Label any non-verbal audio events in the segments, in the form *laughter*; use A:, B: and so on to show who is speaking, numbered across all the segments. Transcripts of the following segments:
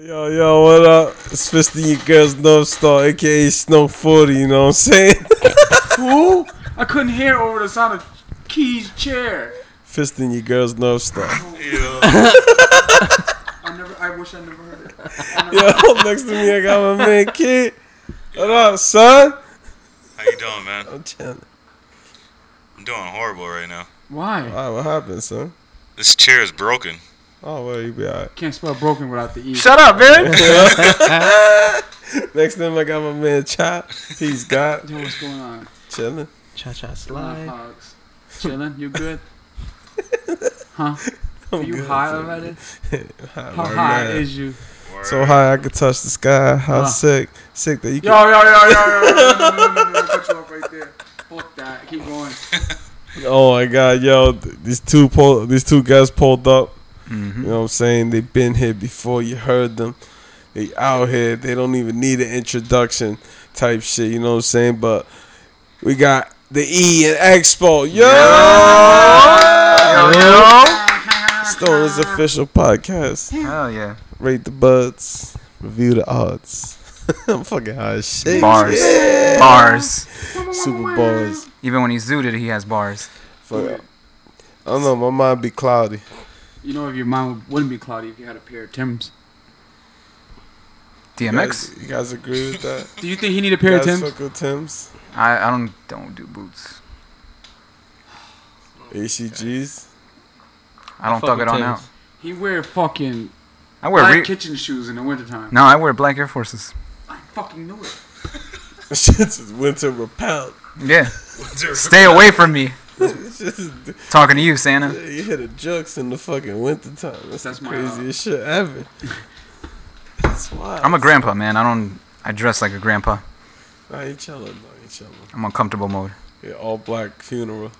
A: Yo, yo, what up? It's fisting your girls North Star, aka Snow 40, you know what I'm saying? *laughs*
B: Fool! I couldn't hear over the sound of Key's chair.
A: fisting your girls North Star.
B: I never. I wish I never heard it. I never,
A: Yo, next to me I got my man Kid. What up, son?
C: How you doing, man?
A: I'm chilling.
C: I'm doing horrible right now.
B: Why?
A: Alright, what happened, son?
C: This chair is broken.
A: Oh, well, you be alright. *laughs*
B: Can't spell broken without the e.
D: Shut up, man.
A: Next to him I got my man Chop. He's got
B: Yo, what's going on?
A: chilling.
D: Cha cha
B: Hi,
D: slide.
B: Hogs. Chilling? You good? Huh?
A: I'm
B: you
A: good,
B: high
A: son.
B: already?
A: *laughs* High
B: How
A: right
B: high
A: now.
B: is you?
C: Word.
A: so high I could touch the sky. How
B: Wow.
A: sick, sick that you
B: Yo,
A: can.
B: yo, yo, yo, yo, yo, yo, no, no, no, no, no, cut you off right there. Fuck that. Keep going.
A: Oh my god, yo, th- these two pull, these two guys pulled up. You know what I'm saying? They've been here before. You heard them. They out here. They don't even need an introduction type shit. You know what I'm saying? But we got the E and Expo. Yo!
D: Yo, yo.
A: Stone is official podcast.
D: Hell Oh, yeah.
A: Rate the buds. Review the odds. *laughs* I'm fucking high as shit.
D: Bars.
A: Yeah.
D: Bars.
A: Super bars.
D: Even when he's zooted, he has bars.
A: Fuck. I don't know. My mind be cloudy.
B: You know, if your mind wouldn't be cloudy if you had a pair of Tims.
A: You
D: DMX.
A: guys, you guys agree with that?
B: Do you think he need a
A: You
B: pair of
A: guys
B: Tims?
A: fuck with Tim's.
D: I, I don't don't do boots.
A: *laughs* ACGs.
D: I don't
E: Fuck
D: thug
E: with
D: it on
E: Timbs.
D: out.
B: He wear fucking
D: I wear
B: black
D: re-
B: kitchen shoes in the wintertime.
D: no. I wear black Air Forces.
B: I fucking knew it.
A: Shit's is winter *laughs* repelled.
D: Yeah.
C: Dude,
D: Stay away from me.
A: Shit's is-
D: Talking to you, Santa.
A: you hit a jukes in the fucking wintertime. That's,
B: That's
A: the
B: my, uh,
A: craziest shit ever. That's wild.
D: I'm a grandpa, man. I don't. I dress like a grandpa.
A: I ain't chilling. I ain't chilling.
D: I'm on comfortable mode.
A: Yeah, all black funeral.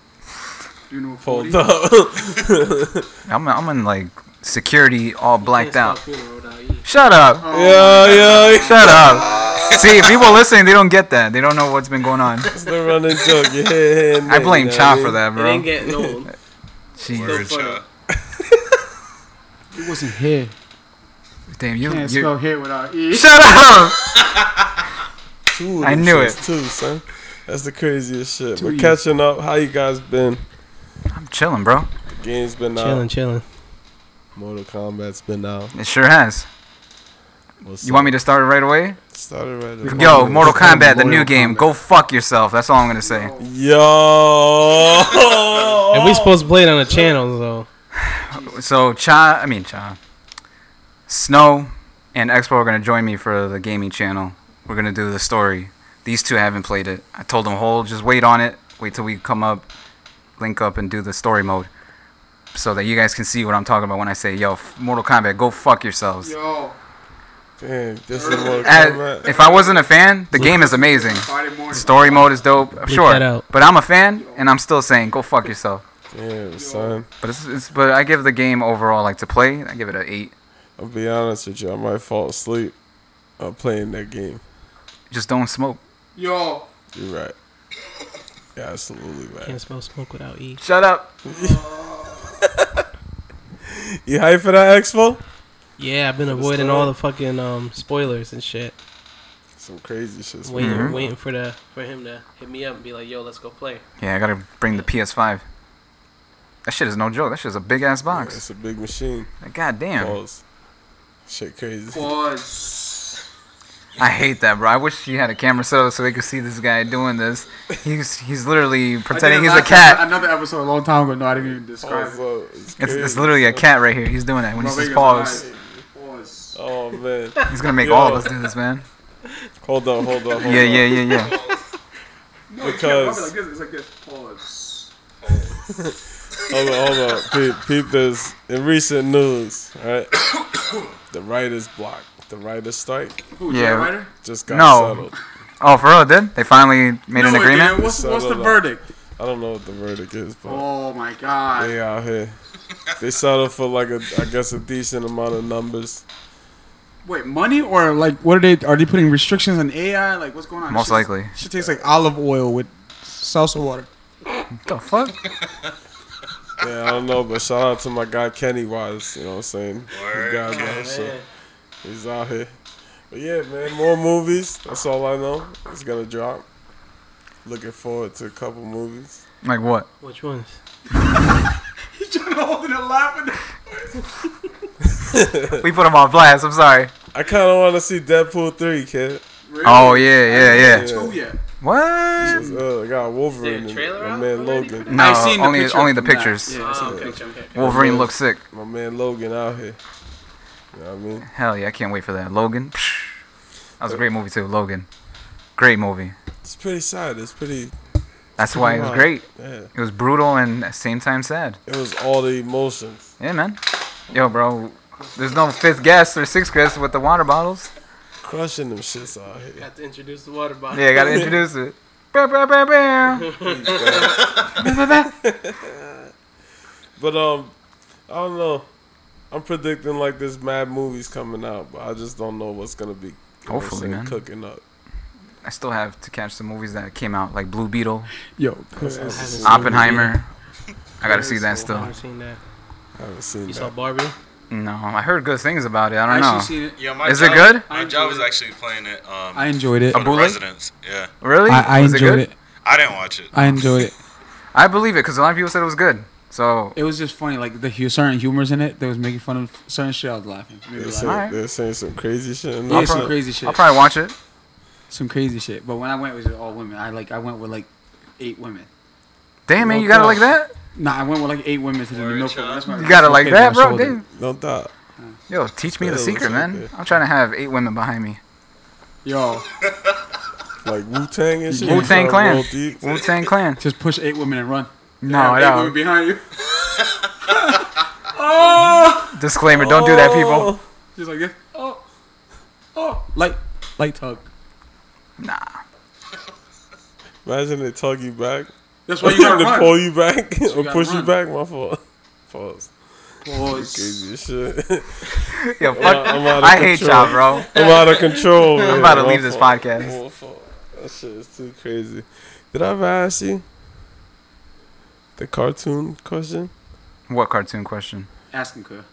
B: You know,
A: Pulled
B: 40.
A: up. *laughs*
D: I'm I'm in like security, all blacked
E: Can't
D: out.
E: stop feeling without eating.
D: Shut up.
B: Oh
A: yo, yo.
D: Shut up. See, people listening, they don't get that. They don't know what's been going on.
A: It's the running joke. You hear here and
D: I
A: there,
D: blame
A: you know
D: Cha
A: what I mean?
D: for that,
E: It ain't
D: bro.
E: getting old.
D: Jeez.
C: word,
E: funny.
C: uh,
B: It wasn't hair.
D: Damn, you.
B: Can't
D: you
B: spell hair without E.
D: shut up.
A: Two of
D: I
A: them
D: knew
A: shits
D: it.
A: Too, son. That's the craziest shit.
B: Two
A: We're
B: years.
A: catching up. How you guys been?
D: I'm chilling, bro.
A: The game's been
E: *laughs* Chilling,
A: out.
E: chilling.
A: Mortal Kombat's been out.
D: It sure has.
A: What's
D: You want me to start it right away?
A: Started right away.
D: Yo, Mortal
B: Mortal
D: Kombat, the new
B: Kombat.
D: game. Go fuck yourself. That's all I'm gonna say. Oh.
A: Yo.
E: And we supposed to play it on the channel, though.
D: So Cha, I mean Cha, Snow, and Expo are gonna join me for the gaming channel. We're gonna do the story. These two haven't played it. I told them, hold, just wait on it. Wait till we come up, link up, and do the story mode, so that you guys can see what I'm talking about when I say, yo, f- Mortal Kombat, go fuck yourselves.
B: Yo,
A: *laughs* Damn, this is Mortal
D: Uh,
A: Kombat.
D: if I wasn't a fan, the game is amazing.
B: Friday morning.
D: Story mode is dope, sure.
E: that out.
D: But I'm a fan, and I'm still saying, go fuck yourself.
A: Damn, son.
D: But it's, it's but I give the game overall like to play. I give it an eight.
A: I'll be honest with you. I might fall asleep uh, playing that game.
D: Just don't smoke.
B: Yo,
A: You're right. Yeah, absolutely right.
E: Can't spell smoke without E.
D: Shut up.
A: You hype for that Expo?
E: Yeah, I've been avoiding all the fucking um, spoilers and shit.
A: Some crazy shit.
E: Waiting,
D: Mhm.
E: waiting for the for him to hit me up and be like, "Yo, let's go play."
D: Yeah, I gotta bring the PS5. That shit is no joke. That shit is a big ass
A: Yeah,
D: box.
A: it's a big machine.
D: God damn.
A: Balls. Shit crazy.
B: pause.
D: I hate that, bro. I wish he had a camera set up so they could see this guy doing this. He's he's literally pretending he's a cat.
B: Another episode a long time ago. No, I didn't even describe it.
A: Also, it's,
D: It's, it's
A: crazy,
D: literally a
A: son.
D: cat right here. He's doing that when he
B: My
D: sees
B: biggest
D: paws.
B: lie. Pause.
A: Oh man.
D: He's gonna make all of us do this, man.
A: Hold on, hold on, hold on.
D: Yeah, yeah, yeah, yeah.
B: No, it's
A: Because-
B: probably like this. It's like this. Pause.
A: Hold on, hold on. Peep, peep this. In recent news, right? *coughs* the writer's block, the writer's strike
B: Who,
D: Yeah.
B: yeah. Writer?
A: just got
D: No.
A: settled.
D: Oh, for real, did they finally made an
B: it
D: agreement?
B: didn't. What's, what's the
A: Settled up.
B: verdict?
A: I don't know what the verdict is, but
B: Oh my god.
A: they out here. They settled for like a, I guess a decent amount of numbers.
B: Wait, money or like what are they? Are they putting restrictions on AI? Like what's going on?
D: Most
B: Shit's-
D: likely.
B: Shit tastes like olive oil with salsa water. *laughs*
D: What the fuck?
A: Yeah, I don't know, but shout out to my guy Kenny Wise. You know what I'm saying? He
C: Word,
A: got that
C: Ken.
A: shit. He's out here. But yeah, man, more movies. That's all I know. It's gonna drop. Looking forward to a couple movies. *laughs*
D: Like what?
E: Which ones?
B: He's trying to hold it and laughing.
D: We put him on blast. I'm sorry.
A: I kind of want to see Deadpool three, kid.
B: Really?
D: Oh yeah, yeah, yeah.
A: Yeah.
B: Two yet.
D: What?
A: Uh, I got Wolverine.
E: Is there a trailer
A: and
E: out
A: my man
E: already for
A: Logan.
D: No,
B: I seen the
D: only
B: picture
D: only the
B: from that.
D: pictures.
B: Yeah, I seen the
E: picture. Oh, Okay.
D: Wolverine looks sick.
A: My man Logan out here. You know what I mean?
D: Hell yeah, I can't wait for that. Logan. Psh. That was a great movie too. Logan. Great movie.
A: It's pretty sad. It's pretty.
D: That's why it was great.
A: Yeah.
D: It was brutal and at the same time sad.
A: It was all the emotions.
D: Yeah, man. Yo, bro. There's no fifth guest or sixth guest with the water bottles.
A: Crushing them shits out here.
E: Got to introduce the water bottle.
D: Yeah, I gotta introduce
B: *laughs*
D: it. Bow, bow, bow, bow.
A: But um, I don't know. I'm predicting like this mad movies coming out, but I just don't know what's gonna be.
D: Hopefully, man.
A: cooking up.
D: I still have to catch some movies that came out, like Blue Beetle,
B: Yo,
E: Oh,
A: I haven't seen-
D: Oppenheimer. I gotta see that
E: I
D: still.
E: haven't seen that.
A: I haven't seen
E: You saw
A: that.
E: Barbie?
D: No, I heard good things about it. I
B: I
D: don't
B: actually
D: know.
B: seen it.
C: Yeah, my
D: Is it
C: job,
D: good?
C: My job was actually playing it. Um,
B: I enjoyed it.
C: for the
D: Abule?
C: residents. Yeah,
D: Really?
B: I, I
D: Was
B: enjoyed
D: good?
B: it,
C: I didn't watch it.
B: I enjoyed it.
D: I believe it because a lot of people said it was good. So
B: It was just funny, like the hu- certain humors in it that was making fun of certain shit. I was laughing. Made me
A: They're
B: laugh.
A: saying,
D: Alright.
A: they're saying some crazy shit. in
B: Yeah,
A: this
B: some
A: shit.
B: crazy shit.
D: I'll probably watch it.
B: Some crazy shit. But when I went, it was all women. I like I went with like eight women.
D: Damn man,
A: No
D: you got it like
A: problem.
D: that?
B: Nah, I went with like eight women to the
C: Word,
B: milk.
C: child.
B: That's my-
D: You got
B: that's
D: it like
B: my
D: that,
B: kid
D: bro?
B: on my shoulder.
D: Damn.
A: No doubt.
D: Yo, teach me
A: Yeah,
D: the
A: it
D: secret,
A: looks like
D: man.
A: it.
D: I'm trying to have eight women behind me.
B: Yo,
A: Like Wu Tang and shit.
D: Wu Tang
A: Tryna
D: Clan.
A: roll deep.
D: Wu Tang Clan.
B: just push eight women and run.
D: No,
B: Have Eight women
D: no.
B: behind you.
D: Disclaimer: Don't do
A: Oh. *laughs*
D: that, people.
B: Just like this. Oh, oh, light, light tug.
D: Nah.
A: Imagine they tug you back.
B: That's why
D: *laughs*
B: you
A: *laughs*
B: gotta
A: they
B: run.
A: pull you back *laughs* or
B: gotta
A: push you
B: run.
A: back. My fault. *laughs* Pause.
B: Pause.
A: Crazy as shit. *laughs*
D: Yo,
A: I'm
D: fuck.
A: out- I'm out of
D: I hate
A: control.
D: y'all, bro.
A: I'm out of
D: *laughs*
A: control. man.
D: about to
A: My
D: leave this
A: fault.
D: podcast.
A: My fault. That shit is too crazy. Did I ever ask you the cartoon question?
D: What cartoon question?
B: Asking her.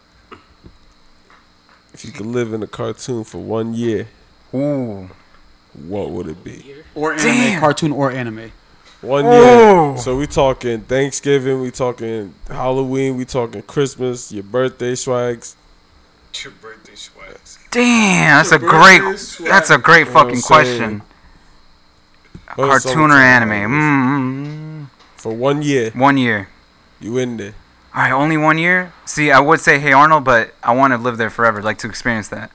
A: If you could live in a cartoon for one year,
D: Ooh.
A: what would it be?
B: Or anime,
D: Damn.
B: cartoon or anime.
A: One
D: Oh.
A: year. So we talking Thanksgiving, we talking Halloween, we talking Christmas, your birthday swags.
C: Your birthday sweats.
D: Damn, that's a
B: Your
D: great.
B: birthday swag.
D: That's a great
A: You know what
D: fucking
A: I'm saying?
D: question.
A: What are some
D: Cartoon or
A: examples?
D: anime? Mm, mm,
A: For one year,
D: mm. One year.
A: you in there.
D: All right, only one year. See, I would say Hey Arnold, but I want to live there forever, like to experience that.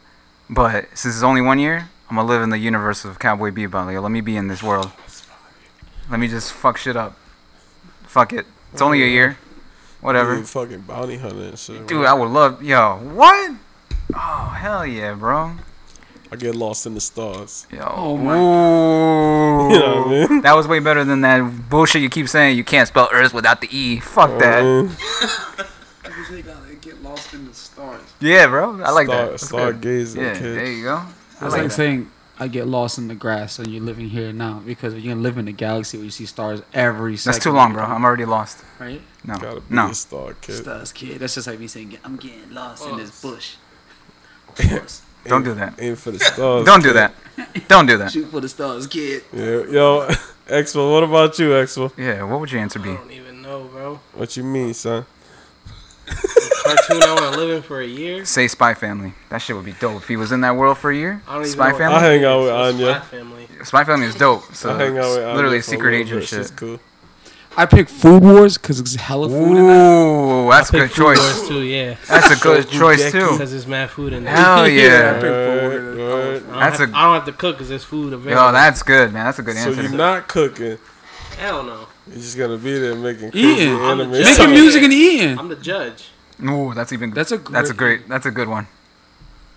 D: But since it's only one year, I'm gonna live in the universe of Cowboy Bebop. Like, let me be in this world. Let me just fuck shit up. Fuck it. It's only a year.
A: You
D: Whatever.
A: fucking bounty hunter and shit.
D: Dude, I would love. Yo, what? Oh hell yeah, bro.
A: I get lost in the stars.
D: Yo.
B: Oh my-
D: Ooh.
A: You know what I mean?
D: That was way better than that bullshit you keep saying. You can't spell Earth without the E. Fuck that.
A: Mm.
B: They gotta get lost in the stars.
D: Yeah, bro. I like
A: Star,
D: that. That's good.
A: Stargazing,
D: Yeah,
A: kid.
D: there you go. I
B: It's
D: like
B: like
D: that.
B: saying I get lost in the grass and you're living here now because you can live in a galaxy where you see stars every second.
D: That's too long, bro. I'm already lost.
B: right?
D: No.
A: Gotta be
D: No.
A: a star, *laughs* kid.
B: Stars, kid. That's just like me saying I'm getting lost in this
D: *laughs*
B: bush.
D: Don't do that.
A: Aim for the stars.
D: Don't do
A: kid.
E: *laughs*
D: that. Don't do that.
B: Shoot for the stars, kid.
A: Yeah. Yo, *laughs* Expo, what about you, Expo?
D: Yeah, what would your answer
E: I
D: be?
E: don't even know,
D: *laughs*
E: bro.
A: What you mean, son?
E: Cartoon I want to live in for a year.
D: Say Spy Family. That shit would be dope. If he was in that world for a year,
E: I don't even
D: Spy
E: know
A: I
D: Family.
A: hang out with
E: It's
A: Anya.
E: Spy family.
D: Spy Family is dope. So
A: I hang out
D: it's
A: with Anya.
D: literally
A: for a
D: secret
A: little
D: agent
A: bit.
D: shit.
A: She's cool.
B: I pick Food Wars because it's hella food in that.
D: Ooh, that's a good
E: Pick Food
D: choice.
E: Wars too, yeah.
D: That's a good choice too.
E: Because there's mad food in
A: *laughs*
E: there.
D: Hell
B: Yeah.
D: yeah.
A: Word, word.
E: I don't,
D: That's
E: have,
D: a-
E: I don't have to cook because there's food available.
D: Yo, that's good, man. That's a good
A: So
D: answer.
A: you're not cooking.
E: Hell no.
A: You're just gonna be there making crazy
B: Eating.
A: anime.
E: I'm a-
B: Making
A: shit.
B: music and eating.
E: I'm the judge.
D: Ooh, that's even.
B: That's a
D: That's a
B: great-
D: great. That's a good one.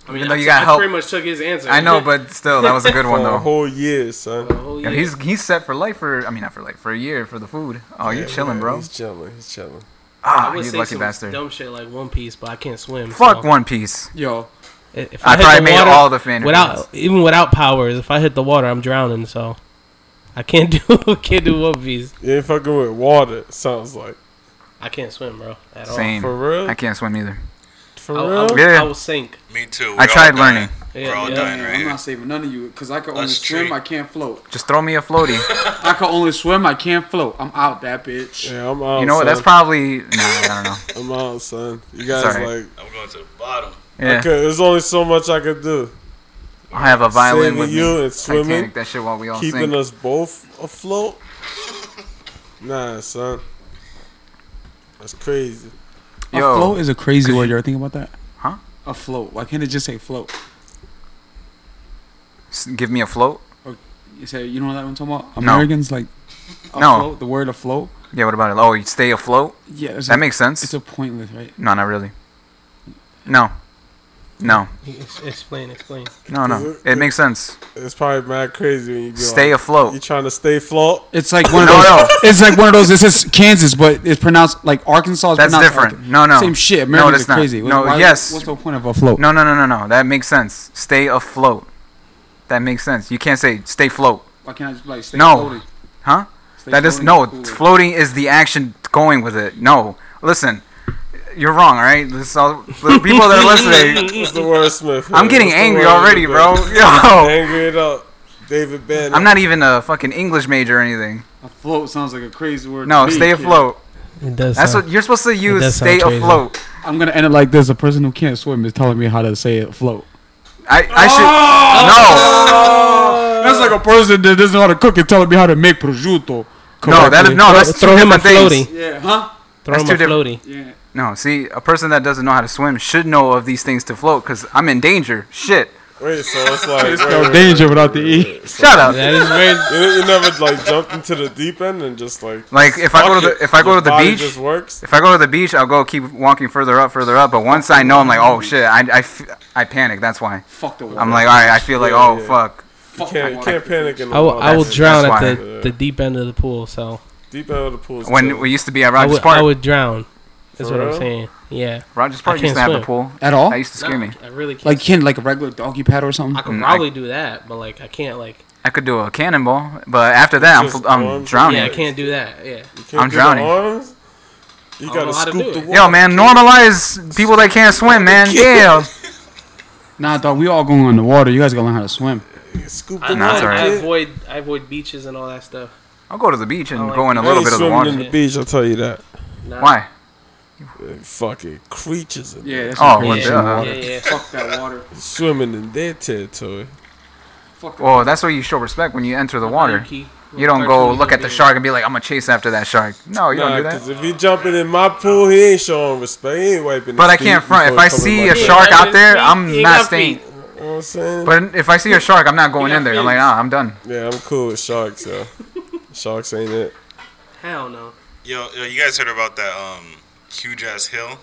E: I mean,
D: Even though
E: I,
D: you got
E: I
D: help.
E: pretty much took his answer.
D: I know, but still, that was a good
A: *laughs* for
D: one
A: a
D: though.
A: whole year, son.
E: The whole
D: Yeah,
E: year.
D: he's he's set for life for. I mean, not for life for a year for the food. Oh,
A: Yeah,
D: you're chilling,
A: man,
D: bro.
A: He's chilling. He's chilling.
E: I
D: Ah,
E: would
D: you
E: say
D: lucky
E: some
D: bastard.
E: dumb shit like One Piece, but I can't swim.
D: Fuck
E: so
D: One Piece.
B: Yo,
E: If
D: I
E: hit
D: probably
E: the
D: made
E: water
D: all the fan
E: without
D: accounts.
E: even without powers. If I hit the water, I'm drowning. So I can't *laughs* do can't do One Piece.
A: You ain't fucking with water. Sounds like
E: I can't swim, bro. At all.
D: Same.
A: for real.
D: I can't swim either.
E: For
B: I'll-
E: real,
D: I'll- Yeah.
E: I will sink.
C: Me too.
D: I
C: We're
D: tried
C: all dying.
D: learning.
E: Yeah,
C: We're all
E: yeah.
C: dying right
B: I'm
C: here.
B: not saving none of you because I can only
C: Let's
B: swim.
C: treat.
B: I can't float.
D: Just throw me a floaty.
B: I can only swim. I can't float. I'm out that bitch.
A: Yeah, I'm out.
D: You know what?
A: son.
D: That's probably. Nah, I
A: *laughs*
D: don't know.
A: I'm out, son. You guys
D: It's alright.
A: like,
C: I'm going to the bottom.
A: I
D: Yeah,
A: could, there's only so much I could do.
D: I'll have a violin
A: Saving
D: with
A: you
D: me.
A: and swimming,
D: Titanic, that shit while we all
A: keeping
D: sing.
A: us both afloat. Nah, son. That's crazy.
D: Yo.
B: A float is a crazy word. You're thinking about that?
D: Huh?
B: A float. Why can't it just say float?
D: S- Give me a float.
B: You say you know what I'm talking about?
D: No.
B: Americans like
D: No.
B: afloat. The word afloat.
D: Yeah, what about it? Oh, you stay afloat.
B: Yeah, that's
D: That
B: a,
D: makes
B: It's
D: sense.
B: a pointless, right?
D: No, not really. No, no,
E: *laughs* Ex- Explain, explain.
D: no, no. It makes sense.
A: It's probably mad crazy when you be
D: Stay
A: like, You
D: afloat.
A: trying to stay afloat?
B: It's like *laughs*
D: No,
B: one of those.
D: no,
B: It's like one of those. This is Kansas, but it's pronounced like Arkansas. Is
D: that's
B: pronounced
D: different.
B: Arkan-
D: No, no.
B: Same shit.
D: No,
B: Americans
D: that's
B: are
D: not.
B: crazy.
D: No,
B: Why-
D: yes.
B: What's the point of a float?
D: No, no, no, no, no. That makes sense. Stay afloat. That makes sense. You can't say stay float,
B: Why can't I just like stay
D: No.
B: floating?
D: huh?
B: Stay
D: That is
B: floating
D: no.
B: cool.
D: Floating is the action going with it. No, listen, you're wrong. All right, this all,
E: *laughs*
D: the people that are listening,
A: What's the word, Smith?
D: *laughs* I'm getting
A: What's the
D: angry
A: word,
D: already,
A: Smith?
D: bro. *laughs* Yo,
A: Angry it up. David Banner.
D: I'm not even a fucking English major or anything.
B: A float sounds like a crazy word.
D: No,
B: to me,
D: stay
B: kid.
D: afloat.
E: It does.
D: That's
E: sound-
D: what you're supposed to use.
E: does sound
D: Stay
E: crazy.
D: afloat.
B: I'm gonna end it like this. A person who can't swim is telling me how to say it float.
D: I I
A: Oh!
D: should
B: That's like a person that doesn't know how to cook and telling me how to make prosciutto.
D: no no that is no that's
E: throw
D: two
E: him a
D: different things.
E: floaty.
B: Yeah, huh?
E: Throw
D: That's
E: him a
D: two different-
E: floaty.
B: Yeah.
A: *laughs*
D: No, see, a person that doesn't know how to swim should know of these things to float because I'm in danger. Shit.
A: Wait, so it's like.
B: It's *laughs*
A: wait,
B: no
A: wait,
B: danger without the E.
D: Shut up.
E: That is very.
A: You, you never like jumped into the deep end and just like
D: Like if I go
A: fuck
D: to
A: it.
D: the if I go
A: Your
D: to the
A: body
D: beach,
A: just works.
D: if I go to the beach, I'll go keep walking further up, further up. But once I know, I'm like, oh shit, I I, f- I panic. That's why
B: Fuck the water.
D: I'm like, all right, I feel like,
A: Yeah,
D: oh
A: yeah.
D: fuck.
A: You
B: Fuck
A: can't,
B: the
A: you
B: water.
A: can't panic in the
E: I will,
A: water.
E: I will
D: That's-
E: drown
D: that's
E: at
D: why.
E: the, the deep end of the pool, so
A: Deep end of the pool. is
D: When
A: chill.
D: we used to be at
E: I
D: Rogers
E: would, I
D: Park,
E: would drown. That's
A: For
E: what
A: real?
E: I'm saying. Yeah.
D: Rogers Park
E: can't
D: used to have
E: swim.
D: a pool.
B: At all?
D: That used to scare me.
E: I really can't.
B: Like can like a regular doggy pad or something?
E: I could
D: Mm, I-
E: probably do that, but like I can't like
D: I could do a cannonball, but after that, I'm
A: Just
D: fl- I'm
A: arms-
D: drowning.
E: yeah I can't do that yeah
A: You can't
D: I'm
A: do the
D: drowning.
A: arms? You
E: don't
A: gotta
E: know how to
A: scoop
E: do
A: the
E: it.
A: water.
D: Yo, man, normalize people that can't
A: *laughs*
D: swim, man. Yeah.
B: Nah, dog. We all going in the water. You guys gotta learn how to swim.
A: Scoop
E: I,
A: the
D: Nah, it's
E: I,
A: water.
D: alright.
E: I
A: kid.
E: avoid I avoid beaches and all that stuff
D: I'll go to the beach
E: I
D: and
E: like
D: go in a
A: I
D: little
A: ain't
D: bit of the
A: swimming
D: water.
A: in the beach. I'll tell you that.
E: Nah.
D: Why?
A: They Fucking creatures in
B: Yeah. That's
D: Oh,
B: some
E: yeah
D: what
B: crazy shit in
D: the-
B: the
E: yeah,
B: water.
E: yeah, yeah.
B: Fuck that water.
A: swimming in their territory.
B: Fuck.
D: Well, that's where you show respect when you enter the water.
E: Key.
D: You don't go
E: Cartoons
D: look
E: and
D: at the
E: videos.
D: shark and be like, I'm gonna chase after that shark. No, you
A: Nah,
D: don't do that.
A: because if he jumping in my pool, he ain't showing respect. He ain't wiping.
D: But
A: his
D: I can't
A: feet
D: front. If
A: before
D: I
A: coming
D: see
A: in
D: a
A: my
D: shark
E: Yeah,
D: out there,
E: yeah,
D: I'm
E: yeah,
D: not
E: yeah,
D: staying.
A: pool. You know what I'm saying?
D: But if I see a shark, I'm not going
E: Yeah,
D: in there. I'm
E: please.
D: like, nah, I'm done.
A: yeah, I'm cool with sharks, yo. sharks ain't it.
E: Hell no.
C: Yo, yo, you guys heard about that um, huge ass hill?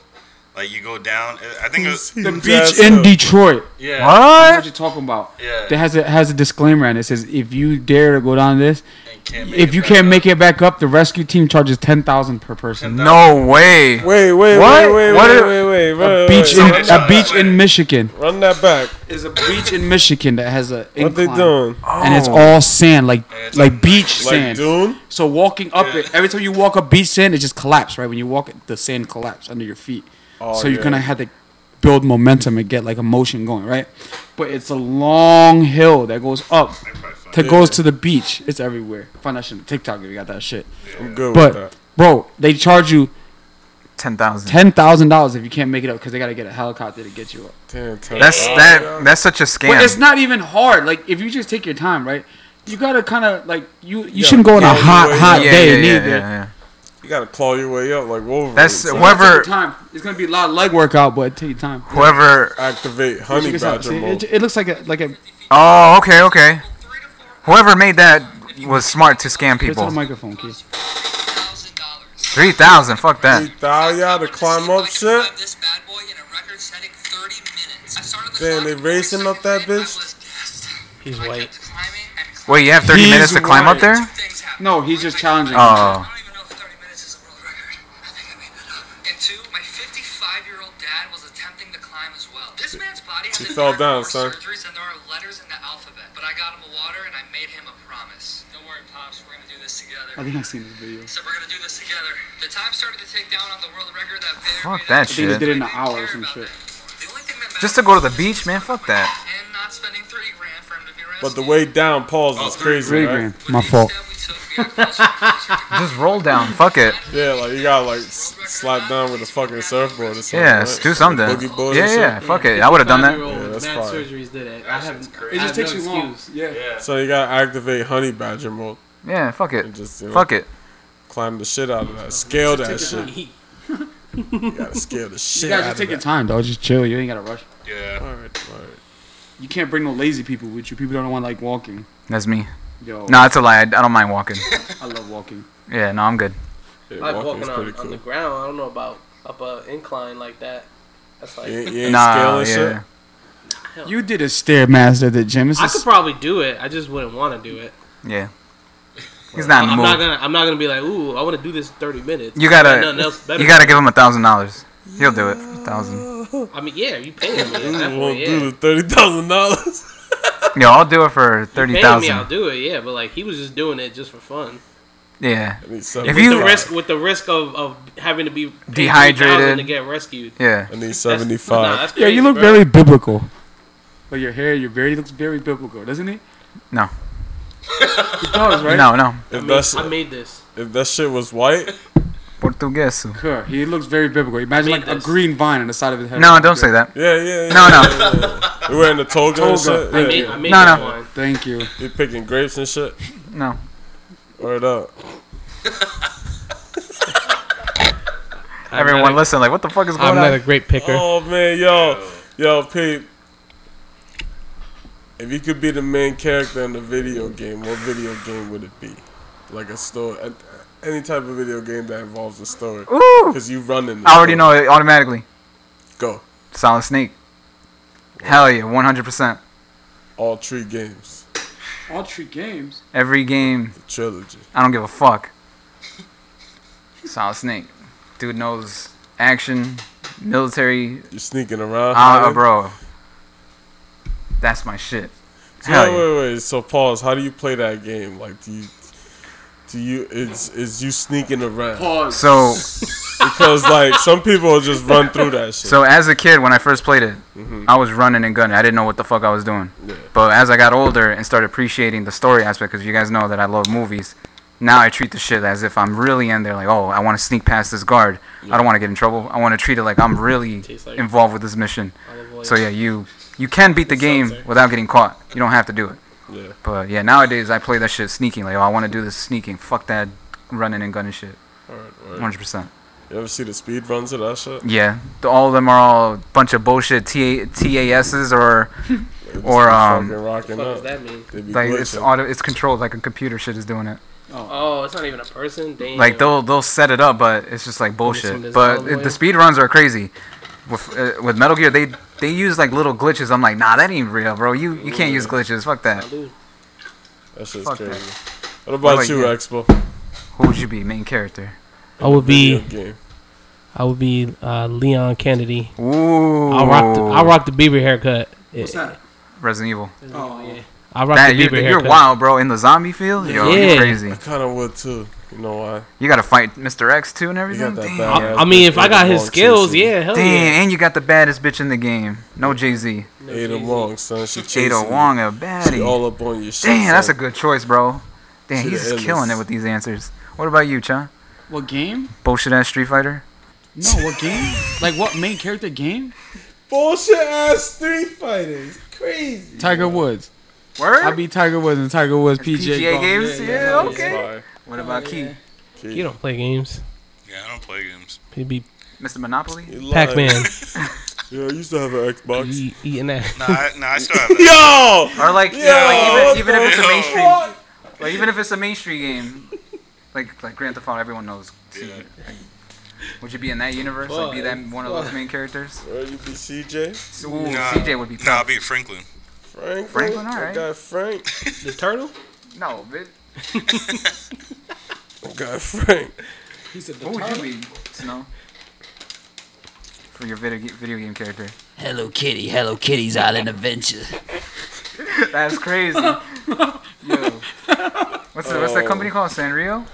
C: Like you go down. I- I think
A: *laughs*
C: it was.
B: The
A: Huge
B: beach
A: ass
B: in
A: up.
B: Detroit.
C: Yeah.
B: What
D: What?
B: you talking about?
C: Yeah.
B: That has a has a disclaimer on it. It says if you dare to go down this,
C: And can't make
B: if
C: it
B: you
C: back
B: can't
C: up.
B: make it back up, the rescue team charges ten thousand per person.
D: No way.
A: Wait, wait,
D: What?
A: wait, wait,
D: What
A: wait,
D: if-
A: wait, wait, wait,
B: A beach in
A: wait.
C: wait.
B: a beach in Michigan.
A: Run that back.
B: There's a beach in Michigan that has a
A: What they
B: incline,
A: doing?
B: and it's
D: Oh.
B: all sand, like
C: And it's
B: like
C: like-
B: beach
A: Like
B: sand.
A: Dune?
B: so walking up it, every time you walk up beach sand, it just collapses. Right when you walk, it, the sand collapses under your feet.
A: Oh,
B: so you're
A: yeah.
B: gonna have to build momentum and get like a motion going, right? But it's a long hill that goes up.
C: I'd probably find
B: that
C: it.
B: goes to the beach. It's everywhere. Find that shit on TikTok if you got that shit.
A: I'm good with
B: But
A: that.
B: bro, they charge you
D: Ten thousand.
B: ten thousand dollars if you can't make it up because they gotta get a helicopter to get you up.
A: Damn, tell
D: That's
A: me.
D: that. That's such a
B: But it's
D: scam.
B: not even hard. Like if you just take your time, right? You gotta kind of like you. You
A: Yeah.
B: shouldn't go on
A: Yeah,
B: a hot,
A: yeah,
B: hot
D: yeah,
B: day
D: yeah,
B: and
D: yeah,
B: either.
D: yeah, yeah.
A: You gotta claw your way up like Wolverine.
D: That's-
A: son.
D: what- Whoever-
B: Take your time. It's gonna be a lot of leg workout, but take your time.
D: Whoever.
A: activate
B: Check
A: honey
B: this out.
A: badger
B: See,
A: mode.
B: it, it looks like a like a.
D: Oh, okay, okay. Whoever made that was smart to scam
B: Put it on the
D: people.
B: microphone, Keith.
D: Three thousand. Fuck that.
A: Thou y'all to climb up shit.
F: This bad boy in a record-setting 30 minutes. I started the
A: Damn,
F: clock
A: they
F: at
A: racing up that
F: 42nd minute.
A: bitch?
F: I was gassed.
E: He's
F: I
E: white.
F: kept climbing and climbing.
D: Wait, you have thirty
B: He's
D: minutes to climb up
B: right.
D: there?
F: Things happened.
B: No, he's just challenging.
D: Oh,
F: I don't even know if 30 minutes is a world record. I think I made that up. And two, my 55-year-old dad was attempting to climb as well. This man's body has
A: He
F: been
A: fell
F: marked
A: down,
F: for
A: son.
F: surgeries and there are letters in the alphabet. But I got him a water and I made him a promise. Don't worry, pops. We're gonna do this together.
B: I think I've seen this video.
F: So we're gonna do this together. The time started to take down on the world record that
D: Fuck that
B: I think they
D: shit.
B: did it in an hour or some shit.
D: Just to go to the beach, man. Fuck that.
F: And not spending three grand for him to be
A: But the
F: rescued.
A: way down Paul's is crazy,
B: Three
A: right?
B: grand.
F: With
B: My
F: each
B: fault.
F: step we took, we
B: *laughs*
F: got closer and closer to
D: Just roll down. Fuck it.
A: Yeah, like you gotta like s- slap down with a fucking surfboard or something.
D: Yeah,
A: right?
D: s- do something.
A: Boogie board
D: Yeah,
A: and shit.
D: yeah. Fuck it. I would have done that.
A: Yeah, that's
E: Mad
A: fire.
E: surgeries did it. I have.
B: It
E: I have
B: just takes
E: no
B: you long.
E: excuse.
B: Yeah.
A: So you gotta activate honey badger mode
D: Yeah, fuck
A: and
D: it.
A: just you know,
D: Fuck it.
A: climb the shit out of that. Scale that shit.
E: He-
A: You gotta scale
E: *laughs*
A: the shit
B: You guys
A: out
B: just
A: of
B: take your
A: that.
B: time, dog. Just chill. You ain't gotta rush.
C: Yeah.
A: All right, all right.
B: You can't bring no lazy people with you. People don't want like walking.
D: That's me.
B: Yo,
D: No, it's a lie. I I don't mind walking.
B: I love walking.
D: Yeah, no, I'm good.
A: Yeah,
E: I like
A: walking's
E: walking on,
A: pretty
E: on the
A: cool.
E: ground. I don't know about up a incline like that. That's like
A: You ain't, you ain't
D: Nah,
A: scaling
D: yeah.
A: shit.
B: You did a stairmaster at the gym. It's
E: I
B: just,
E: could probably do it. I just wouldn't want to do it.
D: Yeah. He's not in the
E: I'm not
D: mood.
E: gonna. I'm not gonna be like, ooh, I want to do this in 30 minutes.
D: You
E: Got
D: gotta,
E: nothing else better.
D: you gotta give him a thousand dollars. He'll do it. A thousand.
E: I mean, yeah, you paying me. at
A: You
E: that
A: won't
E: point, yeah.
A: do the thirty thousand dollars. *laughs*
D: Yo, I'll do it for
E: You
D: thirty
E: paying me, I'll
D: thousand.
E: do it. Yeah, but like he was just doing it just for fun.
D: Yeah,
A: If
D: you-
E: The risk with the risk of, of having to be paid
D: Dehydrated.
E: $3,000 to get rescued.
D: yeah.
A: I need
E: That's-
A: seventy
E: nah,
A: five.
E: that's
B: yeah,
E: crazy,
B: you look
E: bro.
B: very biblical. But your hair, your beard, he looks very biblical, doesn't he?
D: No,
B: He *laughs* does, right?
D: no, no.
E: I
A: If
E: made,
A: that
E: I
A: shit,
E: made this.
A: if that shit was
E: *laughs*
A: white,
D: Portuguese.
B: Sure, He looks very biblical. Imagine
E: Made
B: like a
E: this.
B: green vine on the side of his head.
D: No, don't say that.
A: yeah, yeah. yeah
D: No, no.
A: yeah, yeah, yeah. You wearing the toga, and
B: Toga.
A: shit?
E: I
A: Yeah,
E: made,
A: yeah.
E: I made
D: No,
E: that
D: no.
E: one.
B: Thank you.
A: You picking grapes and shit.
D: No.
A: Word up.
D: Everyone, listen. Like, what the fuck is going on?
E: great picker.
A: Oh man, yo, yo, Pete. If you could be the main character in a video game, what video game would it be? Like a story, a- any type of video game that involves a story,
D: Ooh!
A: because you running. the
D: I already
A: story.
D: know it automatically.
A: Go
D: Solid Snake. Hell yeah, one hundred percent.
A: all three games
B: All three games.
D: Every game,
A: the trilogy.
D: I don't give a fuck. Solid Snake. Dude knows action, military.
A: You sneaking around?
D: Ah,
A: hiding?
D: bro. That's my shit.
A: So,
D: Hell
A: wait,
D: yeah.
A: wait, wait. So pause. How do you play that game? Like, do you? Do you? It's is you sneaking around?
B: Pause.
D: So,
A: Because like some people will just run through that shit.
D: so as a kid, when I first played it, I was running and gunning. I didn't know what the fuck I was doing.
A: Yeah.
D: But as I got older and started appreciating the story aspect, because you guys know that I love movies, now I treat the shit as if I'm really in there. Like, oh, I want to sneak past this guard. I don't want to get in trouble. I want to treat it like I'm really
E: Tastes like-
D: involved with this mission.
E: Olive oil.
D: So yeah, you you can beat the game
E: Seltzer.
D: without getting caught. You don't have to do it.
A: Yeah.
D: But yeah, nowadays I play that shit sneaking. Like, oh, I want to do this sneaking. Fuck that running and gunning shit.
A: All right, all right.
D: 100%.
A: You ever see the speed runs of that shit?
D: Yeah, the- all of them are all a bunch of bullshit TA, TASs or Or,
A: rocking
D: um,
E: What the fuck does
A: up.
E: that mean?
A: They be
D: like it's
A: glitching.
D: auto, it's controlled like a computer shit is doing it.
E: Oh, it's not even a person. Damn.
D: Like they'll they'll set it up, but it's just like
E: some
D: bullshit.
E: design
D: But
E: lawyer.
D: it, the speed runs are crazy. With uh, with Metal Gear, they they use like little glitches. I'm like, nah, that ain't real, bro. You you can't use glitches. Fuck that.
E: Dude,
A: That shit's
D: Fuck
A: crazy.
D: that.
A: What about
D: about
A: you,
D: you?
A: Expo?
D: Who would you be, main character?
E: I would
A: Video
E: be
A: game.
E: I would be uh, Leon Kennedy.
D: Ooh,
E: I'll rock the, I'll rock the Bieber haircut.
B: What's that?
D: Resident Evil.
B: Oh,
E: I'll rock
D: That
E: the
D: you're,
E: Bieber
D: you're
E: haircut.
D: wild, bro. In the zombie field, yo,
E: Yeah.
D: you're crazy.
A: I kind of would too. You know why?
D: You gotta fight Mr. X too and everything.
A: that
D: Damn.
A: bad
E: I, I mean, if I got his skills, yeah, hell yeah.
D: Damn, and you got the baddest bitch in the game. No Jay Z.
A: Ada Wong, son. She chasing
D: Jada
A: you.
D: Wong, a
A: She
D: baddie.
A: all up on your shit.
D: Damn, that's a
A: son.
D: good choice, bro. Damn,
A: She
D: he's
A: the
D: just killing it
A: illest.
D: with these answers. What about you, Cha?
B: What game?
D: Bullshit ass Street Fighter?
B: No, what game? *laughs* like what main character game?
A: bullshit ass Street Fighters. Crazy.
B: Tiger Woods.
D: Word?
B: I beat Tiger Woods and Tiger Woods PGA,
D: PGA
B: golf.
D: games? Yeah,
A: It's
D: okay.
A: fire.
D: What about Key?
A: Kid,
E: You don't play games.
C: Yeah, I don't play games.
E: He'd be
D: Mr. Monopoly?
A: you lying.
E: Pac-Man.
B: *laughs*
A: Yeah, I used to have an Xbox.
E: He eating that.
C: Nah, I, nah, I still have that.
A: *laughs* Yo.
D: Or like,
A: Yo,
D: yeah, like
A: what
D: even, even if it's
C: the
D: a mainstream,
A: What?
D: like even if it's a mainstream game, like like Grand Theft Auto, everyone knows.
C: Yeah.
D: Would you be in that universe? Like, be that one of those main characters?
A: Where you be CJ?
D: Ooh,
C: Nah,
D: CJ would be
C: Nah, I'll
D: tough.
C: be Franklin.
A: Frank.
D: Franklin, all
A: I
D: right.
A: got Frank.
E: The turtle?
D: No, bitch.
A: I got Frank.
D: Who would Oh, you be, Snow? For your video, ga- video game character.
G: Hello Kitty, Hello Kitty's Island Adventure.
D: *laughs* That's crazy. Yo.
A: Oh.
D: What's, the, what's that company called? Sanrio?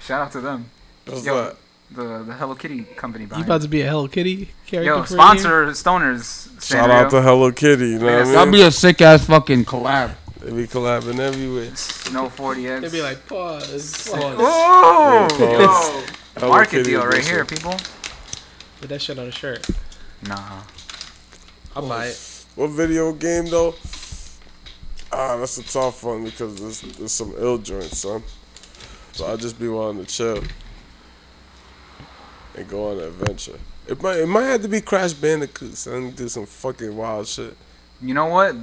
D: Shout out to them.
A: What's
D: Yo.
A: that?
D: the the Hello Kitty company
E: You
D: behind.
E: about
D: it.
E: to be a Hello Kitty character?
D: Yo,
E: for a year?
D: sponsor Stoners.
A: Shout out to Hello Kitty, you know
D: Yes.
A: what I
B: That'd
A: mean?
B: be a sick ass fucking collab.
A: They be collabing everywhere.
D: to No 40X.
E: They'd be like, pause, pause.
D: Whoa!
A: Yeah,
D: Yo,
A: Hello
D: market
A: Kitty
D: deal right
A: edition.
D: here, people.
E: Put that shit on a shirt.
D: Nah.
E: I'll buy it.
A: What video game though? Ah, that's a tough one because there's, there's some ill joints, son. So I just be wanting to chill and go on an adventure. It might it might have to be Crash Bandicoot, son. Do some fucking wild shit.
D: You know what?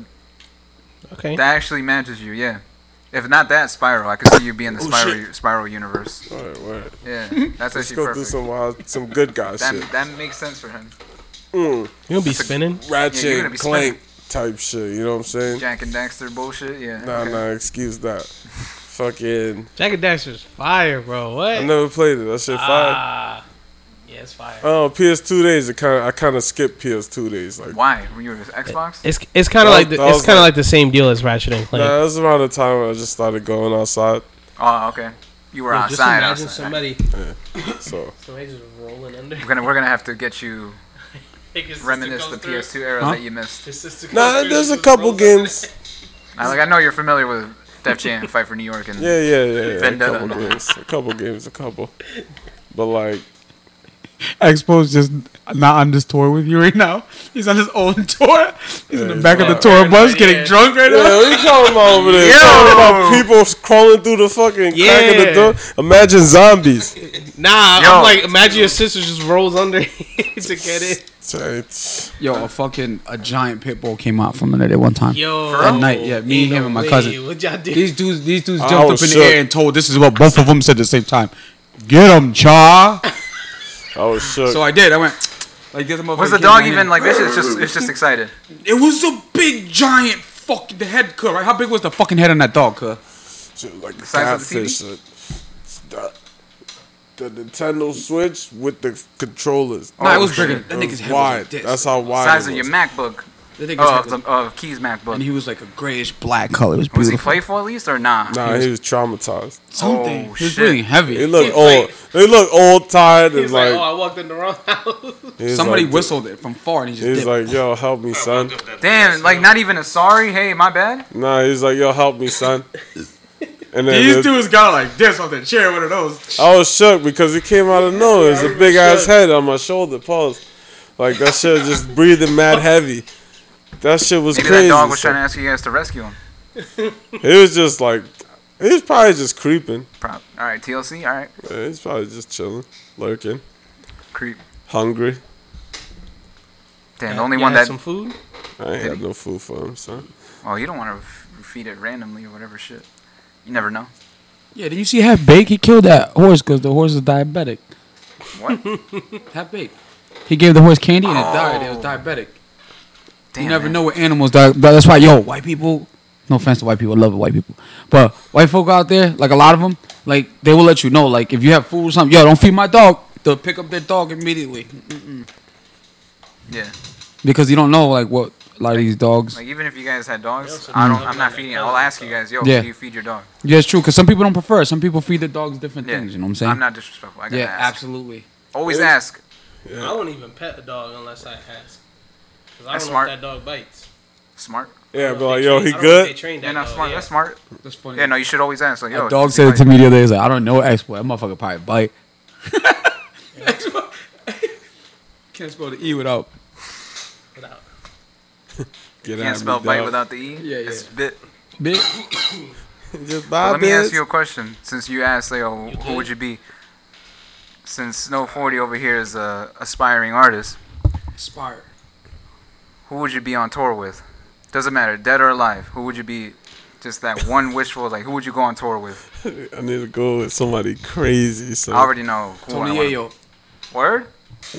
E: Okay.
D: That actually matches you, yeah. If not that Spiral, I could see you
B: Oh,
D: being the Spiral Spiral universe.
A: All right, word.
B: *laughs*
D: Yeah,
A: Let's
D: that's actually
A: go do
D: perfect.
A: some wild, some good guy shit.
D: That, that makes sense for him.
A: Mm,
E: You'll be spinning.
A: ratchet,
D: Yeah, you're gonna
A: and
D: be
A: clank type shit. You know what I'm saying?
D: Jack and Daxter bullshit, yeah.
A: Nah,
D: okay.
A: nah. Excuse that.
D: *laughs*
A: fucking.
E: Jack and Daxter's fire, bro. What?
A: I never played it. That shit fire.
E: Ah. Yeah, it's fire.
A: Oh, PS2 days. It kind of I kind of skipped PS2 days. Like,
D: Why? Were you an Xbox?
E: It's it's kind
A: That
E: of
A: was-
E: like the,
A: that
E: it's
A: was
E: kind of
A: like-
E: like the same deal as Ratchet and Clank.
A: nah, that's around the time when I just started going outside.
D: Oh, okay. You were
E: Yo, just
D: outside.
E: imagine
D: outside.
E: somebody,
D: *laughs*
A: So
E: somebody just rolling under.
D: We're gonna we're gonna have to get you
E: Like *laughs* his sister
D: reminisce the
E: comes through.
D: PS2 era
B: Huh?
D: that you missed.
E: His sister comes
A: nah,
E: through,
A: there's
E: she
A: a
E: just
A: couple
E: rolls under.
A: games.
D: I, like I know you're familiar with
B: *laughs*
D: Def Jam, Fight for New York, and
A: Yeah, yeah, yeah. yeah. A
D: Vendetta.
A: couple games. A couple games. A
D: *laughs*
A: couple. But like,
B: Expo's just not on this tour with you right now. He's on his own tour. He's in
A: Yeah,
B: the back of the
A: he's
B: tour bus
E: Yeah.
B: getting drunk right
A: yeah,
B: now.
A: what you talking about over there?
D: Yo!
A: Talking about people crawling through the fucking crack of the
E: Yeah.
A: door. Imagine zombies.
E: *laughs* Nah,
D: Yo.
E: I'm like, imagine your sister just rolls under *laughs* to get it.
A: It's-
B: Yo, a fucking a giant pit bull came out from under there one time.
E: Yo,
B: That night, yeah, me, him, and my cousin.
E: What y'all do?
B: These dudes, these dudes
A: I
B: jumped up
A: was
B: in the
A: shook.
B: air and told. This is what both of them said at the same time. Get him, cha.
A: I was shook.
B: So I did. I went. Like this motherfucker
D: Was the
B: came
D: dog
B: right
D: even
B: here.
D: like this? It's just it's just excited.
B: It was a big giant fucking the head cut. Right? How big was the fucking head on that dog? Cut?
A: Shit was like the
D: size of the
A: catfish. uh, The, the Nintendo Switch with the controllers.
B: Nah, it was
A: Oh,
B: bigger.
A: shit.
B: That
A: It
B: nigga's
A: was
B: head was
A: wide.
B: like this.
A: That's how wide.
D: Size
A: it
D: of
A: was.
D: your MacBook.
B: The nigga's
D: Oh, of,
B: head
D: the,
B: was-
D: of Key's MacBook.
B: and he was like a grayish black color. It was
D: was he
B: beautiful.
D: playful at least or nah?
A: Nah, he was traumatized.
B: Something.
D: Oh,
B: he was
D: shit.
B: really heavy.
A: They look
E: He's
A: old.
E: like-
A: They look old, tired, and
E: He's like,
A: like,
E: oh, I walked in the wrong *laughs* house.
A: he was
B: Somebody
A: like,
B: whistled it from far, and he just
A: He's
B: dipped.
A: like, yo, help me, son.
D: Damn, like not even a sorry. Hey, my bad.
A: Nah, he's like, yo, help me, son. And then it-
B: dudes got like this off the chair, one of those.
A: I was shook because it came out of nowhere. It's a big ass head on my shoulder. Pause. Like that shit just breathing mad heavy. That shit was
D: Maybe
A: crazy.
D: that dog was
A: son.
D: trying to ask you guys to rescue him.
A: He was just like, he was probably just creeping.
D: Prop. All right, TLC. All right,
A: Yeah, he's probably just chilling, lurking,
D: creep.
A: hungry.
D: Damn, the only
E: Y'all
D: one
E: had
D: that.
E: some food.
A: I ain't had no food for him, son.
D: Oh, you don't want to feed it randomly or whatever shit. You never know.
B: Yeah, did you see Half Bake? He killed that horse because the horse is diabetic. *laughs*
D: What?
B: Half Bake. He gave the horse candy and it died. It
D: Oh.
B: was diabetic.
D: Damn,
B: you never
D: man.
B: know what animals die. But that's why, yo, white people. No offense to white people, I love white people, but white folk out there, like a lot of them, like they will let you know, like if you have food or something, yo, don't feed my dog. They'll pick up their dog immediately
D: Yeah.
B: because you don't know like what a lot of these dogs.
D: Like even if you guys had dogs, I don't. I'm not feeding. it. I'll ask you guys. Yo,
B: Yeah.
D: do you feed your dog?
B: Yeah, it's true because some people don't prefer. it. Some people feed their dogs different
D: Yeah.
B: things. You know what I'm saying?
D: I'm not disrespectful. I gotta
B: yeah,
D: ask.
B: absolutely.
D: Always ask.
E: I won't even pet a dog unless I ask. Cause I don't
D: That's
E: know
D: smart.
E: if that dog bites.
D: Smart.
A: Yeah,
E: I don't
A: but
E: know
A: like,
E: if they
A: yo,
E: train-
A: he
E: I don't
A: good.
E: know if they trained
D: Yeah,
E: that
D: no,
E: dog,
D: smart.
E: yeah.
D: That's smart.
B: That's funny.
D: Yeah, no, you should always ask. Like, yo,
B: a dog
D: does
B: said
D: he
B: it to
D: bite?
B: me the other day. He's like, I don't know Expo. That motherfucker probably bite. *laughs* Can't spell the E without.
E: Without-
A: Get
D: Can't
A: at
D: spell
A: me,
D: bite
A: dog.
D: without the e.
B: Yeah, yeah.
D: It's bit.
B: Big.
A: Just
D: But
A: buy
D: let me ask
A: bits.
D: you a question. Since you asked, like, oh, who would you be? Since Snow Forty over here is a aspiring artist,
B: Spark.
D: who would you be on tour with? Doesn't matter, dead or alive. Who would you be? Just
B: *laughs*
D: that one wishful, like, who would you go on tour with?
A: *laughs* I need to go with somebody crazy. So
D: I already know. Who I
B: Tony
D: wanna-
B: Yayo.
D: Word?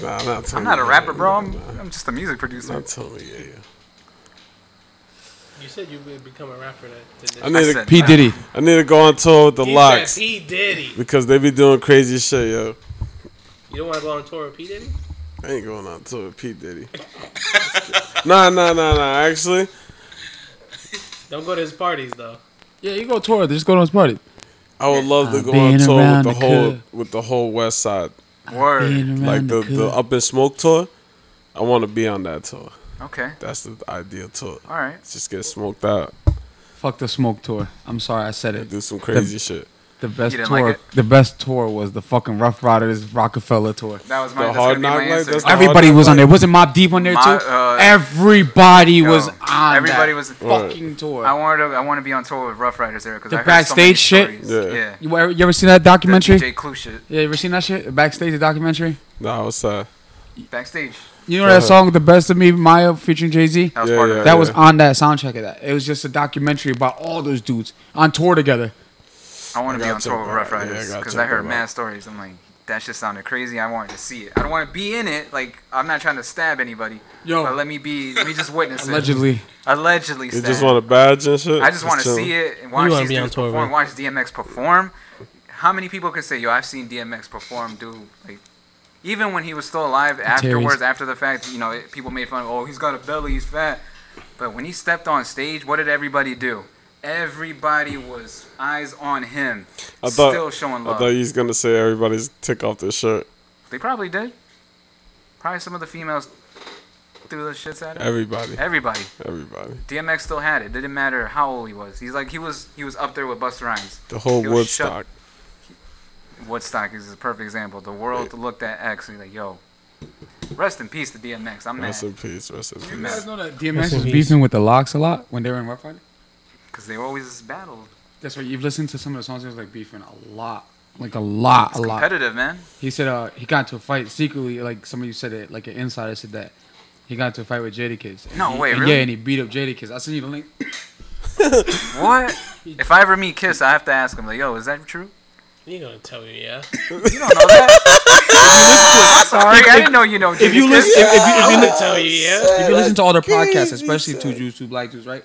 A: Nah, not Tony
D: I'm not a rapper,
A: Yayo,
D: bro.
A: nah,
D: I'm, I'm just a music producer.
A: Not Tony Yayo.
E: You said you would become a rapper. That,
A: I
E: that
A: need,
D: said-
A: to,
B: P Diddy.
A: I need to go on tour with the
E: he
A: locks
E: said P Diddy.
A: because they be doing crazy shit, yo.
E: You don't want to go on tour with P Diddy?
A: I ain't going on tour with P
D: *laughs*
A: Diddy. nah, nah, nah, nah. Actually,
E: Don't go to his parties though.
B: Yeah, you go tour. Just go to his party.
A: I would love to
B: I've
A: go on
B: been
A: tour with
B: around
A: the
B: the
A: whole
B: club.
A: with the whole West Side
D: Word.
B: Being around
A: Like the,
B: hood.
A: the uh, Up in Smoke tour, I want to be on that tour.
D: Okay.
A: That's the ideal tour.
D: All right.
A: Just get smoked out,
B: Fuck the smoke tour. I'm sorry I said it.
A: do some crazy shit.
B: The best
D: didn't
B: tour.
D: like it?
B: The best tour was the fucking Rough Riders Rockefeller tour.
D: That was my.
A: The
D: that's
A: hard
D: gonna be my
A: knock life,
D: answer.
A: that's the-
B: Everybody
A: hard
B: was on
A: knock
B: there. Wasn't Mob Deep on there
D: My-
B: too?
D: uh,
B: everybody
D: Yo,
B: was on.
D: everybody
B: that
D: was-
B: fucking tour.
D: I want to. I want to be on tour with Rough Riders there because
B: The
D: I heard so many
B: backstage shit?
D: stories.
A: Yeah.
D: Yeah.
B: you, ever, you ever seen that
D: The
B: documentary?
D: DJ Clue shit.
B: Yeah, you ever seen that shit? Backstage the documentary.
A: Nah, what's that?
D: Backstage.
B: You know
A: Go
B: that
A: ahead.
B: song, "The Best of Me," Maya featuring Jay Z.
D: That was
A: Yeah,
D: part
A: yeah.
D: of it.
B: That was on that soundtrack of that. It was just a documentary about all those dudes on tour together.
D: I want to
A: I gotta
D: be on tour
A: check
D: with
A: that
D: Rough
A: out. Yeah, I
D: Riders
A: gotta
D: because
A: check
D: I heard
A: that
D: mad
A: out.
D: stories. I'm like, that shit sounded crazy. I wanted to see it. I don't want to be in it. Like, I'm not trying to stab anybody.
B: Yo.
D: but let me be. Let me just witness it.
B: Allegedly,
D: Allegedly.
A: You
D: Allegedly.
A: just want a badge and shit.
D: I just want to
A: chilling.
D: see it and watch
E: wanna
D: these
E: be on
D: dudes
E: tour,
D: perform.
E: man.
D: Watch DMX perform. How many people could say, "Yo, I've seen DMX perform, dude"? Like, even when he was still alive, afterwards, after the fact, you know, it, people made fun of, "Oh, he's got a belly, he's fat." But when he stepped on stage, what did everybody do? Everybody was eyes on him,
A: I thought-
D: still showing
A: I
D: love.
A: thought you was gonna say everybody's tick off their shirt.
D: they probably did. Probably some of the females threw those shits at him.
A: Everybody,
D: Everybody.
A: everybody.
D: DMX still had it. Didn't matter how old he was. He's like he was he was up there with Busta Rhymes.
A: The whole
D: He was shut-
A: Woodstock.
D: Woodstock is a perfect example. The world looked at X and be like, yo, rest in peace to DMX. I'm mad
A: Rest in peace. Rest in
B: you
A: peace.
B: guys know that DMX
E: in
B: was
E: peace.
B: beefing with the Locks a lot when they were in Rough Rider.
D: because they always battled.
B: That's right. You've listened to some of the songs. He was like beefing a lot, like a lot, a lot.
D: Competitive, man.
B: He said uh, he got into a fight secretly. Like some of you said it, like an insider said that he got into a fight with Jadakiss. And
D: No
B: he-
D: way,
B: and
D: really?
B: Yeah, and he beat up Jadakiss. I sent you the link.
D: What? if I ever meet Kiss, I have to ask him like, yo, is that true?
E: You gonna tell me, yeah?
D: You don't know that. I'm sorry, I didn't know you know.
E: If you
D: Jadakiss.
E: listen, if, if, you- if you li- tell you, yeah.
B: If you listen to all their podcasts, especially two Jews, two black Jews, right?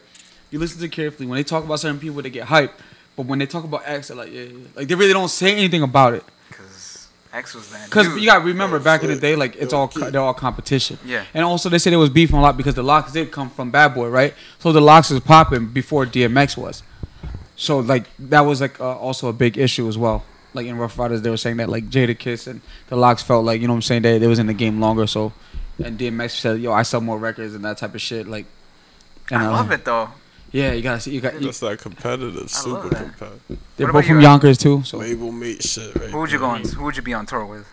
B: You listen to it carefully. When they talk about certain people, they get hype. But when they talk about X, they're like, yeah, yeah. like they really don't say anything about it.
D: 'Cause X was that.
B: Cause
D: dude.
B: you gotta remember, back in the day, like it's all co- they're all competition.
D: Yeah.
B: And also, they said it was beefing a lot because the locks did come from Bad Boy, right? So the locks was popping before DMX was. So like that was like uh, also a big issue as well. Like in Rough Riders, they were saying that like Jada Kiss and the locks felt like you know what I'm saying they they was in the game longer. So and DMX said, "Yo, I sell more records and that type of shit." Like. And
D: I
B: uh,
D: love it though.
B: Yeah, you gotta see. You got. You,
A: That's that competitive, super
D: that.
A: competitive.
B: they're
D: What
B: both
D: about
B: from
D: you, Ed?
B: Yonkers too. So
A: Label mate shit. Right
D: Who would you
A: there.
D: go on? Who would you be on tour with?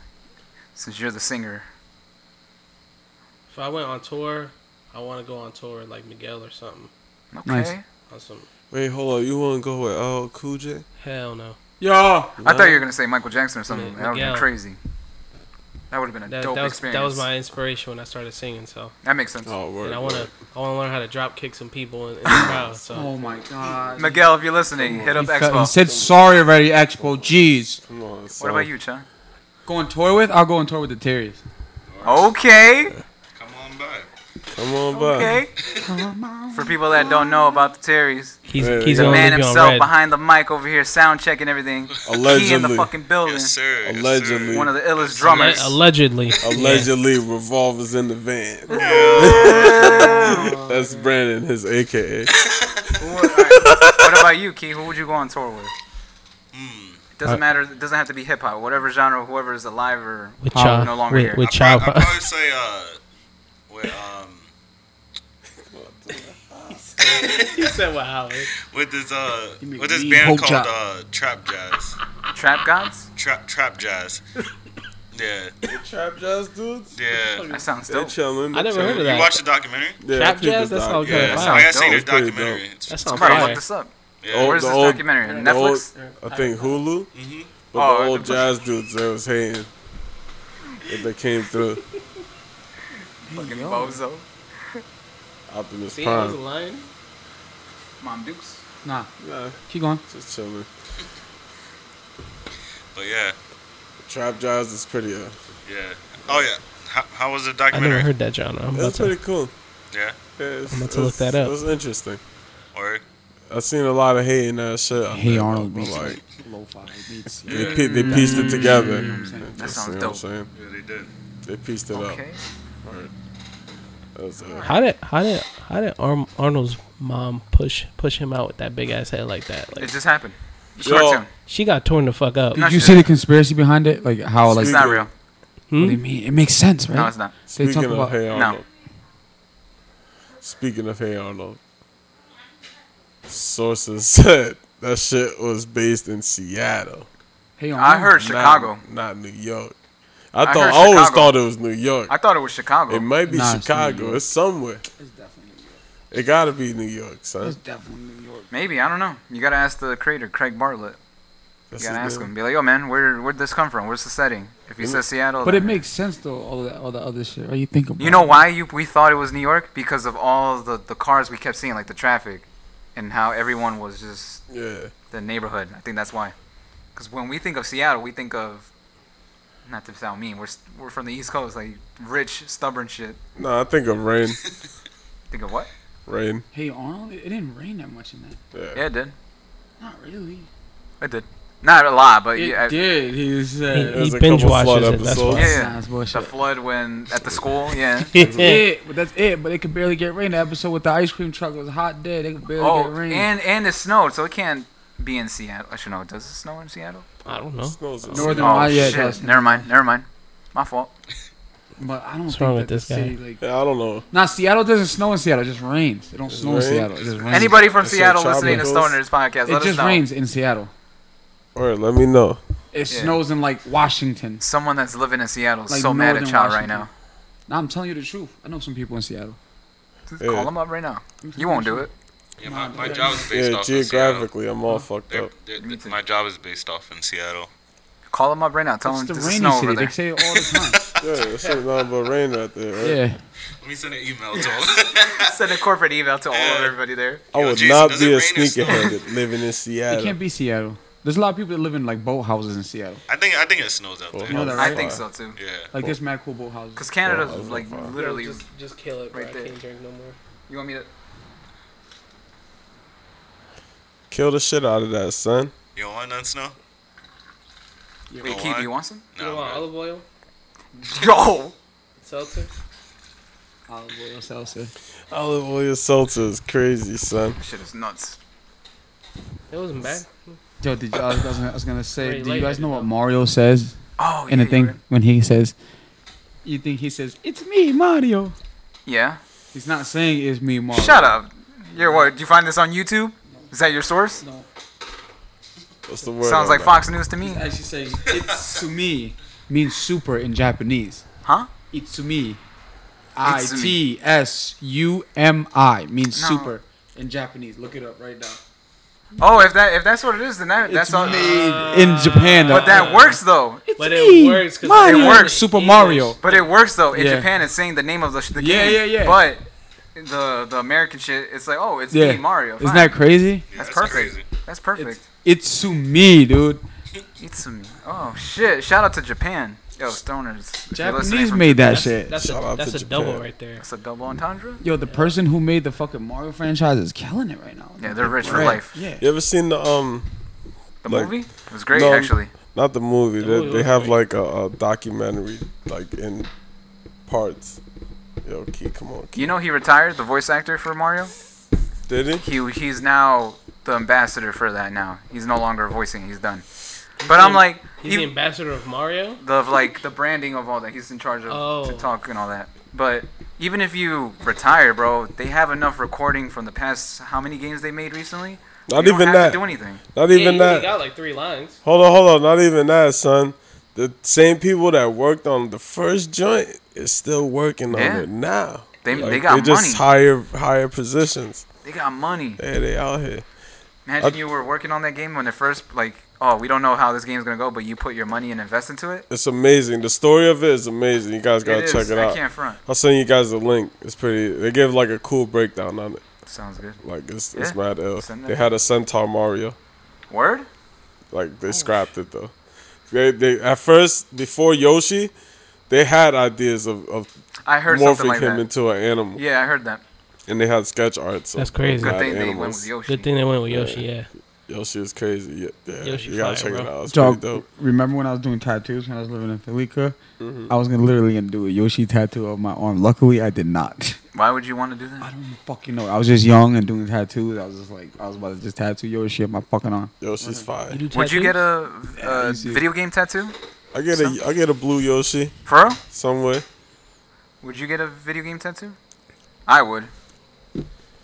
D: Since you're the singer.
E: If I went on tour, I want to go on tour with, like Miguel or something.
D: Okay.
B: Nice.
E: On some
A: Wait, hold on. You wanna go with L Cool J?
E: hell no.
B: yo,
D: I thought you were gonna say Michael Jackson or something.
E: Man,
D: that would have been
E: Miguel.
D: crazy. That would have been a
E: That, that
D: dope
E: was
D: experience.
E: that was my inspiration when I started singing. So
D: That makes sense.
A: Oh, word.
E: and I
A: word.
E: want to I want to learn how to drop kick some people in, in the crowd. So
B: oh my god.
D: Miguel, if you're listening, hit up
B: He felt- He
D: Expo.
B: said sorry already, Expo. Jeez.
A: Come on, son.
D: What about you, Chun?
B: Go on tour with? I'll go on tour with the Terriers.
D: Okay,
C: Come on by.
A: Come on,
E: Uh,
A: bud.
D: okay. For people that don't know about the Terrys,
E: he's
A: Yeah,
E: he's
A: yeah.
D: the
E: gonna
D: man
E: leave you on
D: himself
E: red.
D: behind the mic over here, sound check and everything. Key in the
A: Allegedly.
D: fucking building.
C: Yes, sir. Yes, sir.
A: Allegedly.
D: One of the illest
E: Ale-
D: drummers.
E: Allegedly,
A: Allegedly, revolvers in the van. *laughs* That's Brandon, his AKA.
D: Who- all right. What about you, Key? Who would you go on tour with? It
E: Uh,
D: doesn't matter. It doesn't have to be hip hop. Whatever genre, whoever is alive or
E: with
B: Oh,
E: child,
D: no longer
C: *laughs*
D: here.
E: with, with
D: I
E: child.
C: I'd probably say uh, with um,
E: he *laughs* said, "Wow, Howard."
C: with this uh,
B: me
C: with this
B: weed.
C: band
B: Hope
C: called
B: Job.
C: uh, Trap Jazz.
D: trap gods.
C: Trap Trap *laughs* Jazz. Yeah,
A: Trap jazz dudes?
C: yeah.
D: That sounds
A: They're
D: dope.
A: chilling.
E: I never heard of
C: You
E: that.
C: watch the documentary?
A: Yeah,
E: Trap
A: I peeped
E: jazz?
A: the
E: That's
A: doc.
E: all good.
C: Yeah,
E: Wow.
C: so I got
D: That
C: seen
D: was
C: this
A: pretty
C: documentary.
A: dope.
C: It's-
E: That
D: I'm
E: sounds
D: about to look
E: fire.
D: this up.
A: The
C: Oh,
A: old-
D: Where's
A: the
D: this
A: old-
D: documentary?
A: the
D: Netflix.
A: old- I think Hulu. Mm-hmm. But
D: Oh,
A: the old
D: the-
A: jazz dudes that was hating. That they came through.
D: Fucking bozo.
A: Optimus
E: See, I was
A: Prime.
E: lying.
D: Mom Dukes.
B: Nah,
A: Nah,
B: keep going.
A: just chilling.
C: But yeah,
A: Trap jazz is pretty. Uh,
C: yeah. Oh yeah. How, how was the
E: I never
C: documentary?
E: heard that genre. I'm
A: it
E: about
A: was
E: to-
A: pretty cool.
C: Yeah.
A: Yeah, it's-
E: I'm about to look
A: it's-
E: that up.
A: It was interesting.
C: Or
A: I seen a lot of hate in that shit. on
B: Hey
A: there,
B: Arnold
A: but,
B: beats
A: Like,
B: lo-fi beats.
A: they, pe- they pieced it together.
D: That sounds
A: you know What
D: dope.
A: I'm saying?
C: yeah, they did.
A: They pieced it
D: Okay.
A: up. That was, uh,
E: How did how did how did Arm- Arnold's mom push push him out with that big ass head like that?
D: It
E: Like
D: just happened. Short
A: Yo.
D: term.
E: she got torn the fuck up.
D: Not
B: Did you
D: sure.
B: see the conspiracy behind it? Like how like
D: It's not real.
B: What do you mean? It makes sense, right?
D: No, it's not.
B: They talk
A: Speaking of
B: about
A: Hey
D: no.
A: Arnold. Speaking of Hey Arnold. Sources *laughs* said that shit was based in Seattle.
B: Hey,
D: I
B: Arnold.
D: heard
A: not-
D: Chicago.
A: Not, New York. I, thought
D: heard
A: I always
D: Chicago.
A: thought it was New York.
D: I thought it was Chicago.
A: it might be
B: Nah, it's New
A: Chicago.
B: York.
A: It's, somewhere.
B: It's definitely New York.
A: It gotta be New York, son.
B: It's definitely New York.
D: Maybe I don't know. You gotta ask the creator, Craig Bartlett. You
A: That's
D: gotta
A: his
D: ask
A: name.
D: him. Be like, yo, man, where where'd this come from? Where's the setting? If he says Seattle,
B: But it
D: then-
B: makes sense though. All that, all the other shit. Right? You think about.
D: You know
B: it.
D: why you we thought it was New York because of all the the cars we kept seeing, like the traffic, and how everyone was just
A: Yeah.
D: the neighborhood. I think that's why. Because when we think of Seattle, we think of not to sound mean. We're s- we're from the East Coast, like rich, stubborn shit.
A: No, I think of rain.
D: Think of what?
A: rain.
B: Hey Arnold, it didn't rain that much in that.
A: Yeah.
D: Yeah, it did.
B: Not really.
D: It did. Not a lot, but
B: It
D: yeah,
B: did. He uh, said.
A: It was
E: He
A: a couple
E: binge watches
A: flood
E: it. That's
A: episodes.
E: why.
D: Yeah.
B: Nah, it's
D: the
B: bullshit.
D: flood when at the school. Yeah.
E: Yeah.
B: it, but that's it. But it could barely get rain. The episode with the ice cream truck it was a hot day. They could barely
D: oh,
B: get rain.
D: and and it snowed, so it can't be in Seattle. Actually, no, does it snow in Seattle?
E: I don't know.
A: Snows in
B: Northern
A: Seattle.
D: Oh
B: Ohio, it
D: shit!
B: does.
D: Never mind. Never mind. My fault.
B: but I don't
E: What's
B: think
E: wrong
B: that
E: with this
B: the
E: guy?
B: city, like,
A: Yeah, I don't know.
B: Nah, Seattle doesn't snow in Seattle. It just rains. It don't snow
A: rain.
B: in Seattle. It just rains.
D: Anybody from
A: It's like
D: Seattle listening to
A: tropical.
D: Stoner's podcast,
B: It
D: let us
B: just
D: know.
B: rains in Seatall.
A: All right, let me know.
B: It
D: Yeah.
B: snows in like Washington.
D: Someone that's living in Seattle is
B: Like
D: so mad at
B: Northern
D: y'all right
B: Washington.
D: now.
B: Nah, I'm telling you the truth. I know some people in Seattle.
D: Just
A: Yeah.
D: Call them up right now. You won't do it.
C: Yeah, my, my job is based
A: Yeah, Oh.
C: off in
A: geographically, I'm all fucked
C: Seattle.
A: up.
C: They're-
D: Me
C: they're-
D: too.
C: my job is based off in Seattle.
D: Call them up right now. Tell
B: it's
D: them
B: the
D: there's
B: rainy
D: snow over
B: city. They *laughs*
D: there.
B: say it all
D: *laughs*
B: the
A: Yeah, that shit nothing but rain out there, right?
B: time. yeah.
C: Let me send an email *laughs* to them.
D: Send a corporate email to all of everybody there.
A: I
C: Yo,
A: would
C: Jason,
A: not
C: does
A: be
C: it
A: a
C: rain or snow?
A: sneakerhead *laughs* living in
B: It
A: Seattle.
B: can't be Seattle. There's a lot of people that live in like boat houses in Seattle.
C: I think I think it snows out
A: Well,
C: there.
B: You know that,
D: I
B: right?
D: think so too.
C: Yeah.
B: Like there's mad cool boat houses.
D: Cause Canada's
A: Well, I was
D: like
A: gonna find-
D: literally.
E: Just, just kill it, bro.
D: Right
E: I
D: there.
E: can't drink no more.
D: You want me to?
A: Kill the shit out of that, son.
C: You don't want none snow?
D: Wait,
C: Go
D: Keith,
C: on.
D: you uh, want some? *laughs*
E: you
C: No.
E: want
C: man.
E: olive oil?
D: Yo,
E: Seltzer?
B: Olive oil salsa.
A: Olive oil seltzer is crazy, son.
D: This shit is nuts.
E: It wasn't bad.
B: Yo, did you, I, was gonna, I was gonna say,
E: Pretty
B: do you
E: late,
B: guys know what
E: I didn't
B: Mario says
D: Oh,
B: in the
D: yeah, you
B: thing
D: were-
B: when he says, you think he says, it's me, Mario.
D: Yeah.
B: He's not saying it's me, Mario.
D: Shut up. You're what? Did you find this on YouTube? Is that your source?
B: No,
A: What's the word?
D: Sounds
A: on
D: like
A: that?
D: Fox News to me.
B: actually saying Itsumi *laughs* means super in Japanese.
D: Huh?
B: Itsumi. I
D: Itsumi.
B: T S U M I means
D: No.
B: super in Japanese. Look it up right now.
D: Oh, if that if that's what it is, then that, that's
B: it's
D: all.
B: made in Japan.
D: But that works though.
B: it's
E: But
B: me,
E: it works 'cause
B: Mario.
D: it works.
B: Super
E: English.
B: Mario.
D: But it works though. In
B: Yeah.
D: Japan, it's saying the name of the, sh- the
B: Yeah,
D: game.
B: yeah, yeah.
D: But the the American shit, it's like, oh, it's
B: Yeah.
D: me, Mario.
B: Isn't
D: Fine.
B: that crazy?
C: Yeah,
D: that's perfect.
C: crazy.
D: That's perfect.
B: Itsumi, dude.
D: It's, me. Oh shit! Shout out to Japan. Yo, stoners. if you're listening
B: Japanese
D: from-
B: made that
E: That's,
B: shit.
E: that's
A: Shout
E: a,
A: out
E: that's
A: to
E: a double
A: Japan.
E: right there.
D: That's a double entendre.
B: Yo, the person who made the fucking Mario franchise is killing it right now.
D: Yeah, they're rich for
B: Right.
D: life.
B: Yeah.
A: You ever seen the um?
D: The
A: Like-
D: movie it was great
A: No.
D: actually.
A: Not the movie.
E: The
A: they
E: movie
A: they
E: was
A: have
E: great.
A: like a, a documentary, like in parts. Yo, Key, come on. Key.
D: You know he retired, the voice actor for Mario.
A: Did he?
D: He he's now the ambassador for that. Now he's no longer voicing. He's done. But I'm
E: the-
D: like,
E: He's
D: he-
E: the ambassador of Mario?
D: the like the branding of all that. He's in charge of
E: Oh.
D: TikTok and all that. But even if you retire, bro, they have enough recording from the past. How many games they made recently?
A: Not
D: you don't
A: even
D: have
A: that.
D: To do anything.
A: Not
E: yeah,
A: even
E: he
A: that.
E: only got like three lines.
A: Hold on, hold on. Not even that, son. The same people that worked on the first joint is still working
D: Yeah.
A: on it now.
D: They
A: Like,
D: they got
A: they just
D: money.
A: higher higher positions.
D: they got money.
A: Yeah, they out here.
D: Imagine
A: I-
D: you were working on that game when it first like, oh, we don't know how this game's gonna go, but you put your money and invest into it.
A: It's amazing. The story of it is amazing. You guys gotta
D: it is.
A: check it
D: I
A: out.
D: can't front.
A: I'll send you guys the link. It's pretty. They give like a cool breakdown on it.
D: Sounds good.
A: Like it's it's
D: Yeah.
A: mad ill.
D: Send it.
A: They had a Centaur Mario.
D: Word.
A: Like
D: Oh,
A: they scrapped it though. They they at first before Yoshi, they had ideas of, of
D: I heard
A: morphing
D: something like
A: him
D: that.
A: into an animal,
D: yeah, I heard that.
A: and they had sketch arts. of-
E: That's crazy.
D: Good
A: Not
D: thing they went
A: animals.
D: with Yoshi.
E: Good thing they went with Yoshi, yeah.
A: Yoshi is crazy. Yeah, yeah.
E: Yoshi
A: you gotta
E: fire,
A: check it
E: bro.
A: out. It's
B: Dog,
A: pretty dope.
B: remember when I was doing tattoos when I was living in Felica? I was gonna literally gonna do a Yoshi tattoo of my arm. Luckily, I did *laughs* not.
D: Why would you want to do
B: I
D: that?
B: don't fucking know. I was just young and doing tattoos. I was just like, I was about to just tattoo Yoshi on my fucking arm.
A: Yoshi's fire.
E: do
D: Would you get
E: tattoos?
D: a,
B: Yeah,
D: a
B: easy.
D: video game tattoo?
A: I get a I get a blue Yoshi
D: For real?
A: somewhere.
D: Would you get a video game tattoo? I would.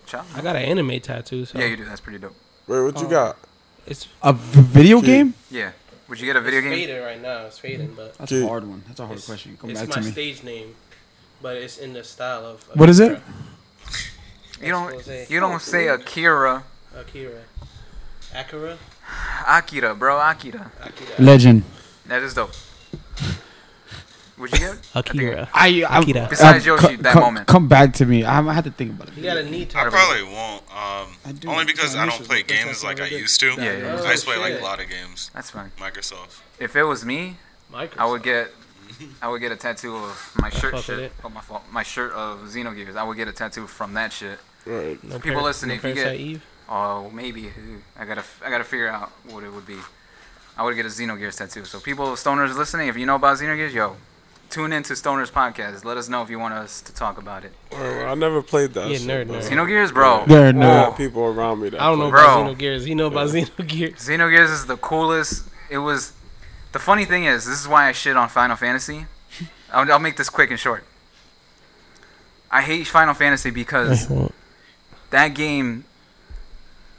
D: Cha?
E: I got an anime tattoo, so
D: Yeah, you do. That's pretty dope.
A: Wait, what
E: Oh.
A: you got?
E: it's
B: A v- video
A: Kid.
B: game?
D: Yeah. Would you get a video
E: it's
D: game?
E: faded right now. It's fading, but
B: That's
A: Kid.
B: a hard one. That's a hard
E: it's,
B: question. Come
E: it's
B: back
E: my
B: to me.
E: stage name, but it's in the style of
B: What is it?
D: You don't.
E: Expose.
D: You don't say Akira.
E: Akira, Akira,
D: Akira, bro. Akira.
E: Akira,
B: Legend.
D: That is dope. Would you get? it?
E: *laughs*
D: I think-
E: Akira.
B: I, I
E: Akira.
D: Besides Yoshi, that
B: come,
D: moment.
B: Come back to me. I, I had to think about it.
E: You got a knee
C: I
E: tattoo.
C: probably won't. Um,
B: I do.
C: only because
B: Yeah,
C: I
B: you
C: don't
B: should
C: play
B: look into
C: games
B: that
C: like I
B: a little
C: used to.
D: Yeah, yeah.
E: Oh,
C: I used to play like
E: shit.
C: a lot of games.
D: That's fine.
C: Microsoft.
D: If it was me,
E: Microsoft.
D: I would get. I would get a tattoo of my shirt.
E: fuck with
D: shit.
E: it.
D: Oh my fault. My shirt of Xenogears. I would get a tattoo from that shit.
A: Right.
E: No
D: people
E: Par-
D: listening,
E: no
D: if you
E: Parasite
D: get-
E: Eve.
D: Oh, maybe. I gotta, I gotta figure out what it would be. I would get a Xenogears tattoo. So people, stoners listening, if you know about Xenogears, yo, tune into Stoners podcast. Let us know if you want us to talk about it.
A: Word, I never played that.
E: Yeah,
A: shit,
E: nerd,
A: bro.
E: nerd.
D: Xenogears, bro.
B: They're
A: I had
D: Oh.
B: not.
A: people around me that.
E: I don't know
A: played.
E: about
D: Bro.
E: Xenogears. You know about Xenogears.
D: Xenogears is the coolest. It was. The funny thing is, this is why I shit on Final Fantasy. *laughs* I'll, I'll make this quick and short. I hate Final Fantasy because that game,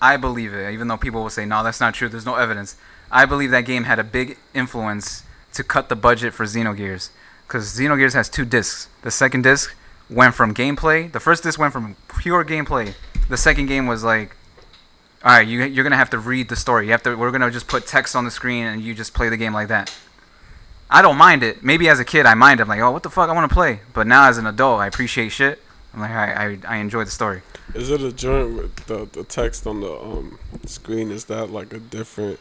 D: I believe it, even though people will say, no, that's not true, there's no evidence. I believe that game had a big influence to cut the budget for Xenogears. Because Xenogears has two discs. The second disc went from gameplay, the first disc went from pure gameplay. The second game was like, all right, you, you're going to have to read the story. You have to, we're going to just put text on the screen and you just play the game like that. I don't mind it. Maybe as a kid, I mind. it. I'm like, oh, what the fuck? I want to play. But now as an adult, I appreciate shit. I'm like, all right, I, I enjoy the story.
A: Is it a joint with the, the text on the um screen? Is that like a different,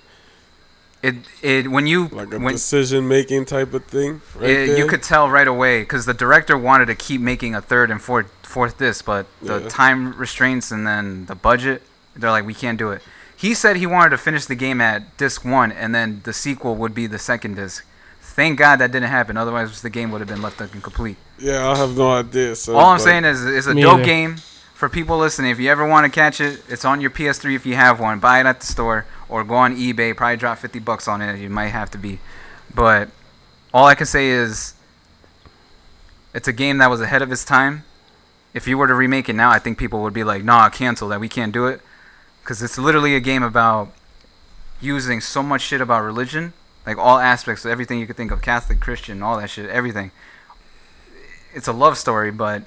D: it it when you
A: like a
D: when
A: decision making type of thing? Right
D: it, you
A: there?
D: could tell right away because the director wanted to keep making a third and fourth fourth disc, but the
A: Yeah.
D: time restraints and then the budget, they're like, we can't do it. He said he wanted to finish the game at disc one, and then the sequel would be the second disc. Thank God that didn't happen. Otherwise, the game would have been left incomplete.
A: Yeah, I have no idea. So
D: All I'm saying is, it's a
E: Me
D: dope
E: either.
D: game for people listening. If you ever want to catch it, it's on your PS3 if you have one. Buy it at the store or go on eBay. Probably drop 50 bucks on it. You might have to be. But all I can say is, it's a game that was ahead of its time. If you were to remake it now, I think people would be like, "Nah, cancel that. We can't do it," because it's literally a game about using so much shit about religion, like all aspects of everything you could think of—Catholic, Christian, all that shit, everything it's a love story, but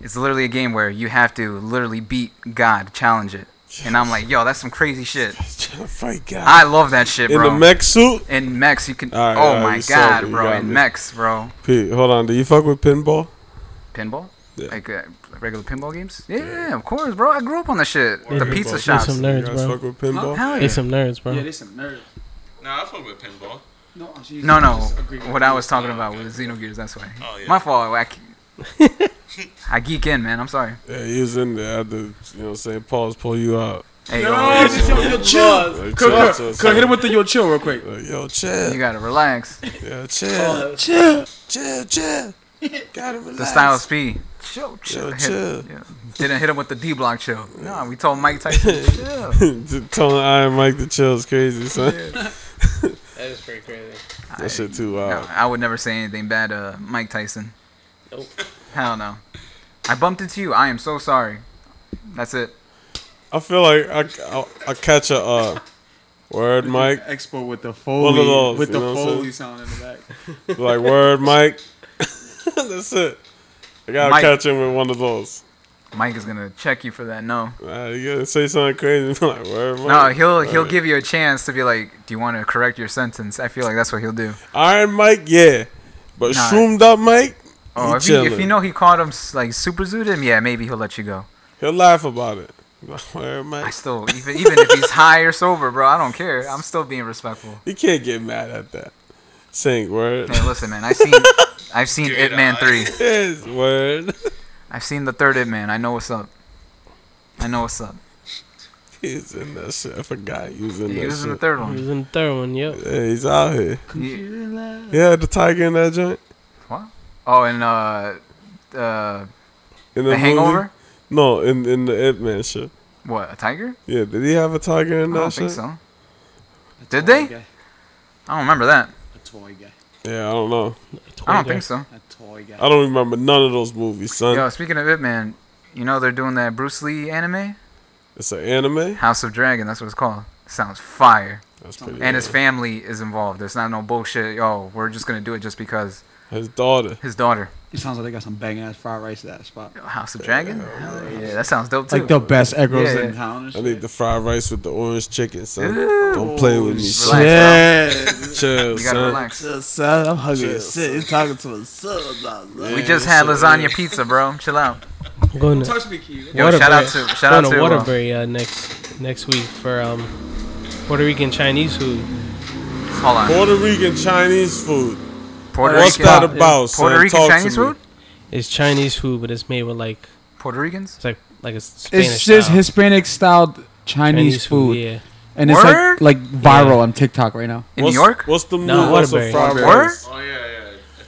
D: it's literally a game where you have to literally beat God, challenge it. And I'm like, yo, that's some crazy shit.
A: trying to *laughs* fight God
D: I love that shit,
A: in
D: bro.
A: the mech suit.
D: In mechs, you can.
A: All right, all
D: oh
A: right,
D: my
A: you
D: god,
A: sold me, you
D: bro!
A: got
D: In
A: me.
D: mechs, bro.
A: Pete, hold on. Do you fuck with pinball?
D: Pinball,
A: Yeah.
D: like uh, regular pinball games. Yeah, of course, bro. I grew up on that shit. the
A: Pinball.
D: pizza
A: There's
E: They
D: shops.
E: some
A: You
E: nerds,
A: guys
E: bro.
A: fuck with pinball?
D: Hell
E: They
D: yeah.
E: some nerds, bro.
B: there's some nerds.
C: Nah, I fuck with pinball.
B: No, oh,
D: No, no. What I was talking about was Xenogears. That's why.
C: Oh, yeah.
D: My fault. I, I geek in, man. I'm sorry.
A: Yeah, he was in there. I had to, you know, say pause, pull you out.
D: Hey,
B: Yo,
D: yo,
B: yo, yo, chill.
A: Like, chill,
B: Cook, cook,
A: chill,
B: cook, hit him
A: chill.
B: with the yo chill real quick.
A: Like, yo,
D: you
A: chill,
D: gotta relax.
A: yeah,
B: Oh,
A: chill,
B: Chill.
A: chill,
B: *laughs*
A: chill. Gotta relax.
D: The
A: *laughs*
D: Styles P.
A: Chill,
D: Chill, chill, hit-
A: chill.
D: yeah. Didn't hit him with the D block chill. No, we told
A: *laughs*
D: Mike Tyson chill.
A: Just Telling Iron Mike to chill is crazy, son.
E: That is pretty crazy.
A: That shit too
D: No,
A: wild.
D: I would never say anything bad to Mike Tyson.
E: Nope.
D: Hell no. I bumped into you. I am so sorry. That's it.
A: I feel like I, I, I catch a uh, word, Mike.
B: Expo with the
A: One
B: Foley,
A: of those,
B: with
A: you
B: the
A: know what I'm
B: Foley
A: saying?
B: sound in the back.
A: Like word, Mike. *laughs* That's it. I gotta
D: Mike.
A: catch him with one of those.
D: Mike is gonna check you for that. No,
A: Uh, you gotta say something crazy. *laughs* like word, Mike.
D: no, he'll he'll
A: Word.
D: give you a chance to be like, do you want to correct your sentence? I feel like that's what he'll do.
A: Iron Mike, yeah, but
D: Nah.
A: shroomed up Mike.
D: Oh,
A: he
D: if you, if
A: chilling.
D: you know he caught him s- like super zooted him, yeah, maybe he'll let you go.
A: He'll laugh about it. *laughs* Word,
D: I
A: Mike.
D: still even even if he's high or sober, bro, I don't care. I'm still being respectful.
A: You can't get mad at that. Sing word.
D: Hey, listen, man. I've
B: *laughs*
D: seen, I've seen
C: Dude,
D: It Man
C: I-
D: three.
A: *laughs* Yes, word. *laughs*
D: I've seen the third It Man. I know what's up. I know what's up.
A: He's in that shit. I forgot he was in
D: He
A: that
D: was in the
A: shit.
D: third
E: He
D: one.
E: was in the third one, yep.
A: yeah, he's out here.
D: He-
A: Yeah, the tiger in that joint.
D: oh, and uh, uh,
A: In
D: the
A: movie?
D: Hangover.
A: No, in in the Ip Man shit. What
D: What a tiger?
A: Yeah, did he have a tiger in
D: I
A: that
D: don't
A: shit?
D: think so. Did they? I don't remember that.
B: A toy guy.
A: Yeah, I don't know.
D: I don't think so.
B: A toy guy.
A: I don't remember none of those movies, son.
D: Yo, speaking of it, man, you know they're doing that Bruce Lee anime,
A: It's an anime.
D: House of Dragon. That's what it's called. Sounds fire.
A: That's pretty.
D: And his
A: good.
D: family is involved. There's not no bullshit. Yo, we're just gonna do it just because
A: his daughter.
D: his daughter.
B: It sounds like they got some banging ass fried rice at that spot.
D: Yo, House of Dragon. Hell yeah, that sounds dope too.
B: Like the best egg rolls
D: Yeah,
B: in
D: yeah.
B: town. and
A: I
B: shit.
A: need the fried rice with the orange chicken, son. Don't play with me, son.
B: Yeah.
A: Chill,
D: You gotta
A: son.
D: relax.
B: Son, I'm hungry
A: Shit.
B: as shit. He's talking to his son. about that.
D: We just had lasagna pizza, bro. Chill out.
E: I'm going to
B: Touch me, Keith.
D: Yo, shout out to shout out
E: going
D: to
E: to
D: uh,
E: Waterbury uh, next next week for um, Puerto Rican Chinese food.
D: hold on.
A: Puerto Rican Chinese food.
D: Puerto
A: What's
D: Rican,
A: that about, son?
D: Puerto Rican
A: Talk to
D: Chinese
A: me.
D: food?
E: It's Chinese food, but it's made with like
D: Puerto Ricans?
E: it's like like a Spanish
B: It's just
E: style.
B: Hispanic style Chinese food.
E: Yeah,
B: And it's like
D: Word?
B: like viral on TikTok right now.
D: In
A: what's,
D: New York?
A: What's the movie?
E: No,
A: What's the
E: Waterbury.
A: fried
D: Waterbury.
A: rice?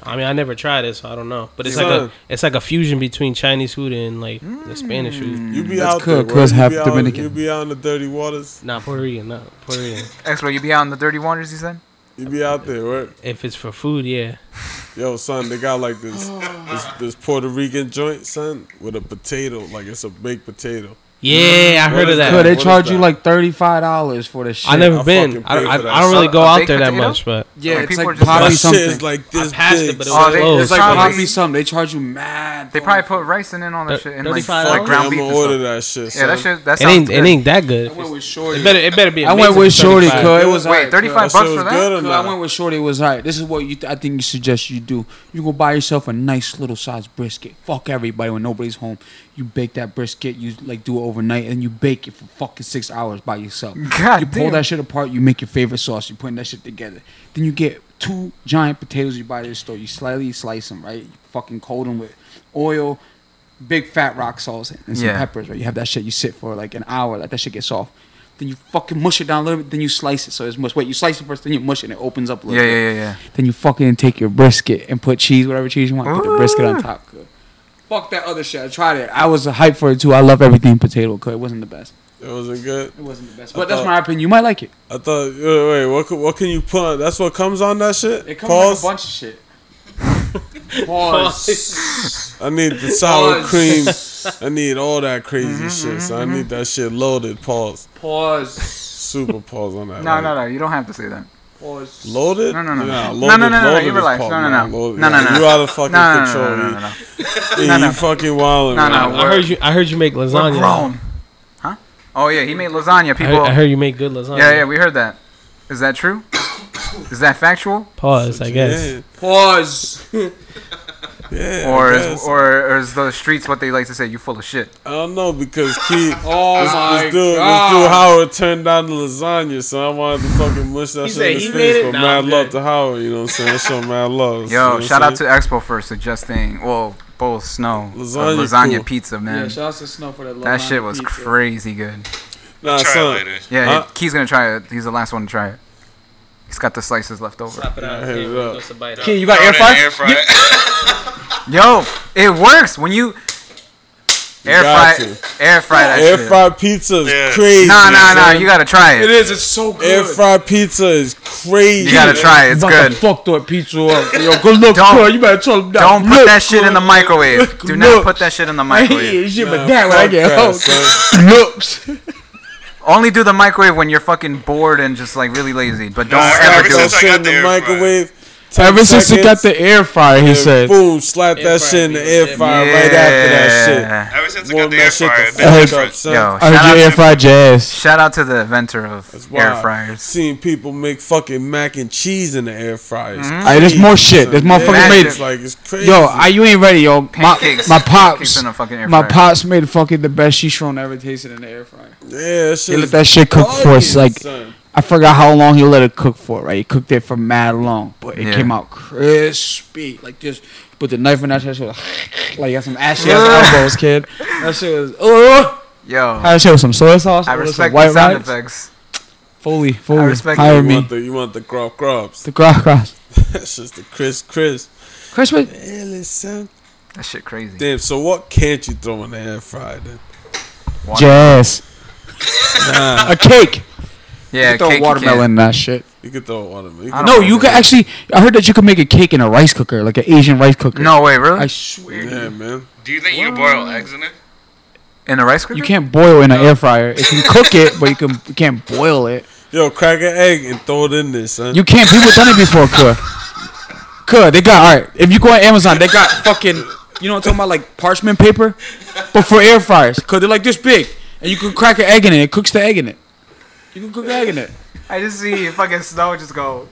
E: I mean I never tried it, so I don't know. But it's like
A: Son.
E: a it's like a fusion between Chinese food and like the Spanish food.
A: You be
B: That's
A: out
B: cooked,
A: there,
B: cause
A: right?
B: half
A: you be
B: Dominican.
A: Out, you be out in the dirty waters.
E: Not Puerto Rican, not Puerto Rican.
D: Expo, you be out in the dirty waters, you said?
A: You be out there, right?
E: if it's for food, yeah.
A: Yo, son, they got like
D: *sighs*
A: this, this this Puerto Rican joint, son, with a potato, like it's a baked potato.
E: Yeah,
A: What
E: I heard
A: is
E: of that.
A: that?
B: Yo, they
A: What is
B: charge you
A: that?
B: like thirty five dollars for this shit.
E: I never
A: I
E: been.
A: fucking
E: I,
A: paid
E: I,
A: for that
E: I don't really
D: shit.
E: go
D: A
E: out
D: baked
E: there that
D: potato?
E: much, but
B: Yeah,
D: Like,
B: it's
D: people
B: like
D: are just-
A: My
B: poppy something.
A: shit is like this
E: I passed
A: big.
E: it, but it
A: son.
E: was
D: Oh, they-
E: closed.
B: it's like
D: Probably-
B: poppy something. They charge you mad.
D: They
B: for
D: probably
B: it.
D: put rice in it and all that
E: Thir-
D: shit. And like,
E: $35?
D: like ground
A: I'm
D: beef
A: gonna
D: and
A: order
D: stuff.
A: that shit.
D: Yeah,
A: son.
D: that shit, that
E: it
D: sounds
E: ain't
D: good.
E: it ain't that good.
B: I went with
E: It
B: Shorty.
E: better it better be.
B: I went
E: amazing
B: with
E: for
B: Shorty,
E: 35.
B: cuz it was
D: Wait,
B: alright, cuz.
D: 35
A: uh, That
D: bucks
A: shit
D: for
A: was
D: that?
A: good or
B: Cuz I went
A: not?
B: with Shorty it was alright. This is what you th- I think you suggest you do. You go buy yourself a nice little sized brisket. Fuck everybody when nobody's home. You bake that brisket. You like do it overnight and you bake it for fucking six hours by yourself.
D: *laughs* God
B: you pull
D: damn.
B: that shit apart. You make your favorite sauce. You put that shit together. Then you get two giant potatoes you buy at the store. You slightly slice them right. You fucking coat them with oil. Big fat rock salt and some
D: Yeah.
B: peppers, right? You have that shit. You sit for like an hour, like that shit gets soft. Then you fucking mush it down a little bit. Then you slice it, so it's mush. Wait, you slice it first, then you mush it, and it opens up a little
D: Yeah,
B: bit.
D: yeah, yeah, yeah.
B: Then you fucking take your brisket and put cheese, whatever cheese you want, put
D: Ah.
B: the brisket on top. Cause. Fuck that other shit. I tried it. I was hyped for it too. I love everything potato. Cause it wasn't the best.
A: It wasn't good.
B: It wasn't the best.
A: I
B: But that's
A: thought-
B: my opinion. You might like it.
A: I thought, wait, wait what, could, what can you put on? That's what comes on that shit?
B: It comes
A: Pause.
B: with a bunch of shit. *laughs* Pause.
A: I need the sour
B: Pause.
A: cream.
D: *laughs*
A: I need all that crazy
D: Mm-hmm,
A: shit. So I need that shit loaded. Pause.
B: Pause.
A: Super pause on that.
D: No,
A: like,
D: no, no. You don't have to say that.
B: Pause.
A: Loaded?
D: No, no, no.
A: Nah,
D: No,
A: loaded,
D: no, no, no,
A: loaded
D: you
A: is
D: relax.
A: pause,
D: No, no,
A: man.
D: no.
A: Loaded-
D: No, no, no.
A: You out of fucking
D: No, no,
A: control.
D: no, no,
A: you-
D: no, no.
A: Yeah,
D: No, no.
A: You fucking wildin'.
D: No,
A: man.
D: no.
E: I heard you. I heard you make
D: We're
E: lasagna.
D: grown. Huh? Oh, yeah, he made lasagna.
E: I heard,
D: People.
E: I heard you make good lasagna.
D: Yeah, yeah, we heard that. Is that true? Is that factual?
E: Pause. I guess.
B: Pause.
A: Yeah, yeah. I
D: Or is,
A: guess.
D: or, or is the streets what they like to say? You full of shit.
A: I don't know because Keith.
D: *laughs*
B: Oh
A: This,
B: my
A: this, dude, this dude
B: god.
A: Howard turned down the lasagna, so I wanted to fucking mush that
E: He
A: shit
E: said
A: in his
E: he made
A: face.
E: it?
A: But
E: Nah,
A: mad
E: I'm
A: love
E: good.
A: to Howard, you know what I'm saying? Show mad love.
D: Yo,
A: you know
D: shout
A: what
D: out
A: I'm
D: to Expo for suggesting, well, both snow. Lasagna,
A: Lasagna
D: lasagna
A: cool.
D: pizza, man.
B: Yeah, shout out to Snow for that.
D: that
B: lasagna
D: shit was
B: pizza.
D: crazy good.
A: saying?
D: Uh,
A: Nah,
C: Try
A: son.
C: it later.
D: Yeah,
A: Huh?
D: he- he's gonna try it. He's the last one to try it. He's got the slices left over.
E: Slap it out.
A: hit it
E: Give
A: up.
E: us a bite.
B: Kid, you got
C: Throw
B: air
C: it in the
B: fryer?
C: air *laughs* fryer.
D: Yo, it works when you, air fry,
A: got to.
D: air fry that
A: Air
D: shit.
A: fried pizza is
C: Yeah.
A: crazy.
D: Nah, nah, nah.
A: son.
D: You gotta try it.
B: is. It's so good.
A: Air fried pizza is crazy.
D: You gotta try it. It's
B: About
D: good.
B: to fuck that pizza up. Yo, good luck,
D: Don't-
B: cuz. You better tell him that.
D: Don't put
B: Look,
D: that shit in the
B: cuz.
D: microwave.
B: Look,
D: Do not
B: look.
D: put that shit in the
B: I hear
D: microwave.
B: shit,
A: Nah,
B: but that oh, when I
A: fuck
B: get
A: that,
B: home,
A: son.
B: looks.
D: Only do the microwave when you're fucking bored and just like really lazy. But don't
C: Nah,
D: Uh, ever
C: ever
D: do
A: That
C: since
D: it.
C: I
A: shit
C: got
A: in the
C: the air fryer.
A: microwave. 10
B: Ever since he got
A: seconds,
B: the air fryer, he
A: and
B: said.
A: Boom, slap
E: Air
A: that shit in the
E: fryer
A: air
E: pizza.
A: fryer right after that
D: Yeah.
C: Ever since
A: shit.
C: I got
A: Warm
C: the air
A: that shit
C: fryer,
A: the
C: I've been
A: fuck up,
B: different.
D: Yo,
A: son.
D: shout
B: Oh, I heard
D: out,
B: your air
D: to,
B: fried jazz.
D: shout out to the inventor of
A: That's why
D: air
A: I've
D: fryers.
A: Seen people make fucking mac and cheese in the air fryers.
B: Hey, there's more shit. There's
A: Son,
B: motherfuckers
A: Mm-hmm. yeah,
D: made-
A: It's like it's crazy.
B: Yo, I, you ain't ready, yo. My,
D: Pancakes.
B: my
D: Pancakes
B: pops.
D: in a fucking air
B: My
D: fryer.
B: pops made fucking the best Shishron ever tasted in the air fryer.
A: yeah, that shit
B: He
A: is
B: let that shit cook for us.
A: bugging,
B: Like,
A: son.
B: I forgot how long he let it cook for, right? He cooked it for mad long, but it
D: Yeah.
B: came out crispy. Like this, put the knife in that shit, *laughs* shit was like got some ashy
D: *laughs*
B: ass elbows, kid. That shit was, oh,
D: Yo,
B: that shit was some soy sauce.
D: I
B: it was
D: respect
B: some white
D: the sound
B: rice.
D: effects.
B: Fully, fully.
D: respect
B: Hire
A: you
D: you.
B: me.
A: want the you want the crop crops. *laughs*
B: The cross, cross.
A: That's just the crisp crisp.
B: Christmas.
A: Yeah, listen.
D: That shit crazy.
A: Damn. So what can't you throw in the air fryer? Then?
B: Jazz. A cake.
D: Yeah,
B: Throw
D: cake you
B: watermelon
D: can't.
B: in that shit.
A: You could throw it on him. You
D: I
A: could-
D: don't
B: No,
D: know,
B: you could
D: man.
B: actually. I heard that you could make a cake in a rice cooker, like an Asian rice cooker.
D: No, wait, really?
B: I swear. to
A: yeah,
B: you.
A: man.
C: Do you think you boil eggs in it?
D: In a rice cooker?
B: You can't boil in an air fryer. You can cook it, but you can you can't boil it.
A: Yo, crack an egg and throw it in there, son.
B: You can't. People done it before, could. Could they got all right? If you go on Amazon, they got fucking. You know what I'm talking about, like parchment paper, but for air fryers. Could they're like this big, and you can crack an egg in it. It cooks the egg in it. You can cook an egg in it.
D: I just see *laughs* fucking Snow just go,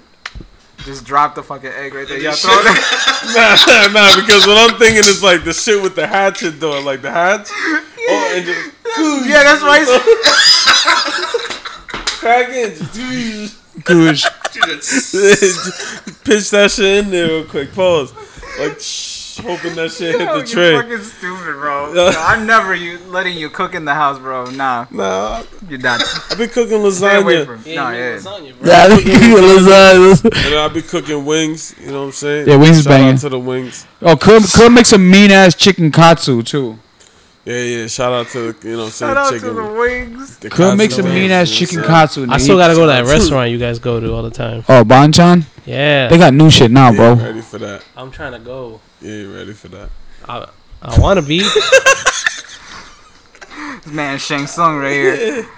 D: just drop the fucking egg right there. Y'all throw it.
A: *laughs* nah, nah, nah, because what I'm thinking is like the shit with the hatchet door, like the *laughs* hatch. Oh, and just
D: *laughs* yeah, that's rice.
A: crack it, just,
B: Goosh.
A: just *laughs* pitch that shit in there real quick. Pause. Like, shh, hoping that shit hit the
D: Yo, you
A: tray.
D: fucking stupid, bro. Yo, I'm never you letting you cook in the house, bro. Nah,
A: Nah,
D: you're done.
A: I've been cooking
D: Stay away
A: lasagna
D: from. Nah, yeah.
A: and I've been cooking wings. You know what I'm saying?
B: Yeah, wings is
A: Shout
B: banging.
A: out to the wings.
B: Oh, could could make some mean ass chicken katsu too.
A: Yeah, yeah. Shout out to the you know what I'm saying
D: Shout out
A: chicken.
D: to the wings.
A: the
B: Could make
A: Katsu
B: some
A: wings,
B: mean
A: you know
B: ass
A: what I'm
B: chicken
A: saying?
B: katsu. and
E: I still
B: eat-
E: gotta go to that restaurant you guys go to all the time.
B: Oh, banchan.
E: Yeah,
B: They got new shit now,
A: Yeah,
B: bro.
A: ready for that.
E: I'm trying to go.
A: Yeah, ready for that. *laughs*
E: I I want to be.
D: This man Shang Tsung right here.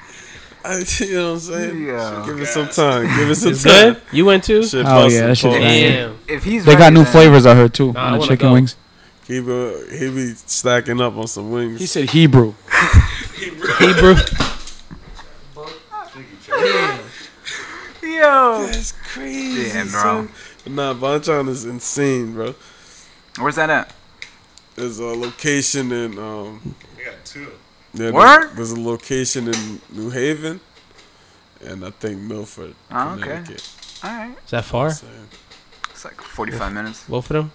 A: I, you know what I'm saying?
D: Yeah.
A: Give it some
B: *laughs*
A: time. Give it some
E: It's
A: time.
E: good. You went too.
A: Shit
B: Oh,
A: busting,
B: yeah, that shit's
A: pause.
B: bad.
E: Damn.
D: If he's
B: They got
D: ready,
B: new
D: then-
B: flavors. I heard too
E: Nah, I
B: on the
E: wanna
B: chicken
E: go.
B: wings.
A: He be, he be stacking up on some wings.
B: He said Hebrew.
E: Hebrew.
D: Yo,
A: That's crazy.
D: Yeah, bro.
A: son. Nah, Bonchon is insane, bro.
D: where's that at?
A: There's a location in um.
C: We got two.
A: yeah,
D: Where?
A: There's a location in New Haven, and I think Milford,
D: Oh, okay.
A: Connecticut.
D: All right,
E: Is that far?
A: So,
D: it's like 45 minutes.
E: Both of them.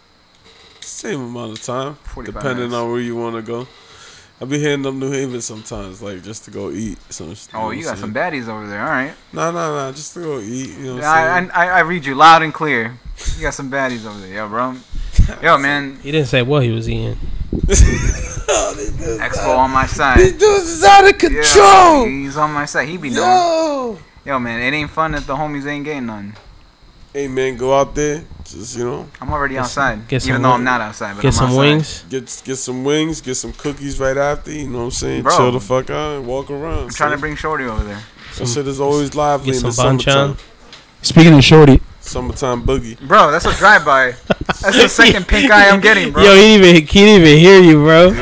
A: same amount of time,
D: 45
A: depending
D: minutes.
A: on where you want to go. I be hitting up New Haven sometimes, like just to go eat. Some,
D: Oh, you got some baddies over there. All right.
A: No, no, no, just to go eat. You know what I'm
D: I,
A: saying?
D: I, I read you loud and clear. You got some baddies over there, yo, bro. Yo, man,
E: He didn't say what he was eating.
A: *laughs*
D: Expo on my side.
A: Dudes is out of
D: Yeah,
A: control.
D: he's on my side. He be doing.
A: Yo.
D: Yo, man, it ain't fun if the homies ain't getting none.
A: Hey man, go out there. Just you know,
D: I'm already outside,
E: get
D: even
E: some
D: though I'm
E: wing-
D: not outside. But
E: Get
D: I'm
E: some
D: outside.
E: wings.
A: get get some wings, get some cookies right after. You know what I'm saying?
D: Bro.
A: Chill the fuck out and walk around.
D: I'm trying to bring Shorty over there.
A: that shit is always lively
E: Get
A: in the
E: some
A: summertime.
E: banchan.
B: Speaking of shorty,
A: Summertime boogie.
D: Bro, that's a drive-by. That's the
E: *laughs*
D: second pink eye I'm getting, bro.
E: Yo, he didn't even he didn't even hear you, bro.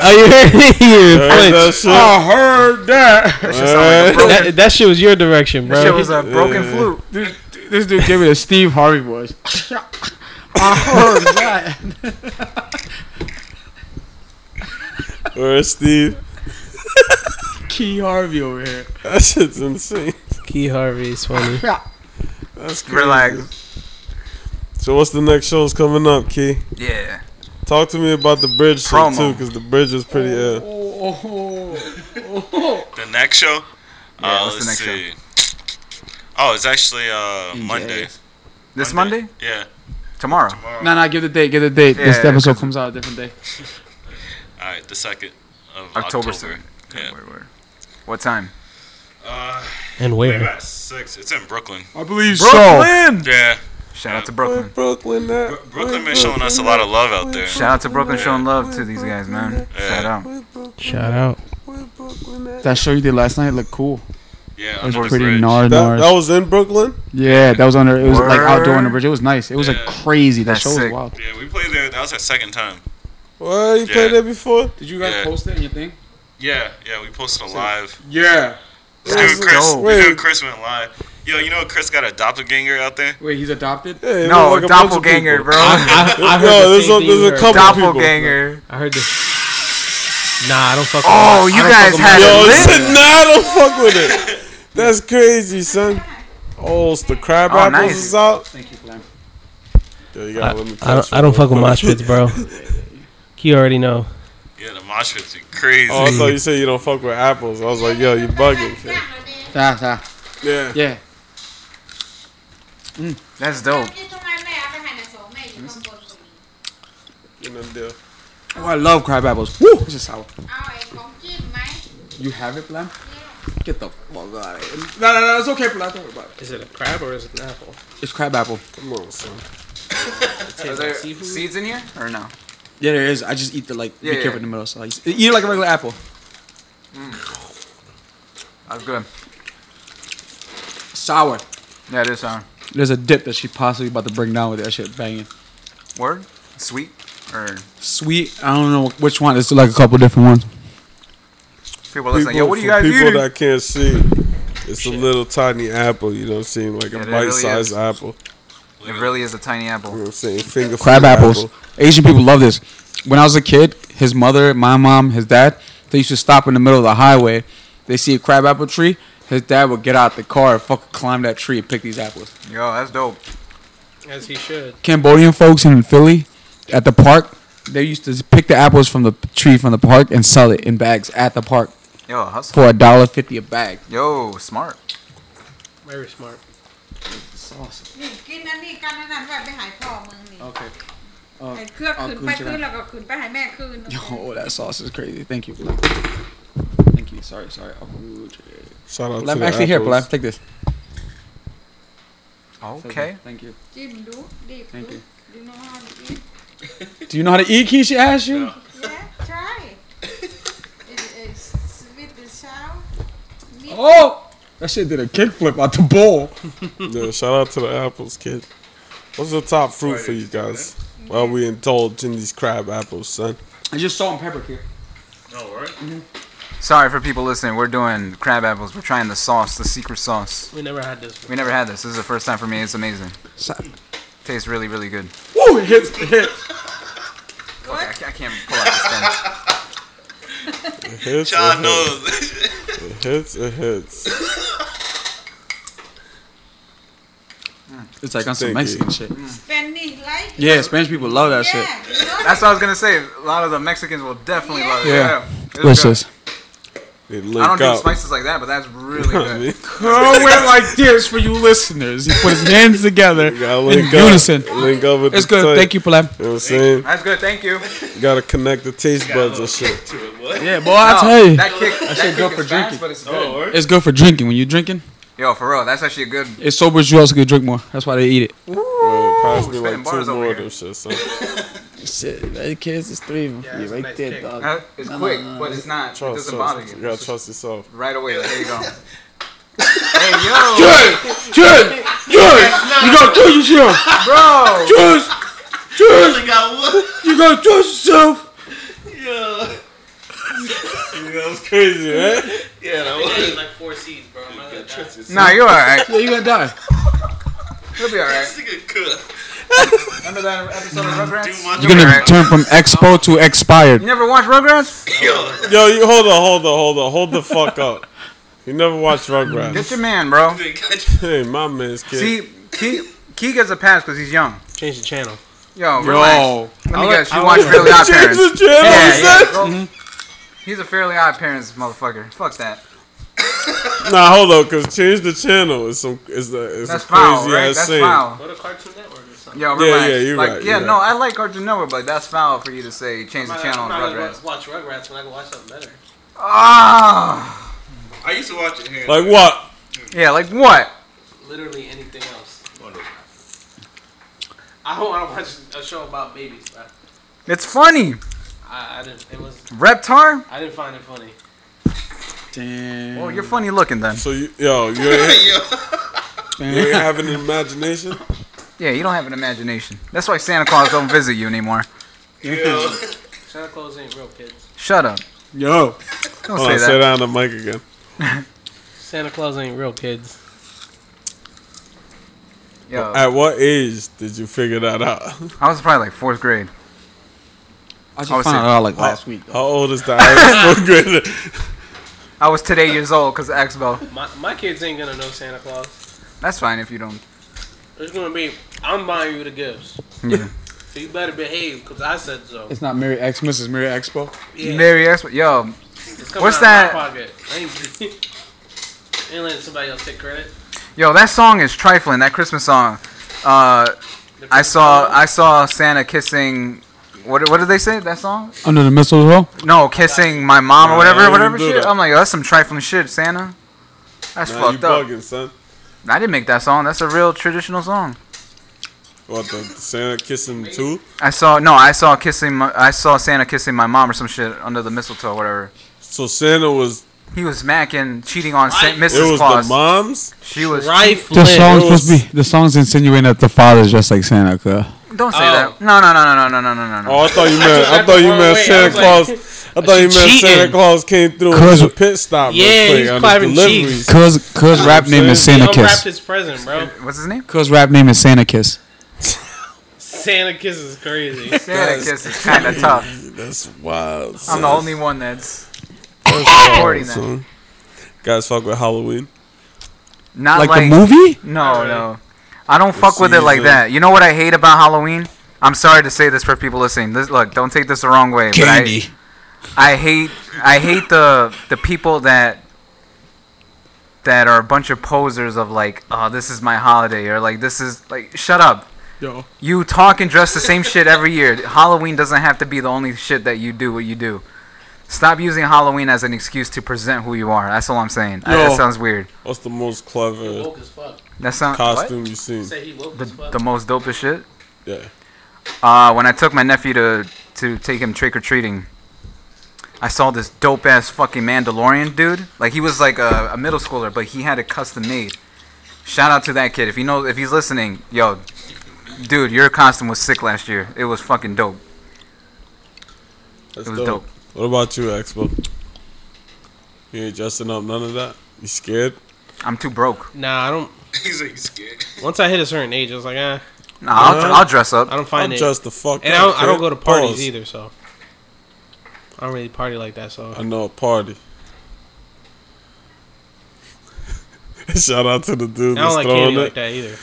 E: Oh, you heard me? *laughs* He even
A: Heard that
E: flinched.
A: shit?
B: heard that.
D: that shit sound like a
E: uh,
D: broken,
E: That, uh, that shit was your direction,
D: that shit
E: bro.
D: was a broken
A: Yeah.
D: flute.
B: This, this dude gave me the Steve Harvey voice. I heard that.
D: Oh.
A: Or Steve.
B: Key Harvey over here.
A: That shit's insane.
E: Key Harvey
A: *laughs*
E: is funny.
A: That's crazy.
D: Relax.
A: So what's the next show's coming up, Key?
D: Yeah.
A: Talk to me about the bridge shit
D: Promo. Oh. Hmm.
A: too, because the bridge is pretty uh, ill.
C: The next show?
D: Yeah,
C: uh,
D: what's the
C: let's
D: next show? E
C: see. Oh, it's actually uh, Monday.
D: This Monday?
C: Yeah.
D: Tomorrow.
B: Nah, nah, give the date, give the date.
D: Yeah,
B: this
D: yeah,
B: episode
D: 'cause-
B: comes out a different day.
C: All right, the 2nd of
D: October
C: October.
D: 2nd.
C: Yeah.
D: Word, word. What time?
C: Uh,
E: And
C: maybe
E: where?
C: at 6. It's in Brooklyn.
B: I believe
D: Brooklyn!
C: Yeah.
D: Shout out to
A: Where
D: Brooklyn.
A: Brooklyn at?
C: Bro- Brooklyn been showing us a lot of love out there.
D: Shout out to Brooklyn showing love to these guys, man.
C: Yeah.
D: Shout out.
A: Where Brooklyn-
E: Shout out.
A: where Brooklyn at?
B: That show you did last night looked cool.
C: Yeah,
B: It was
C: under the
B: pretty
C: bridge.
B: gnarly.
A: That, that was in Brooklyn.
B: Yeah, that was under. It was like
D: Word.
B: outdoor on the bridge. It was nice. It was like
C: Yeah.
B: crazy. That
D: That's
B: show was
D: sick.
B: wild.
C: Yeah, we played there. That was our second time.
A: Why you played
C: Yeah.
A: there before?
B: Did you
C: guys Yeah.
B: post it in your thing?
C: Yeah, yeah, we posted a live.
B: Yeah.
C: Dude, Chris,
D: dope.
C: dude, Chris went live. Yo, you know Chris got a doppelganger out there?
B: Wait, he's adopted.
A: Yeah, it
D: No,
A: looked like a bunch of
D: doppelganger,
A: people.
D: bro.
E: I, I heard
A: No,
E: the
A: there's
E: same
A: a-
E: thing
A: there's a
E: you heard.
A: couple-
D: Doppelganger.
E: I heard this. Nah, I don't fuck.
D: Oh,
E: with
D: you
E: I don't
D: guys
E: fuck with
D: had
A: Yo,
D: it
A: it's
D: lit.
A: a, nah, I don't fuck with it. That's crazy, son. Oh, it's the crab
D: Oh,
A: apples
D: nice.
A: is out.
B: Thank you,
A: Yo, you
E: I,
A: gotta let me
E: I
A: touch
E: don't, I don't fuck with mosh pits, bro. He already know.
C: Yeah, the mosh pits are crazy.
A: Oh, I thought you said you don't fuck with apples. I was like, yo, you bugging. kid.
B: Ah, ah,
A: Yeah.
B: yeah.
D: That's dope.
A: you know the deal.
B: Oh, I love crab apples. Woo, this is sour.
H: Ai, con chim máy.
B: You have it, Blam?
H: Yeah.
B: Get the fuck out of here. No, no, no. It's okay, Pilar. Don't worry about it.
E: Is it a crab or is it an apple?
B: It's crab apple.
A: Come on, son.
E: It
D: Are
E: tastes
D: there
E: like seafood.
D: seeds in here or no?
B: Yeah, there is. I just eat the like.
D: Yeah,
B: be
D: yeah.
B: careful in the middle. So I eat eat it like a regular apple.
D: That's good.
B: Sour.
D: Yeah, uh, it is sour.
B: There's a dip that she possibly about to bring down with it. That shit banging.
D: Word? Sweet? Or
B: Sweet. I don't know which one. It's like a couple different ones.
D: people listening? Yo, what do you guys
A: for people
D: eating?
A: that can't see, it's a little tiny apple. You know what I'm saying? Like
D: Yeah,
A: a
D: it really
A: bite-sized
D: is.
A: apple.
D: It really is a tiny apple.
A: You know what I'm saying? Finger
B: crab
A: food
B: apples.
A: apple.
B: Asian people love this. When I was a kid, his mother, my mom, his dad, they used to stop in the middle of the highway. They see a crab apple tree. His dad would get out the car and fucking climb that tree and pick these apples.
D: Yo, that's dope.
E: As he should.
B: Cambodian folks in Philly, at the park, they used to pick the apples from the tree from the park and sell it in bags at the park
D: Yo, hustle.
B: for a dollar fifty a bag.
D: Yo, smart.
E: Very smart.
H: นี่กินอันนี้กันอันนั่นไว้ไปหายพ่อมึงนี่
B: Okay.
H: ไอ้เครื่องคืนไปคืนแล้วก็คืนไปหายแม่คืน
B: Oh, that sauce is crazy. Thank you. Thank you. Sorry, sorry.
A: Shout out
B: Let
A: to
B: me
A: the
B: actually here,
A: apples.
B: Blab. Take this.
D: Okay.
B: Thank you.
H: จิ้มดูดีดู
B: Thank you.
H: ดูนอนอีก
B: Do you know how to eat, Keisha asked you?
H: yeah try
B: *laughs*
H: it is sweet and sour meat
B: Oh! That shit did a kickflip out the bowl.
A: Yeah, shout out to the apples, kid. What's the top fruit for you guys? While we indulge in these crab apples, son.
B: I just salt and pepper here.
C: No, right?
D: Sorry for people listening. We're doing crab apples. We're trying the sauce, the secret sauce.
E: We never had this.
D: We never had this. This is the first time for me. It's amazing. Tastes really, really good.
B: Woo! It hits, it hits.
D: Okay, I, ca- I can't pull out this thing.
A: It hits,
C: John
A: it hits.
C: knows. *laughs*
A: It hits, it
B: *laughs*
A: hits.
B: It's like on
A: Thank
B: some
A: you.
B: Mexican shit.
H: Spanish like
B: Yeah, Spanish people love that shit.
H: yeah you know
D: *laughs* That's what I was gonna say. A lot of the Mexicans will definitely love it.
B: Yeah.
D: It's good.
B: What's this?
A: They
D: I don't
A: link
D: do
A: up. *laughs*
D: spices like that, but that's really
A: I
B: *laughs*
D: good.
A: mean,
B: Curl it like this for you listeners. He put his hands together *laughs*
A: you gotta
B: in
A: link up.
B: unison.
A: Link up with
B: It's
A: the
B: good.
A: tape.
B: Thank you, Palam.
A: You know what I'm saying?
D: That's good. Thank
B: *laughs*
D: you.
A: You gotta connect the taste buds and shit.
C: to it, what?
B: Yeah, boy, I
D: No,
B: tell you.
D: that kick, that
B: shit
D: kick
B: good
D: is
B: for
D: fast,
B: drinking.
D: but it's good.
C: Oh, right?
B: It's good for drinking. When you're drinking,
D: Yo, for real, that's actually a good.
B: it sobers you up so you can drink more. That's why they eat it.
A: Bro, pass me
D: spitting
A: like two
D: bars over
A: more of
D: here.
A: them shit,
D: *laughs*
A: son.
B: Shit, that kids is three of
E: Yeah, it's right nice there, kick. dog.
D: Uh, It's quick, but it's not. it
A: Trust,
D: doesn't bother
A: trust. You
D: you.
A: gotta
D: It's just
A: trust
D: *laughs*
A: yourself.
D: right away. Like, there
B: *laughs*
D: you go. hey yo,
B: Good! Good! You gotta do yourself!
D: bro.
B: *laughs* Just, just,
C: I got *laughs* one.
B: you gotta trust yourself.
C: Yeah.
A: That was crazy, right?
C: Yeah, that was.
E: like four seeds, bro. I'm not gonna die.
D: Nah, you're all right.
B: Yeah, you gonna die.
D: You'll be all right.
C: This nigga could.
D: Remember that episode of Rugrats?
C: Mm. Too much.
B: You're gonna turn from expo to expired.
D: You never watched Rugrats?
A: Yo, you hold on, hold on, hold on, hold the fuck up. You never watched
D: Get
A: Rugrats.
D: your man, bro.
A: *laughs* hey, my man's kid. *laughs*
D: See, Key, Key gets a pass because he's young.
E: Change the channel.
D: Yo, relax. Let me
E: I'll
D: guess,
E: let-
D: you
E: I'll
D: watch
E: let-
D: Fairly Odd
A: Change
D: Parents.
A: the channel,
D: Yeah,
A: son.
D: yeah. bro. He's a Fairly Odd Parents motherfucker. Fuck that.
A: Nah, hold on, cause change the channel is some is a is
D: That's
A: a crazy
D: foul, right?
A: ass
D: That's
A: thing.
D: foul.
E: Go to Cartoon Network or something.
D: Yo,
A: Yeah,
D: relax.
A: yeah, you're
D: like,
A: right,
D: yeah,
A: you're
D: no, I like Cartoon Network, but that's foul for you to say change the channel on Rugrats.
E: watch Rugrats when I can watch something better.
D: Ah.
C: I used to watch it here.
A: Like what?
D: Yeah, like what?
E: Literally anything else. I don't want to watch a show about babies, bro.
D: It's funny.
E: I, I didn't. It was.
D: Reptar?
E: I didn't find it funny.
B: Damn.
D: Well, you're funny looking then.
A: So you yo you
E: *laughs*
A: ain't, you ain't having an imagination?
D: Yeah, you don't have an imagination. That's why Santa Claus don't visit you anymore.
E: Santa Claus ain't real, kids.
D: Shut up.
B: Yo.
D: Don't
A: Hold
D: say
A: on,
D: that.
A: sit down the mic again.
E: Santa Claus ain't real, kids.
D: Yo,
A: At what age did you figure that
D: *laughs*
A: out?
D: I was probably like fourth grade.
B: I just
D: I was
B: found it
D: saying-
B: out like oh. last week.
A: How old is the
D: *laughs*
A: average fourth grader?
D: I was today years old because of Expo.
E: My, my kids ain't gonna know Santa Claus.
D: That's fine if you don't.
E: It's gonna be, I'm buying you the gifts.
D: Yeah.
E: So you better behave, because I said so.
B: It's not Mary Xmas, it's Mary Expo.
E: Yeah,
D: Merry Expo. Yo,
E: it's coming
D: what's
E: out of my
D: that?
E: pocket. I ain't, *laughs* ain't letting somebody else take credit.
D: yo, that song is trifling. That Christmas song. Uh, I saw, I saw Santa kissing. What, what did they say? That song?
B: Under the mistletoe?
D: No, kissing my mom
A: Nah,
D: or
A: I
D: whatever,
A: didn't
D: whatever
A: do
D: shit.
A: that.
D: I'm like, yo, that's some trifling shit, Santa. That's
A: Nah, you
D: fucked up.
A: bugging, son.
D: I didn't make that song. That's a real traditional song.
A: What the Santa kissing too?
D: I saw no, I saw kissing. My, I saw Santa kissing my mom or some shit under the mistletoe, whatever.
A: So Santa was
D: He was macking, cheating on Saint
A: it
D: Mrs.
A: was
D: Claus.
A: the moms.
D: She was.
E: Rife
B: The
E: Lynn.
B: song's
A: It was-
B: supposed to be the song's insinuating that the father's just like Santa. Cause
D: Don't say
E: Oh.
D: that. No, no, no, no, no, no, no, no, no.
A: Oh, I thought you
E: *laughs*
A: meant I thought you meant
E: Wait, I
A: Santa
E: was
A: Claus.
E: like-
A: I thought you meant Santa
E: cheating.
A: Claus came through and
B: Cause-
A: was a pit stop. real
E: Yeah,
A: quick
E: he's
A: on his
E: clapping
A: deliveries.
E: cheeks.
B: cause cause rap name is
E: He
B: Santa
E: unwrapped
B: Kiss.
E: his present, bro.
D: What's his name?
B: Cause rap name is Santa Kiss.
E: Santa Kiss is crazy.
D: Santa Kiss is
A: *laughs*
D: kind of tough.
A: That's wild.
D: I'm
A: Son.
D: the only one that's
A: That's wild,
D: recording that.
A: son. Guys, fuck with Halloween.
D: not
B: Like
D: like,
B: the movie?
D: No, no. I don't fuck with it like
A: Season.
D: that. You know what I hate about Halloween? I'm sorry to say this for people listening. This, look, don't take this the wrong way. but I-
G: Candy.
D: I hate I hate the the people that that are a bunch of posers of like, oh, this is my holiday or like this is like shut up.
A: Yo.
D: You talk and dress the same shit every year. Halloween doesn't have to be the only shit that you do what you do. Stop using Halloween as an excuse to present who you are. That's all I'm saying. I-
A: Yo.
D: that sounds weird.
A: What's the most clever
E: as fuck.
D: That sounds
A: costume you've seen?
E: Say he woke
D: The, the most dopest shit.
A: Yeah.
D: Uh, when I took my nephew to to take him trick or treating, I saw this dope ass fucking Mandalorian dude. Like he was like a, a middle schooler, but he had it custom made. Shout out to that kid. If you know, if he's listening, yo, dude, your costume was sick last year. It was fucking dope.
A: That's
D: It was
A: dope.
D: dope.
A: What about you, Expo? You ain't dressing up none of that? You scared?
D: I'm too broke.
E: Nah, I don't.
C: He's like scared.
E: Once I hit a certain age, I was like, ah,
D: Nah, I'll,
A: Uh,
D: I'll dress up.
E: I don't find
A: I'm
E: it.
A: dressed the fuck
E: and
A: up.
E: I don't, I don't
A: kid.
E: go to parties
A: Pause.
E: either, so I don't really party like that. So
A: I know a party. *laughs* Shout out to the dude
E: I don't
A: that's
E: like
A: throwing
E: candy
A: it.
E: like that either.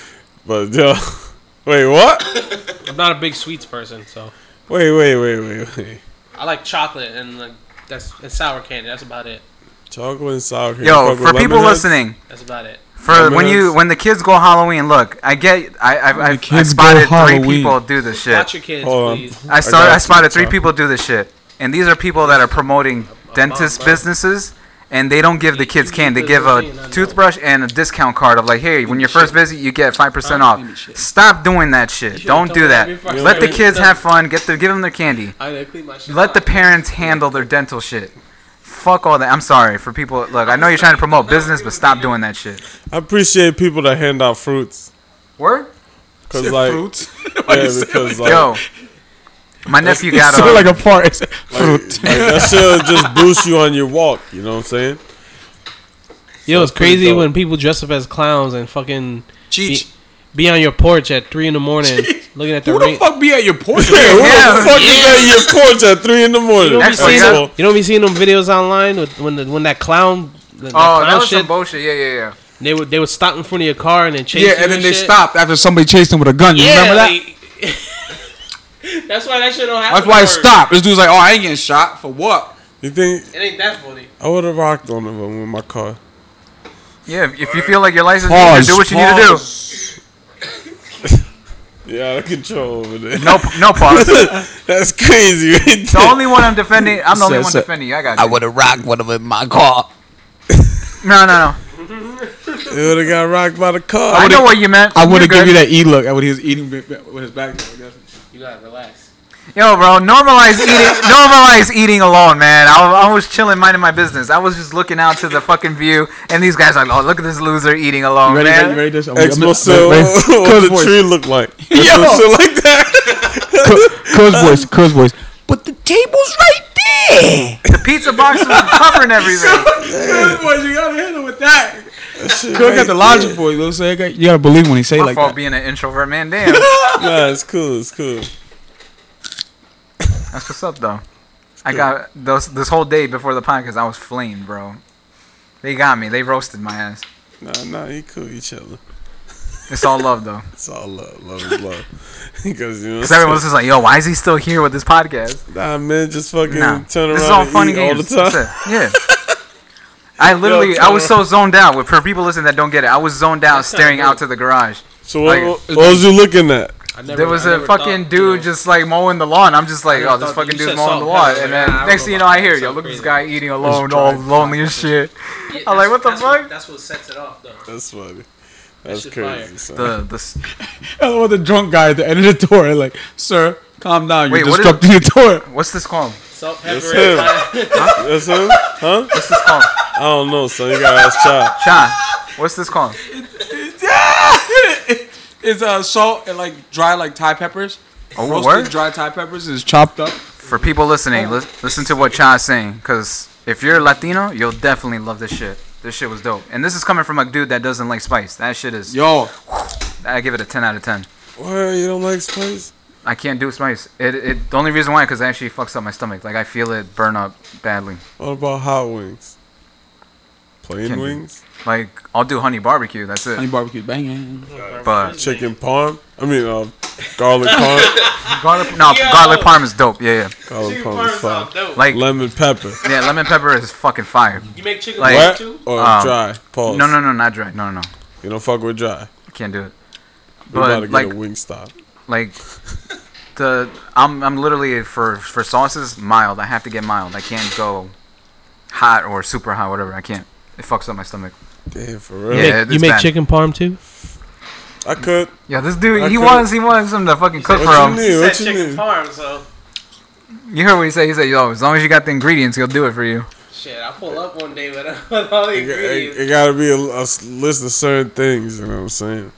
A: But yo, *laughs* wait, what?
E: I'm not a big sweets person, so
A: Wait, wait, wait, wait, wait.
E: I like chocolate and like that's and sour candy. That's about it.
A: Chocolate and sour cream.
D: Yo,
A: Fuck
D: for
A: with
D: people
A: lemonheads?
D: listening,
E: That's about it.
D: for when
A: Lemonheads.
D: you when the kids go Halloween, look, I get I I, I, I
B: kids go
D: spotted three
B: Halloween.
D: people do this shit.
E: Watch your kids,
A: Hold on.
E: please.
D: I saw.
A: got
D: I
A: you,
D: spotted three
A: Tom.
D: people do this shit, and these are people that are promoting dentist
E: bro.
D: businesses, and they don't give the kids candy. They give
E: Because
D: a
E: I'm
D: toothbrush and a discount card of like, hey, when your first visit, you get five percent off.
B: Give me shit.
D: Stop doing that shit. Don't
E: don't
D: do
E: let
D: that.
E: me fucking
D: Let the
E: do it.
D: kids have fun. Get the give them their candy.
E: I gotta clean my shit.
D: Let the
E: up.
D: parents handle their dental shit. Fuck all that. I'm sorry for people. Look, I know you're trying to promote business, but stop doing that shit.
A: I appreciate people that hand out fruits.
D: Word?
A: Cause like,
B: *laughs*
D: *laughs*
A: yeah, because like,
D: Yo, my nephew
B: *laughs* It
D: got
B: sounded like
D: a. oh,
B: a fart.
A: like, that shit'll just boost you on your walk. You know what I'm saying?
E: Yo, it's
A: pretty
E: crazy
A: dope.
E: when people dress up as clowns and fucking be,
B: Cheech.
E: be on your porch at three in the morning *laughs* looking at the
B: Who the
E: rain.
B: fuck be at your *laughs* porch?
A: *laughs* Hey, who
D: Yeah.
A: the fuck is at your porch at three in the morning?
E: You
D: Next
E: don't be
D: thing
E: seeing
D: up.
E: them, you don't be seeing them videos online with, when the, when that clown. The,
D: Oh,
E: clown
D: that was
E: shit,
D: some bullshit. Yeah, yeah, yeah.
E: They would they would stop in front of your car and then chase.
B: Yeah,
E: you
B: and then they
E: shit.
B: stopped after somebody chased him with a gun. You remember that?
E: like- *laughs* that's why that shit don't happen.
B: That's why it
E: no more.
B: stopped. This dude's like, oh, I ain't getting shot for what?
A: You think
E: It ain't that funny.
A: I would have rocked on them with my car?
D: Yeah, if, if you feel like your license,
B: Pause,
D: you do what you need to do.
A: Yeah, out of control over there.
D: No, p- no
B: *laughs*
D: pause. the
A: *laughs* That's crazy. Right there.
D: only one I'm defending, I'm the only
B: Sir,
D: one
B: sir.
D: defending. you. I got
G: I
D: you.
G: would have rocked one of them in my car.
D: No, no, no.
A: You would have got rocked by the car.
D: I, know what you meant.
B: I would
D: You're
B: have given you
D: good.
B: that E look at what he was eating with his back.
E: You gotta relax.
D: Yo, bro, normalize eating. *laughs* normalize eating alone, man. I, I was chilling, minding my business. I was just looking out to the fucking view, and these guys are like, "Oh, look at this loser eating alone,
B: You ready?
D: man."
B: You ready? This? I'm,
A: Expo said, what
B: Cuz
A: the
B: voice.
A: tree look *laughs* like? Yo.
B: Yo.
A: shit like that. *laughs*
G: *laughs*
B: Cuz voice. Cuz voice.
G: But the table's right there.
D: The pizza box was
B: *laughs*
D: covering everything.
B: Cuz voice. You gotta handle with that.
A: Shit
B: Cuz got
A: right
B: the logic voice. You know what I'm saying? Got- You gotta believe when he say
D: My
B: like
D: fault
B: that.
D: being an introvert, man. Damn,
A: Nah, it's cool. It's cool.
D: that's what's up, though. I got those this whole day before the podcast. I was flamed, bro. They got me. They roasted my ass.
A: Nah, nah, you cool. You chilling.
D: It's all love, though.
A: It's all love. Love *laughs* is love. Because you know,
D: Because everyone's just like, yo, why is he still here with this podcast?
A: nah, man, just fucking
D: Nah.
A: turn around
D: This is all
A: and
D: fun
A: eat
D: and games.
A: all the time.
D: *laughs* That's it. Yeah. I literally, I was so zoned out. With For people listening that don't get it, I was zoned out staring out to the garage.
A: So what,
D: Like-
A: what was you looking at?
E: I never,
D: There was
E: I
D: a
E: never
D: fucking
E: thought,
D: dude
E: you know,
D: just like mowing the lawn. I'm just like,
E: never
D: oh, this
E: thought that
D: fucking
E: you
D: dude's
E: said
D: mowing
E: salt
D: the lawn.
E: pepper.
D: And
E: Yeah, I
D: then
E: don't
D: next
E: know
D: thing you know,
E: about
D: I
E: that.
D: hear,
E: That
D: yo,
E: sounds
D: look at this
E: crazy.
D: guy eating alone,
A: dry
D: all
A: as fuck.
D: lonely as shit.
E: yeah,
D: I'm like, what the
E: that's what-
D: fuck?
E: that's what sets it off, though.
A: That's funny. That's
E: shit
A: crazy.
E: fire.
A: son.
D: The the s-
B: I want Oh, the drunk guy at the end of the tour, like, sir, calm down. *laughs*
D: Wait,
B: You're
D: what is-
B: disrupting the tour.
D: what's this called?
E: Salt,
A: That's
E: pepper,
A: him.
E: and thyme.
A: That's him? Huh?
D: What's this called?
A: I don't know, son. You gotta ask Chai.
D: Sean, what's this called?
B: It's uh, salt and like dry like Thai peppers.
D: Oh,
B: Roasted
D: word?
B: dry Thai peppers is chopped up.
D: For people
B: Oh.
D: listening, lis- listen to what Cha's saying, because if you're Latino, you'll definitely love this shit. This shit was dope. And this is coming from a dude that doesn't like spice. That shit is.
B: Yo,
D: I give it a 10 out of 10.
A: Why you don't like spice?
D: I can't do spice. It, it the only reason why because it actually fucks up my stomach. Like I feel it burn up badly.
A: What about hot wings? Plain
D: Can't do-
A: wings?
D: Like I'll do honey barbecue. That's
B: honey
D: it.
B: barbecue banging.
D: But
A: Chicken parm? I mean, uh, garlic
E: *laughs*
A: parm?
D: garlic, no,
E: Yo!
D: garlic parm is dope. Yeah, yeah.
A: Garlic
E: Chicken
A: parm is
E: parmesan,
A: fire.
E: dope.
D: Like
A: Lemon pepper.
D: yeah, lemon pepper is fucking fire.
E: You make chicken
D: Like-
E: parm
A: Wet
E: too?
A: or
D: Um,
A: dry? Pause.
D: No, no, no, not dry. No, no, no.
A: You don't fuck with dry.
D: Can't do it.
A: We're about to
D: But
A: get
D: like
A: a wing stop.
D: like the I'm I'm literally for for sauces mild. I have to get mild. I can't go hot or super hot, whatever. I can't. It fucks up my stomach.
A: Damn, for real.
E: You
D: Yeah, it-
E: make, you
D: it's
E: make
D: bad.
E: chicken parm too?
A: I could.
D: Yeah, this dude,
A: I
D: he
A: couldn't-
D: wants he wants him to fucking cook for
A: What
D: him.
A: you need? What you
E: chicken
A: need?
E: parm, so
D: You heard what he said? He said, "Yo, as long as you got the ingredients, he'll do it for you."
E: shit. I pull up one day with, *laughs* with all the
A: It, it-
E: ingredients.
A: it gotta be a, a s- list of certain things. You know what I'm saying?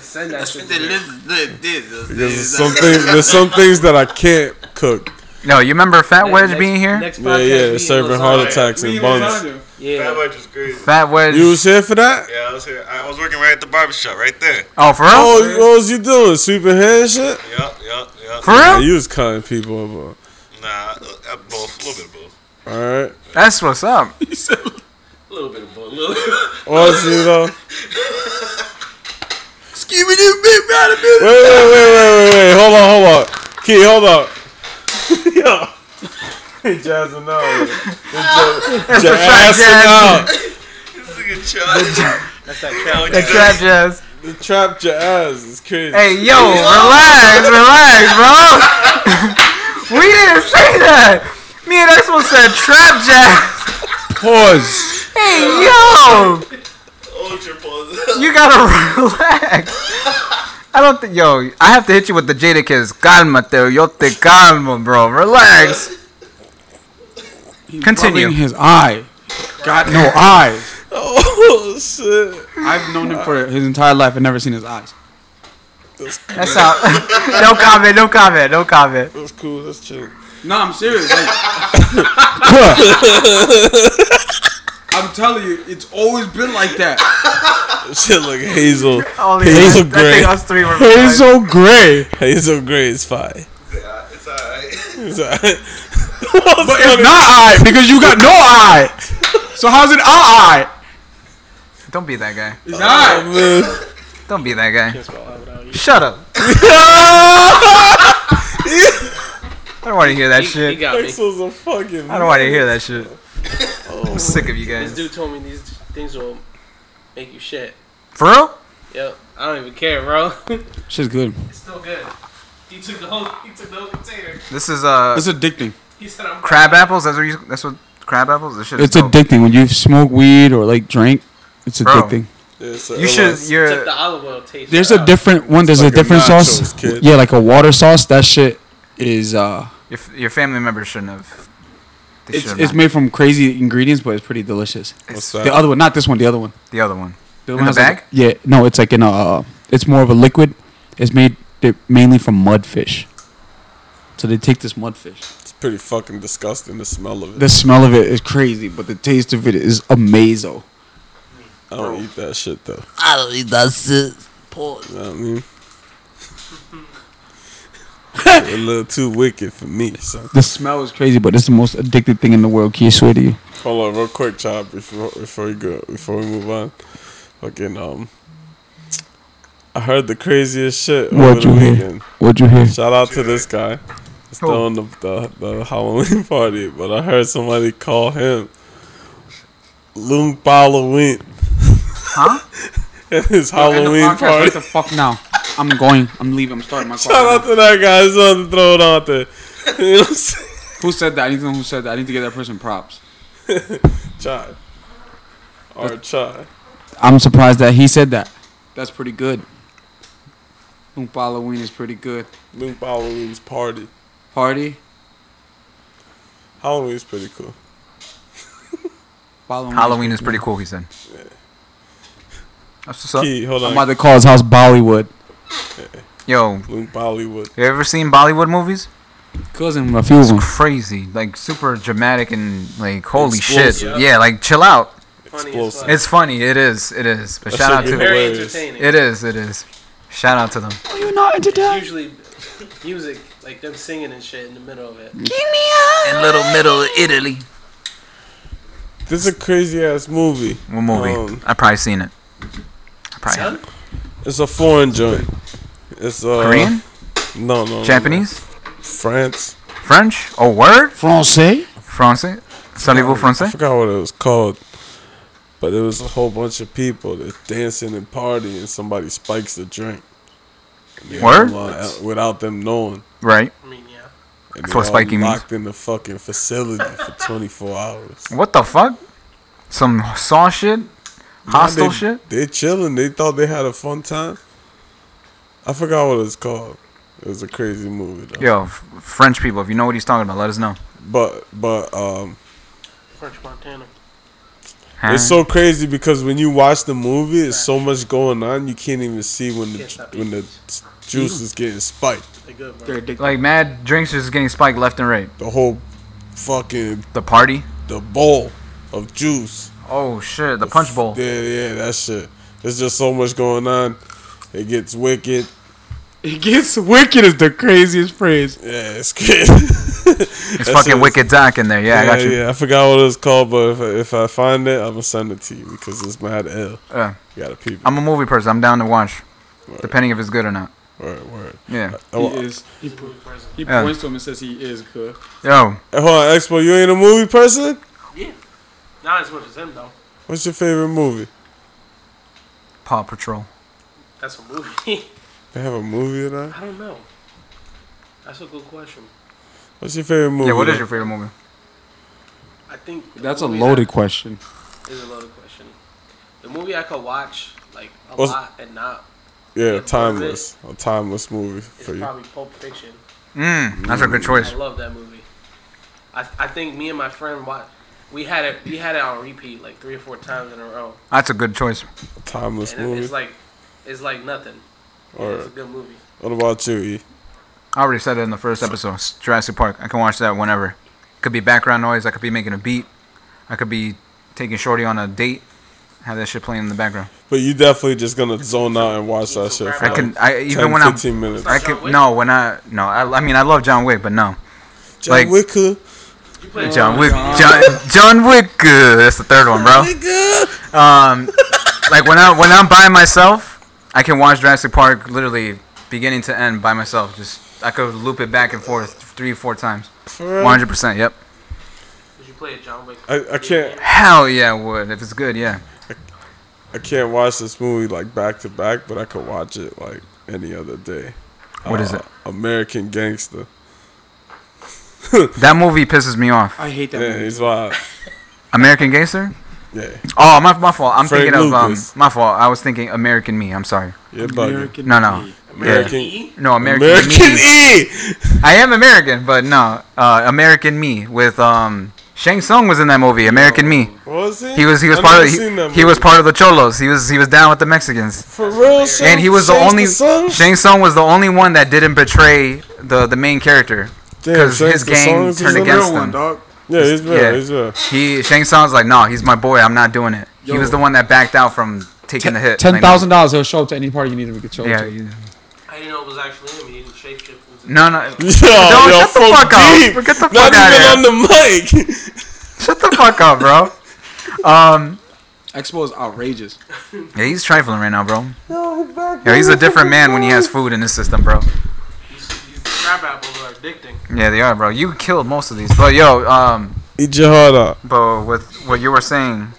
E: Send that shit. to me.
G: Because
A: Because there's some things, there's some things that I can't cook.
D: No, you remember Fat
E: Ne-
D: Wedge
E: next-
D: being here?
E: Next
A: Yeah,
E: podcast,
A: yeah,
E: we
A: serving
E: lasagna.
A: heart attacks and buns.
E: Yeah.
C: That much is crazy.
D: Fat Wedge.
A: You was here for that?
C: Yeah, I was here. I was working right at the barbershop, right there.
D: oh, for real?
A: Oh, you- what was you doing? Sweeping hair and shit?
C: Yup, yup, yup.
D: for real?
A: Yeah, you was cutting people up.
C: Nah, uh, both, a little bit of both.
A: uh, All right.
D: That's what's up.
E: A little bit of both. little-
A: Was you though? Wait, wait, wait, wait, wait, wait. Hold on, hold on. Key, hold on. Yo. Hey, Jasmine, no. It's your ass
D: That's the trap
A: out.
C: This is a good shot. *laughs*
E: That's that crap.
D: The trap jazz.
A: You trapped your ass. It's crazy.
D: Hey, yo, relax, relax, bro. *laughs* we didn't say that. Me and X one said trap jazz.
B: Pause.
D: Hey, yo,
C: Ultra pause.
D: you gotta relax. I don't think, yo, I have to hit you with the Jada Kiss. Calma, Teo. Yo te calma, bro. Relax. Continue.
B: Rubbing his eye. Got no eyes.
A: Oh, shit.
B: I've known him for his entire life and never seen his eyes.
D: That's how. *laughs* no comment, no comment, no comment.
A: That's cool. That's chill.
B: No, I'm serious. Like, *laughs* I'm telling you, it's always been like that.
A: Shit like Hazel.
D: Only
A: Hazel
D: I think
A: Gray.
D: us three were
B: so gray.
A: Hazel Gray is *laughs* fine.
C: It's alright.
A: It's alright.
B: But it's not eye because you got no eye. So how's it our eye?
D: Don't be that guy.
B: It's eye.
A: Man.
D: Don't be that guy. Shut up. *laughs* I don't want to hear that
E: He
D: shit.
E: got me.
A: Hazel's a fucking.
D: I don't want to hear that shit. I'm sick of you
E: This
D: guys.
E: dude told me these things will make you shit.
D: For real?
E: Yep. I don't even care, bro. *laughs*
B: Shit's good.
E: it's still good. He took the whole. He took the whole container.
D: This is uh
B: It's addicting.
E: He said I'm.
D: crab apples. That's what you. That's what crab apples. This shit is
B: It's
D: dope.
B: addicting when you smoke weed or like drink. It's
D: Bro.
B: addicting.
A: It's a
D: You should.
A: LS.
E: Took
D: You're.
E: the olive oil taste.
B: There's
E: out.
B: a different one. There's
A: like
B: a
A: a
B: different sauce.
A: nachos, kid.
B: Yeah, like a water sauce. That shit is uh,
D: Your, f- your family members shouldn't have. They
B: it's
D: should
B: it's
D: not.
B: made from crazy ingredients, but it's pretty delicious.
A: What's
B: The
A: that?
B: other one, not this one. The other one.
D: the other one.
B: The
D: In
B: other one
D: a
B: has, like-
D: bag?
B: yeah, no, it's like in a. Uh, it's more of a liquid. It's made they're mainly from mudfish. So they take this mudfish.
A: It's pretty fucking disgusting. The smell of it.
B: The smell of it is crazy, but the taste of it is amazo.
A: I don't eat that shit though.
G: I don't need that shit. Pause.
A: You know what I mean? a little too wicked for me. So
B: The smell is crazy, but it's the most addicted thing in the world. Can you swear to you?
A: hold on, real quick, child. Before before we go, before we move on, fucking um, I heard the craziest shit over
B: What'd
A: the
B: you hear?
A: weekend.
B: What'd you hear?
A: Shout out to this guy. He's
D: Who?
A: throwing the, the the Halloween *laughs* party, but I heard somebody call him Loon Halloween.
D: Huh?
A: His
B: In the
A: *laughs* Halloween
B: podcast,
A: party. *laughs*
B: What the fuck now? I'm going. I'm leaving. I'm starting my
A: Shout out
B: car.
A: to that guy. He's on the throw it out there. *laughs* You know what I'm saying?
B: Who said that? I need to know who said that. I need to get that person props.
A: Chai. Or Chai.
B: I'm surprised that he said that. That's pretty good. Oompa Halloween is pretty good.
A: Luke Halloween's party.
B: Party.
A: Halloween's pretty cool.
B: Halloween.
D: Halloween is pretty cool, he said. That's what's up.
A: Key, hold
B: I'm
A: on.
B: about to call his house Bollywood.
D: Yo,
A: Luke Bollywood.
D: you ever seen Bollywood movies?
B: Cousin, a few of them.
D: Crazy, like super dramatic and like holy
A: Explosive.
D: shit. Yeah, like chill out.
E: Funny as
A: Explosive.
E: fuck.
D: It's funny. It is. It is. But
A: That
D: shout
A: shit
D: out to
A: is
D: them.
E: very
A: hilarious.
E: entertaining.
D: *laughs* It is. It is. Shout out to them.
E: Usually, music like them singing and shit in the middle of it.
D: In little middle of Italy.
A: This is a crazy ass movie.
D: What movie?
A: Um,
D: I probably seen it. I probably have.
A: It's a foreign joint. It's uh,
D: Korean,
A: No, no, no. no.
D: Japanese,
A: France.
D: French. Oh, word.
B: Francais.
D: Français. Savez-vous
A: I
D: français?
A: forgot what it was called. But it was a whole bunch of people that's dancing and partying, and somebody spikes the drink. And they
D: Word?
A: all, uh, Without them knowing.
D: Right.
E: I mean, yeah.
A: And
D: That's
A: they
D: what
A: all
D: spiking means.
A: locked in the fucking facility for 24 hours.
D: What the fuck? Some saw shit? Hostile
A: they,
D: shit?
A: They chilling. They thought they had a fun time. I forgot what it's called. It was a crazy movie though.
D: Yo, f- French people, if you know what he's talking about, let us know.
A: But but um,
E: French Montana.
D: Huh?
A: it's so crazy because when you watch the movie, it's so much going on you can't even see when
E: Can't
A: the
E: stop
A: when the juice is getting spiked.
E: They good, bro.
B: They're addicted.
D: like mad drinks just getting spiked left and right.
A: The whole fucking
D: The party?
A: the bowl of juice.
D: Oh shit, the punch bowl.
A: Yeah yeah that shit. There's just so much going on. It gets wicked.
B: It gets wicked is the craziest phrase.
A: Yeah, it's good. *laughs* it's
D: It's fucking Wicked Doc in there. Yeah, I got you.
A: Yeah, I forgot what it's called, but if, if I find it, I'm gonna send it to you because it's mad L.
D: Uh,
A: You gotta peep.
D: I'm a movie person. I'm down to watch, depending if it's good or not.
A: Word, word.
D: Yeah.
A: Oh,
B: he is. He, po- he
D: Yeah.
B: points to him and says he is good.
D: Yo,
A: hold on, Expo, you ain't a movie person?
E: Not as much as him though.
A: What's your favorite movie?
D: Paw Patrol.
E: That's a movie. *laughs*
A: They have a movie or not?
E: I don't know. That's a good question.
A: What's your favorite movie?
D: Yeah, what is
A: man?
D: your favorite movie?
E: I think the
B: That's a
E: movie
B: loaded question.
E: That is a loaded question. The movie I could watch like a
A: What's-
E: lot and not
A: Yeah, timeless. A timeless movie
E: is
A: for you.
E: probably Pulp Fiction.
D: Mm, that's a good
E: I
D: choice.
E: love that movie. I I think me and my friend watched. We had it. We had it on repeat like three or four times in a row,
D: That's a good choice.
A: A timeless
E: and it,
A: movie.
E: it's like, it's like nothing.
A: or
E: It's a good movie.
A: what about you? E?
D: I already said it in the first episode. s- Jurassic Park. I can watch that whenever. Could be background noise. I could be making a beat. I could be taking Shorty on a date. Have that shit playing in the background.
A: But you definitely just gonna zone out and watch that shit for
E: I
D: I
A: like
D: can. I
A: 10,
D: even when I'm.
A: 15 minutes.
D: I
E: John
D: can.
E: Wick?
D: No, when I. No, I. I mean, I love John Wick, but no.
A: John
D: like-
A: Wick, uh, huh?
E: You played
D: John Wick. John, John Wick. uh, That's the third one, bro. Um, like when I when I'm by myself, I can watch Jurassic Park literally beginning to end by myself. Just I could loop it back and forth three, four times.
A: For
D: One
A: real?
D: hundred percent. Yep.
E: Did you play a John Wick?
A: I, I can't
D: Hell yeah, I would if it's good. Yeah.
A: I can't watch this movie like back to back, but I could watch it like any other day. Uh,
D: What is it?
A: American Gangster.
D: That movie pisses me off.
B: I hate that
A: Yeah,
B: movie.
A: he's wild.
D: American Gangster.
A: Yeah,
D: Oh, my my fault. I'm
A: Frank
D: thinking
A: Lucas.
D: of um. My fault. I was thinking American Me. I'm sorry.
A: yeah, buddy.
B: American
D: No, no.
B: Beauty.
A: American
E: E?
D: No, American,
A: American
D: Me.
A: E.
D: I am American, but no, uh, American Me with um Shang Tsung was in that movie. American Me.
A: What was he?
D: He was he was
A: I
D: part
A: never
D: of
A: seen that
D: he,
A: movie.
D: he was part of the Cholos. He was he was down with the Mexicans.
A: for real. Shane,
D: and he was the
A: Shane's
D: only
A: son?
D: Shang Tsung was the only one that didn't betray the the main character
A: Damn,
D: because
A: Shane's
D: his
A: the
D: gang
A: songs is
D: turned
A: in
D: against
B: one,
D: him.
B: dog.
A: Yeah, he's real.
D: Yeah.
A: He's real.
D: He Shang Tsung's like, no, he's my boy. I'm not doing it. He was
B: Yo.
D: the one that backed out from taking the hit.
B: Ten
D: Like,
B: thousand dollars. He'll show up to any party you need him to get show
D: Yeah.
B: up to.
D: you-
E: I didn't know it was actually him. He didn't shape shift. It was
D: No, no.
A: Yo,
D: *laughs* Yo,
A: yo,
D: shut the
A: from
D: fuck up.
A: deep.
D: Get the fuck
A: Not
D: outta
A: even
D: here.
A: on the mic. *laughs*
D: Shut the fuck up, bro. Um,
B: Expo is outrageous.
D: yeah, he's trifling right now, bro. Yo, he's a different man when he has food in his system, bro.
E: These, these crab apples are addicting.
A: Mm.
D: Yeah, they are, bro. You killed most of these, but yo, um,
A: Eat your heart out.
D: But with what you were saying,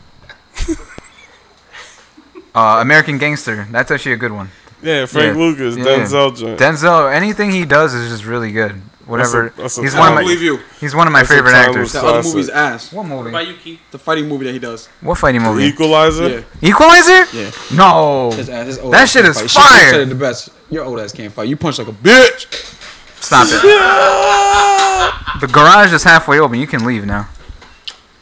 D: uh, American Gangster, that's actually a good one.
A: Yeah, Frank
D: Yeah.
A: Lucas,
D: Yeah.
A: Denzel joint.
D: Denzel, anything he does is just really good. Whatever.
A: that's a
D: he's
A: I
D: one
A: don't
D: of my
A: believe
I: you.
D: He's one of my
A: That's a
D: favorite
A: timeless
D: actors.
I: That other
A: Classic.
I: movie's ass.
D: What
E: What
D: movie?
E: about you, Keith?
I: The fighting movie that he does.
D: What fighting
A: The
D: movie?
A: Equalizer.
I: Yeah.
D: Equalizer?
I: Yeah.
D: No.
I: His ass, his old
D: That
I: ass
D: shit
I: can't
D: is
I: fight.
D: fire.
I: Shit, shit is the best. Your old ass can't fight. You punch like a bitch.
D: Stop it. The garage is halfway open. You can leave now.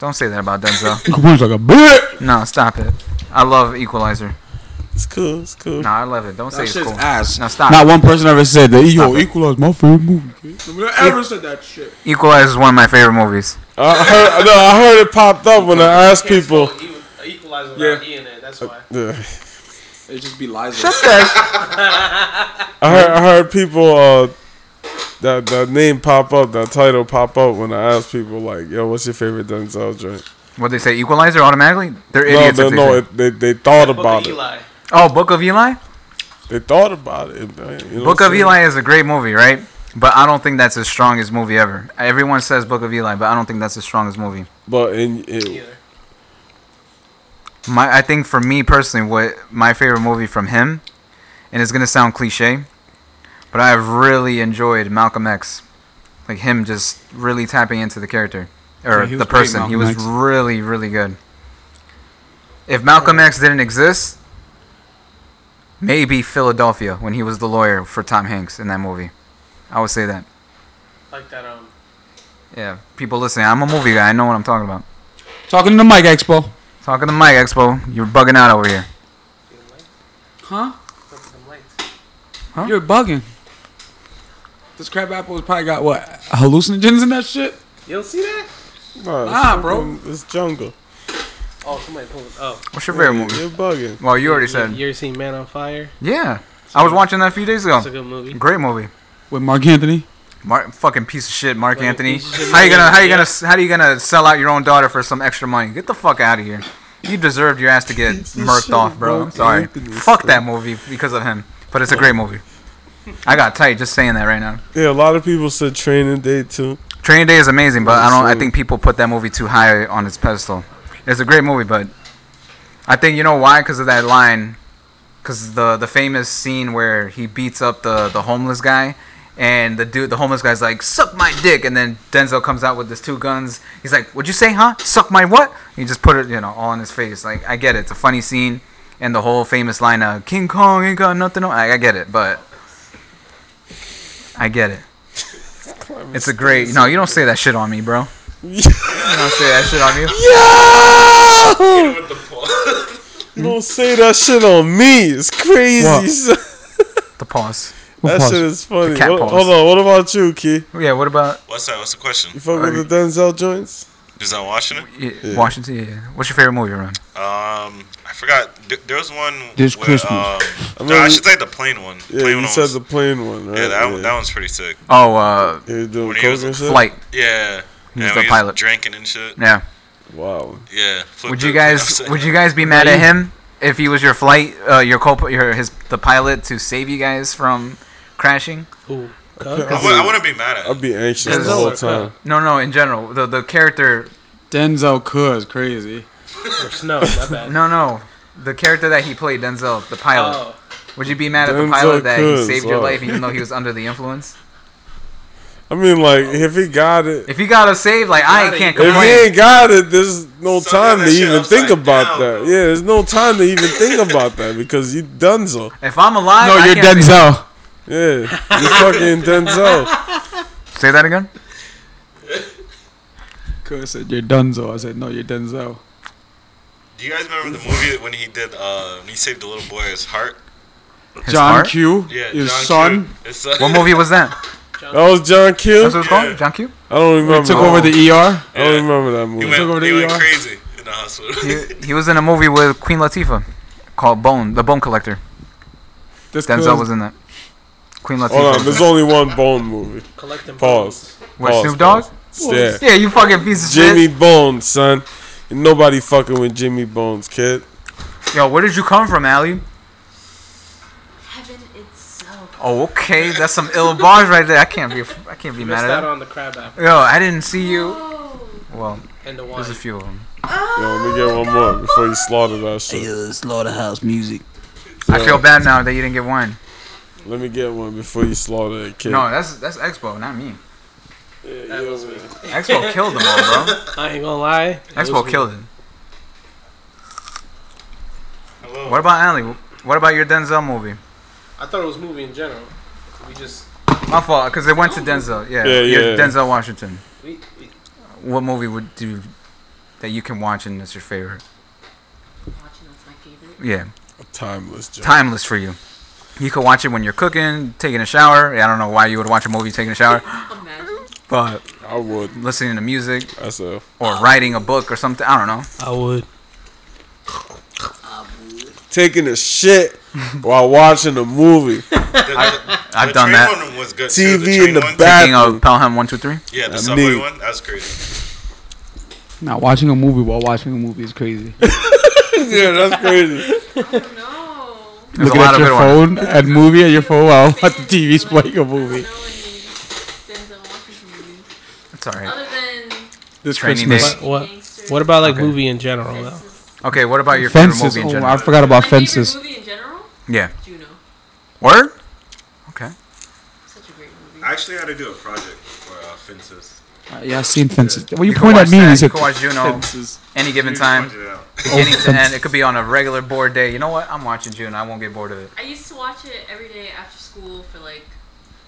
D: Don't say that about Denzel.
A: *laughs*
I: You can punch like a bitch.
D: no, stop it. I love Equalizer.
A: It's cool. It's cool.
D: No, I love it. Don't say
I: That
D: it's
I: shit's
D: cool.
I: ass.
D: No, stop.
B: Not one person ever said that. Yo,
D: Stop it.
B: Equalizer my favorite movie.
I: Nobody ever said that shit.
D: Equalizer is one of my favorite movies.
A: I heard. No, I heard it popped up when I asked people.
E: He was an equalizer
I: Yeah.
E: without E in it. That's why.
A: Yeah.
I: It just be lies.
A: I heard. I heard people. Uh, that that name pop up. That title pop up when I asked people like, "Yo, what's your favorite Denzel joint?"
D: What they say? Equalizer automatically? They're
A: No,
D: idiots.
A: they,
D: if they
A: no,
D: say-
A: it, they they thought
E: Book of
A: about it.
E: Eli.
D: oh, Book of Eli.
A: They thought about it. man, you know
D: Book
A: what I'm
D: of
A: saying?
D: Eli is a great movie, right? But I don't think that's his strongest movie ever. Everyone says Book of Eli, but I don't think that's his strongest movie.
A: But in it,
E: Either.
D: My, I think for me personally, what my favorite movie from him, and it's gonna sound cliche, but I've really enjoyed Malcolm X, like him just really tapping into the character or
B: Yeah, he was
D: the
B: great,
D: person. He
B: Malcolm
D: was
B: X.
D: really, really good. If Malcolm X didn't exist, maybe Philadelphia when he was the lawyer for Tom Hanks in that movie, I would say that.
E: Like that. Um.
D: Yeah, people listening, I'm a movie guy. I know what I'm talking about.
B: Talking to the mic, Expo.
D: Talking to Mike Expo, you're bugging out over here.
E: see them lights?
B: Huh?
E: Look at them lights.
D: Huh?
B: You're bugging. This crab apple's probably got what hallucinogens in that shit.
E: You don't see that?
A: nah, it's
B: Nah, bro.
A: fucking- It's jungle.
E: Oh, somebody pulled. Oh.
D: What's your favorite movie?
A: You're bugging.
D: Well, you already said.
E: You ever seen Man on Fire?
D: Yeah, I was watching that a few days ago.
E: It's a good movie.
D: Great movie.
B: With Mark Anthony.
D: Mark, fucking piece of shit, Mark
E: Fucking
D: Anthony.
E: piece of shit,
D: How you gonna, how you
E: yeah.
D: gonna, how do you gonna sell out your own daughter for some extra money? Get the fuck out of here. You deserved your ass to get murked off, bro. I'm sorry. Fuck that movie because of him. But it's a great movie. I got tight just saying that right now.
A: Yeah, a lot of people said Training Day too.
D: Training Day is amazing, but I don't. I
A: Absolutely.
D: think people put that movie too high on its pedestal. It's a great movie, but I think you know why? Because of that line, because the the famous scene where he beats up the the homeless guy, and the dude, the homeless guy's like, "Suck my dick," and then Denzel comes out with his two guns. He's like, "What'd you say, huh? Suck my what?" He just put it, you know, all in his face. Like, I get it. It's a funny scene, and the whole famous line of "King Kong ain't got nothing on." I, I get it, but I get it. It's a great. No, you don't say that shit on me, bro. You don't say that shit on
A: *laughs*
D: you.
A: Yo! You don't say that shit on me. It's crazy.
B: What?
A: son.
D: The pause.
A: *laughs* that
B: pause?
A: shit is funny.
D: cat
A: What-
D: pause.
A: hold on. What about you, Key?
D: Yeah. What about
C: What's that? What's the question?
A: You fuck with the Denzel joints?
C: Is that Washington?
D: yeah, Washington? Yeah. What's your favorite movie, Ron?
C: Um, I forgot. Th- There was one.
B: This
C: where,
B: Christmas.
C: Um,
A: I
C: I,
A: mean,
C: I
A: we-
C: should say the plain one.
A: Yeah,
C: plain
A: you
C: one
A: said
C: was,
A: the plain one, right?
C: yeah, that one. That one's pretty sick.
D: Oh, uh,
A: Yeah, you doing
C: When he
A: coke
C: was
A: and shit?
D: Flight.
C: Yeah.
D: He was
C: And
D: the
C: we
D: pilot.
C: Drinking and shit.
D: Yeah.
A: Wow.
C: Yeah.
D: Would
C: *laughs*
D: you guys Would you guys be mad at him if he was your flight, uh, your co, your his the pilot to save you guys from crashing?
E: Ooh.
C: I, w- I wouldn't be mad at.
A: I'd
C: Him.
A: be anxious the
D: Denzel
A: whole
D: or
A: time.
D: No, no. In general, the the character.
B: Denzel Cuz crazy.
E: Snow. My bad.
D: No, no. The character that he played, Denzel, the pilot.
E: Oh.
D: Would you be mad at the
A: Denzel
D: pilot that he
A: Cruz,
D: saved your
A: wow.
D: life even though he was under the influence?
A: I mean, like, if he got it,
D: If you got us saved, like I
E: Gotta-
D: can't
A: if
D: complain.
A: he ain't got it, there's no
C: Some
A: time to
C: of that shit
A: even think
C: upside
A: about
C: down,
A: that.
C: though.
A: Yeah, there's no time to even think about that because you Denzel.
D: If I'm alive,
B: No,
D: I
B: you're
D: can't Say,
B: Denzel.
A: Yeah, you fucking Denzel.
D: say that again.
B: Cuz said you're Dunzo. I said no, you're Denzel.
C: Do you guys remember the movie when he did? Uh, when he saved the little boy's heart.
D: His
B: John
D: heart?
B: Q.
C: Yeah.
B: his
C: John
B: son.
C: Q. His son.
D: What movie
B: *laughs*
D: was that?
A: That was John
D: That's what
A: Q.
D: it's called? John Q?
A: I don't remember.
B: Took over the ER.
A: I don't remember that movie.
C: He went,
B: over
C: he
B: the
C: went
B: ER.
C: crazy in the hospital. *laughs*
D: He, he was in a movie with Queen Latifah called Bone, The Bone Collector.
B: This
D: Denzel
B: cuz-
D: was in that. Queen
A: Hold on, there's
D: Latifah.
A: only one Bone movie.
E: Collecting
A: Pause.
D: With
A: Pause,
D: Snoop Dogg?
A: pause. Yeah,
D: Yeah, you fucking piece of
A: Jimmy Bones, son. Ain't nobody fucking with Jimmy Bones, kid.
D: shit. Yo, where did you come from, Allie?
J: Heaven itself.
D: Oh, okay. That's some ill bars right there. I can't be I can't be
E: Missed
D: mad
E: out
D: at
E: on the crab apple
D: that. Yo, I didn't see you.
J: Oh.
D: Well,
E: and the wine.
D: there's a few of them.
H: Oh.
A: Yo, let me get one more before you slaughter that shit.
G: Slaughterhouse music.
D: I feel bad now that you didn't get one.
A: Let me get one before you slaughter that kid.
D: No, that's that's Expo, not me.
A: That was me.
D: Expo killed them all, bro.
E: I ain't gonna lie.
D: Expo killed him. What about Alley? What about your Denzel movie?
E: I thought it was movie in general. We just
D: My fault, because it went to Denzel. Yeah,
A: Yeah,
D: your
A: yeah.
D: Denzel Washington.
E: we, we
D: What movie would do that you can watch and that's your favorite?
J: Watching that's my favorite.
D: Yeah,
A: A timeless joke.
D: timeless for you. You could watch it when you're cooking, taking a shower. Yeah, I don't know why you would watch a movie taking a shower,
J: Imagine.
D: but
A: I would.
D: listening to music
A: That's a
D: or writing a book or something. I don't know.
E: I would.
A: taking a shit while watching a movie.
D: I've done that.
C: One was good too,
A: TV
C: train
A: in the
C: one.
D: Speaking
A: bathroom.
D: of Pelham One Two Three,
C: Yeah, the
A: I
C: subway
A: mean-
C: one. That was crazy.
B: Not watching a movie while watching a movie is crazy.
A: *laughs* yeah, that's crazy.
J: No.
D: there's a
B: Looking
D: lot of
B: at
D: good
B: your phone
D: ones.
B: at movie at your phone while *laughs* the TV's playing a
J: I
B: movie.
J: know any Denzel Washington movies.
D: It's alright.
J: Other than
B: This
D: Training
B: Christmas.
D: Day.
E: What? What about like
D: Okay.
E: movie in general though?
J: Fences.
D: Okay, what about your favorite
B: Fences.
D: movie in
B: Oh,
D: general?
B: I forgot
J: My
B: about fences.
J: favorite movie in general?
D: yeah.
J: Juno.
D: Word. Okay.
J: Such a great movie.
C: I actually had to do a project for uh, fences.
B: Uh, yeah, I've seen fences. Well, you,
D: You can
B: point
D: watch
B: at me.
D: that,
B: and
D: you
B: You
D: can watch Juno. Any given time,
C: Pointed it out.
B: Oh,
D: beginning to end. It could be on a regular bored day. You know what? I'm watching Juno. I won't get bored of it.
J: I used to watch it every day after school for like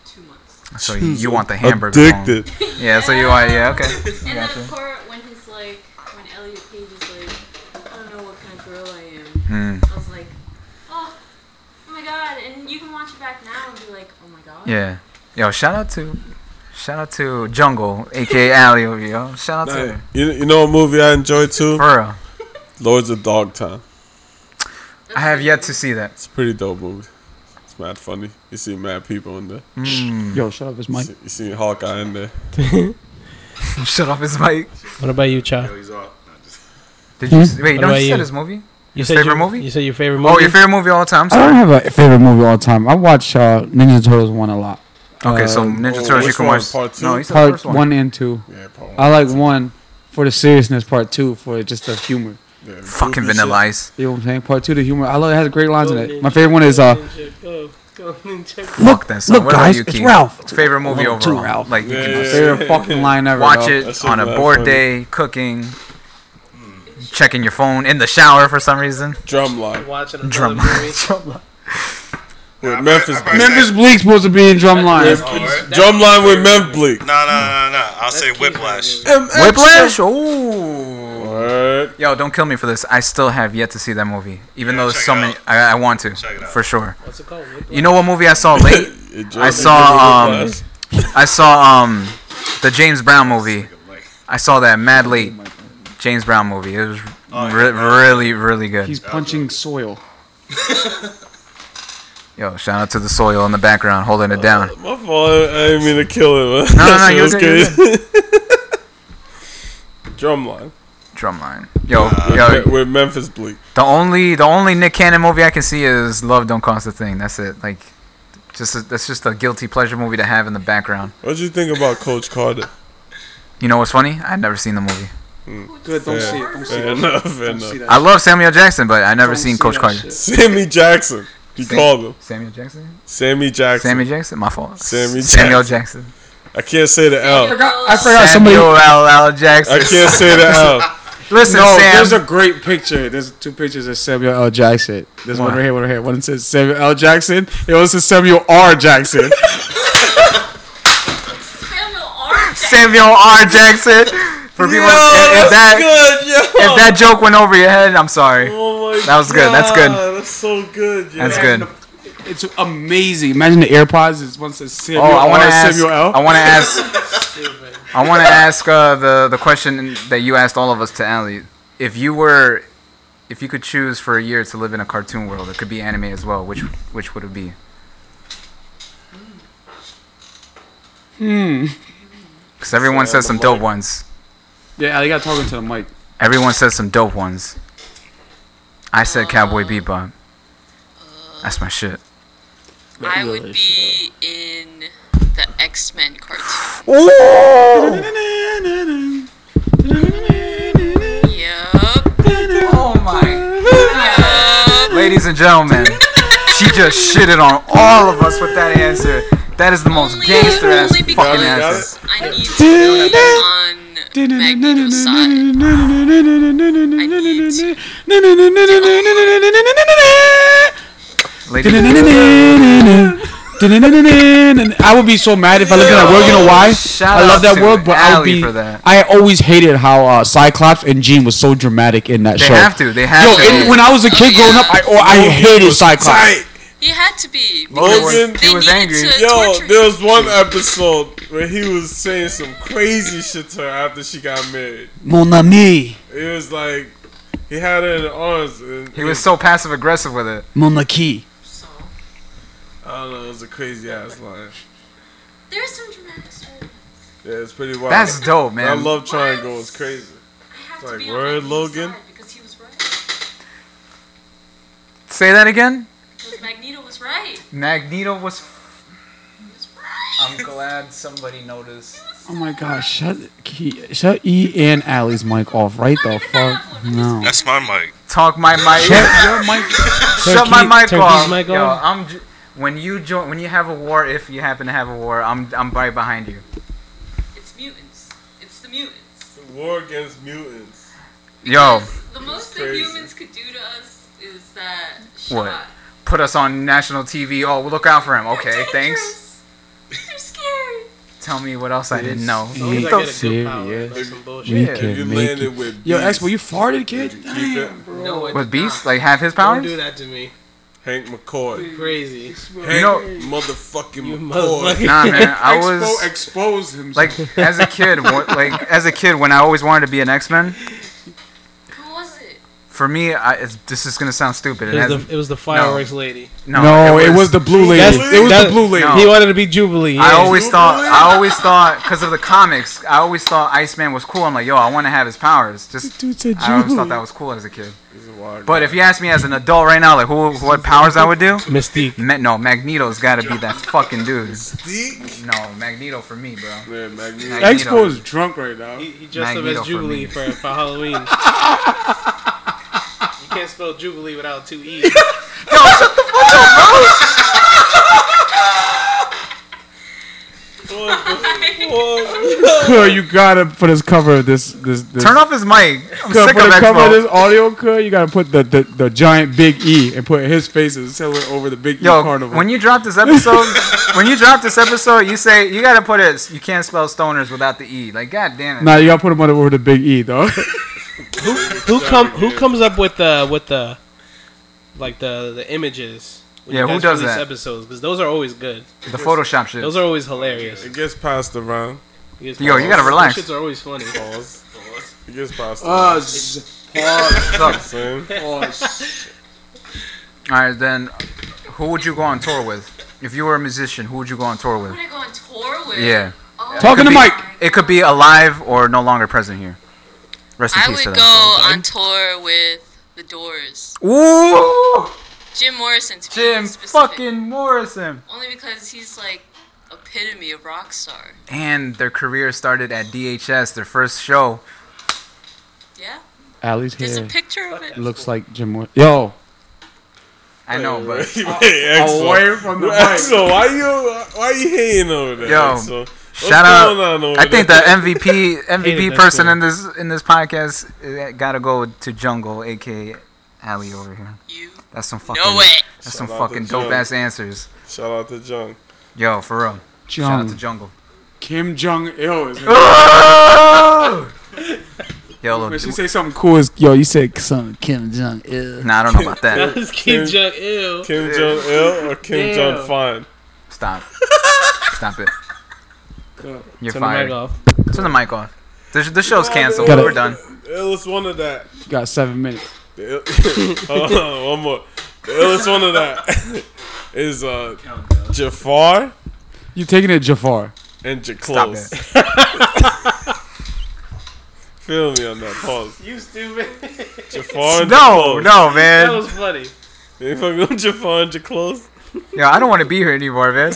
J: two months.
D: So you, you want the hamburger? bone.
A: Addicted.
D: Yeah. So you are. Yeah. Okay.
J: And
D: gotcha.
J: that part when he's like, when Elliot Page is like, I don't know what kind of girl I am.
D: Hmm.
J: I was like, oh, oh my god. And you can watch it back now and be like, oh my god.
D: Yeah. Yo, shout out to, shout out to Jungle, aka Ali over here, yo. Shout out to
A: Nah, you, you know a movie I enjoy too?
D: for real.
A: Lords of Dogtown.
J: That's
D: I have
J: pretty
D: yet
J: good.
D: to see that. *laughs*
A: It's a pretty dope movie. It's mad funny. You see mad people in there.
D: Mm.
B: Yo, shut up, it's
A: You
B: Mike.
A: see, you see Hawkeye in there.
D: Shut off his mic.
E: What about you, Cha?
A: Oh,
C: Yo, he's off. No, just-
D: Did
B: Hmm?
D: you? s- Wait,
E: What
D: no,
E: about
D: you
E: you?
D: said his movie.
E: You
D: said favorite
E: your,
D: movie?
E: You said your favorite movie.
D: Oh, your favorite movie of all time.
B: I don't have a favorite movie all time. I watch uh, Ninja Turtles one a lot.
D: Okay,
B: Uh,
D: so Ninja
A: oh,
D: Turtles, you
A: which
D: can
A: one?
D: watch.
A: Part two?
D: No, he said the
B: part
D: first one.
B: one and two.
A: Yeah,
B: I like one for the seriousness. Part two for just the humor.
D: Fucking Vanilla Ice.
B: You know what I'm saying? Part two, the humor. I love. It has great lines in it. My favorite one is uh,
E: Go, go, ninja.
D: Fuck that song.
B: look,
D: What about
B: guys,
D: you,
B: it's
D: Keith?
B: Ralph.
D: Favorite movie
B: One, two,
D: overall.
B: Ralph.
D: Like you
A: Yeah,
D: can
A: yeah,
B: my
D: just
B: favorite fucking line ever.
D: watch
B: dog.
A: That's
D: it
A: so
D: on a
A: bad,
D: board
A: funny.
D: day, cooking, checking your phone in the shower for some reason.
A: Drumline.
E: Watching another
D: Drum-
E: movie.
A: With Memphis.
C: I- I-
B: Memphis Bleak's supposed to be in Drumline.
A: Memphis-
C: Oh, word?
A: Drumline with Memphis Bleak.
C: No, no, no, no, no. I'll say Whiplash.
D: Whiplash. Ooh.
A: *laughs* Word.
D: Yo, don't kill me for this. I still have yet to see that movie, even
C: Yeah,
D: though
C: check
D: so
C: it
D: many.
C: out.
D: I, I want to
C: Check it out.
D: for sure.
E: What's it called? Whiplash?
D: You know what movie
C: *laughs*
D: I saw late?
A: Enjoy
D: I saw um, I saw um, the James Brown movie.
C: Like,
D: I saw that mad late James Brown movie. It was
C: Oh,
D: re- really, really good.
B: He's punching soil.
D: Yo, shout out to the soil in the background holding it down.
A: My fault. I didn't mean to kill him. *laughs*
D: No, no, no, you're
A: was
D: good,
A: crazy. *laughs* Drumline.
D: Drumline. Yo,
A: With,
D: yo,
A: with Memphis Bleak.
D: the only the only Nick Cannon movie I can see is Love Don't Cost a Thing. That's it. Like, just a, that's just a guilty pleasure movie to have in the background.
A: What'd you think about Coach Carter?
D: You know what's funny? I've never seen the movie.
I: Good. *laughs* Don't see it. Don't see
A: Fair
I: it.
A: enough. Fair
I: Don't see
A: enough.
I: that.
D: I love Samuel Jackson, but I never
I: Don't
D: seen
I: see
D: Coach
I: that
D: Carter.
I: shit.
A: Sammy Jackson. He called him.
D: Samuel Jackson.
A: Sammy Jackson.
D: Samuel Jackson. My fault.
A: Sammy
D: Samuel Jackson.
A: I can't say the L.
J: Samuel L.
B: I forgot somebody.
D: Samuel L. L.
A: I
D: Jackson.
A: can't say the L.
I: *laughs*
D: Listen,
B: No,
D: Oh, Sam.
B: Oh, there's a great picture. There's two pictures of Samuel L. Jackson. There's one
D: Why?
B: right here, one right here. One says Samuel L. Jackson. The other says Samuel R. Jackson. *laughs*
J: Samuel R.
D: Samuel R. Jackson. For people, if, if that
A: good, yo.
D: if that joke went over your head, I'm sorry.
A: oh my
D: That was good, that's good.
A: God, That's so good. Yo.
D: That's good.
B: It's amazing. Imagine the AirPods. It's one says Samuel
D: Oh, I want
B: R.
D: to ask. Oh.
B: Samuel L. *laughs*
D: I want to ask. I want to ask uh, the the question that you asked all of us to Ali. If you were, if you could choose for a year to live in a cartoon world, it could be anime as well. Which which would it be? *laughs*
B: hmm.
D: Because everyone says some dope ones.
B: Yeah, I got talking to the mic.
D: Everyone says some dope ones. I said Cowboy Bebop. That's my shit.
F: I would be in the X Men cartoon. Yup.
D: Oh my!
F: Yup.
D: Ladies and gentlemen, she just shitted on all of us with that answer. That is the most gangster ass fucking answer.
K: I need to know that I'm on Magneto's
B: *laughs*
K: side. I need to.
B: I would be so mad if I lived in that world. You know why?
D: Shout
B: I love
D: out
B: that
D: to
B: world, but I would
D: Ally
B: be.
D: for that.
B: I always hated how uh, Cyclops and Jean was so dramatic in that
D: They
B: show.
D: have to, they
B: Yo,
D: have to.
B: and when I was a kid growing up, I oh, I hated Cyclops.
K: He had to be.
A: Logan,
K: They needed to
A: Yo,
K: torture
A: there was one episode where he was saying some crazy shit to her after she got married.
B: Mon ami,
A: It was like he had her in the arms. And,
D: He was so passive aggressive with it.
B: mon aki.
A: I don't know. It was a crazy ass line.
J: There's some dramatic story.
A: Yeah, it's pretty wild.
D: That's dope, man.
A: I love triangle. It's crazy. It's like word, Logan.
J: Because he was right.
D: Say that again.
J: Because Magneto was right.
D: Magneto was. I'm glad somebody noticed.
B: Oh my gosh, shut Ke- shut E and Allie's mic off right the fuck no.
C: That's my mic.
D: Talk my mic.
B: Shut
D: your mic.
B: Turkey-
D: *laughs* Shut my mic
B: Turkey's
D: off.
B: mic
D: Yo,
B: on?
D: I'm. J- when you join, when you have a war, if you happen to have a war, I'm I'm right behind you.
K: It's mutants. It's the mutants.
A: War against mutants.
D: Yo,
K: The most that
A: crazy.
K: humans could do to us is that shot.
D: what? Put us on national TV. Oh, look out for him. Okay, thanks.
K: They're scary.
D: Tell me what else I didn't know.
B: Ain't
D: What the
B: serious.
D: We
B: We
D: can
A: make
B: can make
A: it.
B: it. Yo, Expo, you farted, kid. Damn, bro.
E: No, I did
D: With Beast?
E: not.
D: Like, have his powers?
E: Don't do that to me.
A: Hank McCoy.
E: Crazy.
A: Hank
D: know-
A: motherfucking
E: You
A: McCoy.
E: motherfucking-
D: *laughs* Nah, man, I
A: Expo
D: was-
A: expose himself.
D: Like as a kid, wha- like as a kid, when I always wanted to be an X Men,
K: Who was it?
D: for me, I, it's, this is gonna sound stupid. It
E: It was
D: has-
E: the, it was the fireworks lady.
D: no,
B: No, it was the blue lady.
E: That's-
B: It was the
E: that's-
B: blue lady.
D: No.
E: He wanted to be Jubilee.
D: I
E: yeah.
D: always thought, I always thought, because of the comics, I always thought Iceman was cool. I'm like, yo, I want to have his powers. Just,
B: Dude said
D: I always
B: Jubilee.
D: thought that was cool as a kid.
A: He's a wild
D: But
A: guy.
D: if you ask me as an adult right now, like who, what powers I would do?
E: Mystique.
D: Ma- no, Magneto's got to be that fucking dude.
A: Deek.
D: No, Magneto for me, bro.
A: Yeah, Magneto.
D: Magneto.
A: Expo is drunk right now.
E: He, he dressed up
D: Magneto
E: as
D: for
E: Jubilee
D: me.
E: for, for,
D: *laughs*
E: Halloween. you can't spell Jubilee without two E.
D: *laughs*
E: E's.
B: Cur, you gotta put his cover of this this. this
D: Turn off his mic. I'm
B: Cur,
D: sick
B: for
D: of
B: the cover of this
D: Expo.
B: audio, Cur, you gotta put the, the, the giant big E and put his face and sell it over the big E
D: Yo,
B: carnival.
D: when you drop this episode, when you drop this episode, you say you gotta put it. You can't spell stoners without the e. Like, god damn it.
B: nah, you gotta put him under over the big E *laughs* though.
E: who come? Who comes up with the with the like the the images? when
D: Yeah,
E: you
D: who
E: guys
D: does
E: release
D: that?
E: Episodes because those are always good.
D: The Photoshop shit.
E: Those are always hilarious.
A: It gets passed around.
E: You
D: Yo, you gotta relax.
E: Those shits are always funny. *laughs*
A: It gets passed
E: Oh,
A: around.
E: *laughs*
D: Sucks.
A: Same.
D: All right, then, who would you go on tour with? If you were a musician, who would you go on tour with?
K: Who did I go on tour with?
D: Yeah.
K: Oh,
B: Talking to
D: Could be-
B: Mike.
D: It could be alive or no longer present here. Rest in
K: I
D: peace to
K: would
D: them.
K: go on tour with the Doors.
D: Ooh,
K: Jim Morrison. To be
D: Jim
K: specific.
D: fucking Morrison.
K: Only because he's like epitome of rock star.
D: And their career started at DHS, their first show.
K: Yeah.
B: Allie's
K: There's a
B: hair
K: picture of it.
B: looks like Jim. Moore. Yo,
D: I know, but
E: Oh,
A: Hey, *laughs* Expo.
B: from
A: Axel, why you why you hating over there?
D: Yo,
A: Axel? What's
D: shout out.
A: going on over
D: I think the
A: there? *laughs*
D: MVP MVP
E: that
D: person
E: shit.
D: in this in this podcast uh, gotta go to Jungle, aka Allie over here.
K: You
D: That's some fucking.
K: know it.
D: That's some
A: Shout out to
D: fucking dope
A: Jungle.
D: ass answers.
A: shout out to John.
D: Yo, for real. Shout out to
B: Jung
D: Jungle.
B: Kim Jong Il. is-
D: Yo, look,
B: When she say something cool, is yo, you said something Kim Jong Il.
D: nah, I don't know
E: *laughs*
D: about that.
E: That's Kim Jong Il.
A: Kim Jong Il or Kim
E: Damn.
A: Jong Fine?
D: Stop. Stop it. You're
E: Turn the
D: fired.
E: mic off.
D: Turn the mic off. The, sh- the show's canceled.
B: Gotta-
D: We're done.
A: Il is one of that. *laughs*
B: You got seven minutes.
A: The ill- Hold on, one more. The ill is one of that *laughs* is uh Jafar
B: You taking it Jafar?
A: and
D: Stop
A: Jaclose.
D: it.
A: *laughs* Feel me on that pause.
E: You stupid. *laughs*
A: Jafar and
D: No,
A: Jaclose.
D: no,
E: that
D: man.
E: was funny.
A: They fucking with Jafar and Jaclose.
D: Yo, I don't want to be here anymore, man.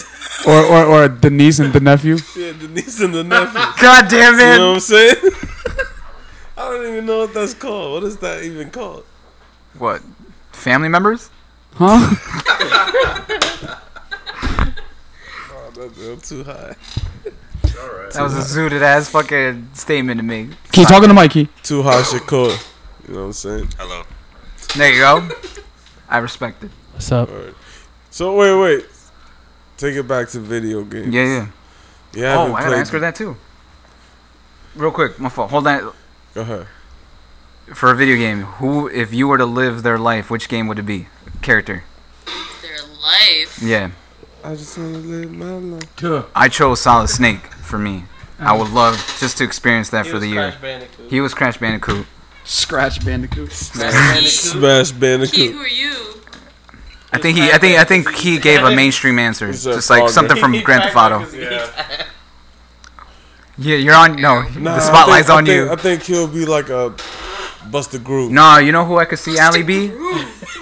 B: Or or or the niece and the nephew?
A: Yeah, the niece and the nephew.
D: God damn
A: You know what
D: it.
A: I'm saying? *laughs* I don't even know what that's called. What is that even called?
D: What? Family members?
B: Huh?
A: Oh, that- that's too high.
D: That was a zooted ass fucking statement to make.
B: Keep talking to Mikey.
A: Too high Shakur. You know what I'm saying?
C: Hello.
D: There you go. I respect it.
B: What's up?
A: So wait, wait. Take it back to video games.
D: Yeah, yeah.
A: Yeah.
D: oh, I gotta answer that too. Real quick, my fault. Hold on.
A: Go ahead.
D: For a video game, who, if you were to live their life, which game would it be? Character.
K: Their life.
D: Yeah.
A: I just wanna live my life.
D: I chose Solid Snake for me. I would love just to experience that for the year. He was Crash Bandicoot.
B: Scratch Bandicoot.
A: Smash
K: Key, who
A: Bandicoot.
K: are you?
D: I think he. I think. I think he gave a mainstream answer,
A: He's a
D: just like
A: fogger.
D: something
E: *laughs*
D: from
A: He's
D: Grand Theft Auto.
E: Yeah.
D: Yeah, you're on. No,
A: Nah,
D: the spotlight's
A: I
D: on
A: think, I
D: you.
A: think, I think he'll be like a Buster Groove
D: No, you know who I could see Allie be?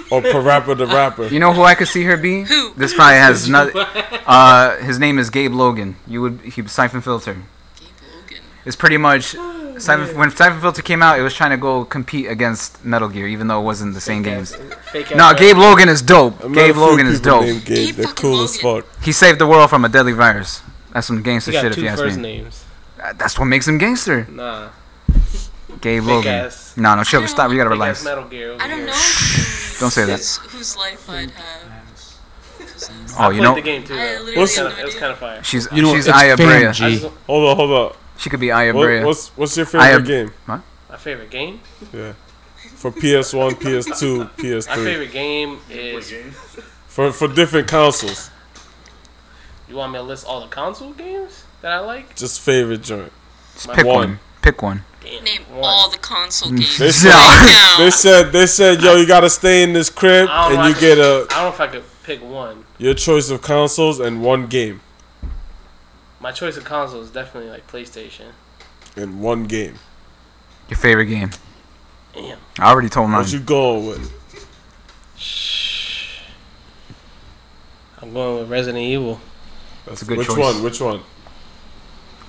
A: or Parappa the
D: *laughs*
A: Rapper.
D: You know who I could see her be? Who? This
A: *laughs*
D: probably has nothing. Uh, his name is Gabe Logan. You would he siphon filter. Gabe Logan. It's pretty much
E: *gasps* Oh,
D: siphon, when siphon filter came out. It was trying to go compete against Metal Gear, even though it wasn't the same games.
E: Fake
D: No,
E: ass-
D: Gabe Logan is dope.
A: I met a
D: Gabe
A: few
D: Logan is
A: people
D: dope.
A: Named Gabe. They're cool as fuck.
D: He saved the world from a deadly virus. That's some gangster
E: He got
D: shit, if
E: two
D: you
E: first
D: ask me.
E: names.
D: Uh, That's what makes him gangster.
E: Nah. Big
D: Gabe Logan.
E: ass-
D: No, no, chill. Stop. You gotta
E: Big
D: relax.
E: ass Metal Gear. over
K: I don't
E: here.
K: know
D: Don't say that.
K: whose, whose life I'd have.
D: Oh,
E: I
D: you
E: played
D: know,
E: the game too.
K: I
E: though.
K: literally
E: It was
K: have no
E: kinda- it was kind of fire.
D: she's
B: You know,
D: she's
B: it's
D: Aya Brea.
B: Fang
E: I
B: G.
E: just,
A: Hold on, hold on.
D: She could be Aya Brea.
A: What, what's what's your favorite
D: I am-
A: game?
E: my favorite game.
A: Yeah. For PS1, PS2,
E: My
A: PS3.
E: favorite game is.
A: For for different consoles.
E: You want me to list all the console games that I like?
A: Just favorite joint.
D: Just pick
A: One.
D: one. Pick one.
K: Name all the console
A: *laughs*
K: games
A: They
D: *laughs*
K: right
A: said,
K: now.
A: they said they said yo you gotta stay in this crib
E: I don't know
A: and you
E: if I
A: get
E: could-
A: a
E: I don't know if I could pick one.
A: your choice of consoles and one game
E: My choice of console is definitely like PlayStation.
A: and one game.
D: Your favorite game.
E: Damn.
D: I already told mine.
A: What you going with?
E: I'm going with Resident Evil.
A: That's
D: a good
A: Which
D: choice.
A: one? Which one?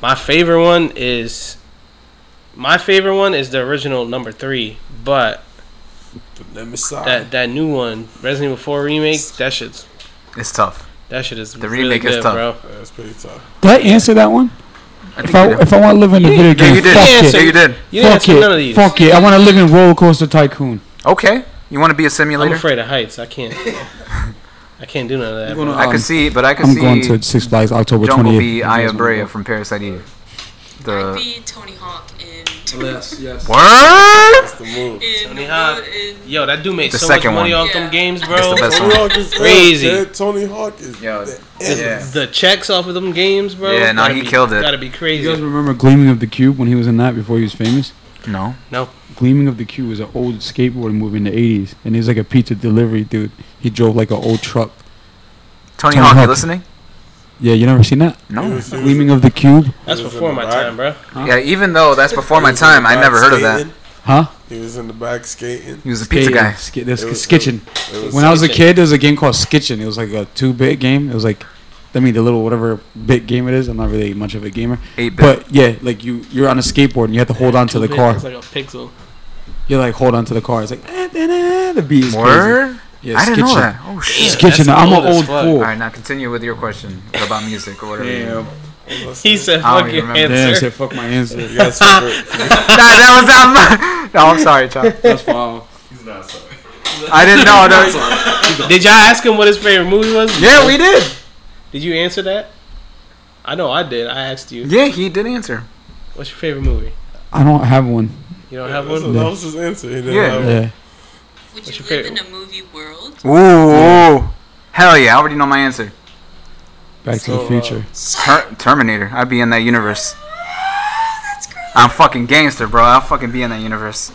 E: My favorite one is. My favorite one is the original number three, but
A: The Nemesis.
E: that that new one, Resident Evil 4 remake, that shit's
D: It's tough.
E: that shit is
D: The
E: really
D: remake is
E: good,
D: tough.
E: bro.
A: That's pretty tough.
B: Did I answer that one?
D: I think
B: If I
D: you did.
B: if I want to live in a video
D: yeah,
B: game,
D: you did.
B: fuck
D: yeah,
B: it.
D: you did.
E: You didn't
B: Fuck
E: answer none of
B: it.
E: these.
B: Fuck it. I want to live in Roller Coaster Tycoon.
D: Okay. You want to be a
E: I'm
D: simulator?
E: afraid of heights. I can't. I can't do none of that.
B: gonna-
E: bro.
D: I
B: Um,
D: could see, but I could
B: I'm
D: see
B: going to Six Flags October
D: Jungle
B: 28th.
D: B Aya Brea from Parasite Eve.
K: I'd
D: The
K: be Tony Hawk in.
B: Yes, yes.
D: what?
A: That's the move.
K: in
E: Tony Hawk.
K: in-
E: Yo, that dude made
D: The
E: so much
D: second
E: money
D: one.
E: off them
K: Yeah.
E: games, bro.
D: That's the best
A: Tony
D: one.
A: Hawk is
E: Crazy.
A: ill, man. Tony Hawk is
D: Yo, yeah.
E: The checks off of them games, bro.
D: Yeah, nah,
E: gotta
D: he
E: be-
D: killed it.
E: Gotta be
B: You guys
E: crazy.
B: remember Gleaming of the Cube when he was in that before he was famous?
D: No.
B: Gleaming of the Cube was an old skateboard movie in the 80s, and he was like a pizza delivery dude. He drove like an old truck.
D: Tony,
B: Tony
D: Hawk, you
B: Hawk.
D: listening?
B: Yeah, you never seen that?
D: No.
B: Gleaming of the Cube?
E: That's before my time, bro.
D: Yeah, even though that's before my time, I never heard of that.
B: Huh?
A: He was in the back skating.
D: He was a pizza guy.
B: Sk- there's
A: It was-
B: Skitchin.
A: It was
B: When I was a kid, there was a game called Skitchin. It was like a two-bit game. It was like, I mean, the little whatever bit game it is. I'm not really much of a gamer,
D: Eight bit.
B: but yeah, like you, you're on a skateboard and you have to hold on to the
E: Two bit,
B: car.
E: It's like a pixel.
B: You like hold on to the car. It's like "Ah, da, da," the beat is crazy.
D: Word?
B: Yeah,
D: I didn't know
B: Skitchin.
D: that. Oh shit.
B: Skitchin.
E: that's
B: I'm
E: old
B: an
E: as
B: old
E: fuck.
B: fool.
D: All right, now continue with your question about music or whatever.
E: *laughs*
D: *laughs*
E: He said, "Fuck
D: I don't even
E: your
D: remember.
B: Damn, I
E: answer."
B: said fuck my answer.
A: *laughs* You guys
B: *laughs*
A: forget-
D: Nah, that was *laughs* not my. No, I'm sorry, Chop.
B: That's foul.
D: I didn't know. No.
E: Did y'all ask him what his favorite movie was?
D: Yeah, we did.
E: Did you answer that? I know I did. I asked you,
D: Yeah, he did answer.
E: "What's your favorite movie?"
B: I don't have one.
E: You don't have
A: That's-
E: one.
A: that was his answer. He didn't
D: Yeah.
A: have
B: Yeah.
K: Would
E: What's
K: you
E: your
K: live in
E: favorite?
K: a movie world?
D: Ooh, hell yeah! I already know my answer.
B: Back to the Future.
D: Ter- Terminator. I'd be in that universe. I'm fucking gangster, bro. I'll fucking be in that universe.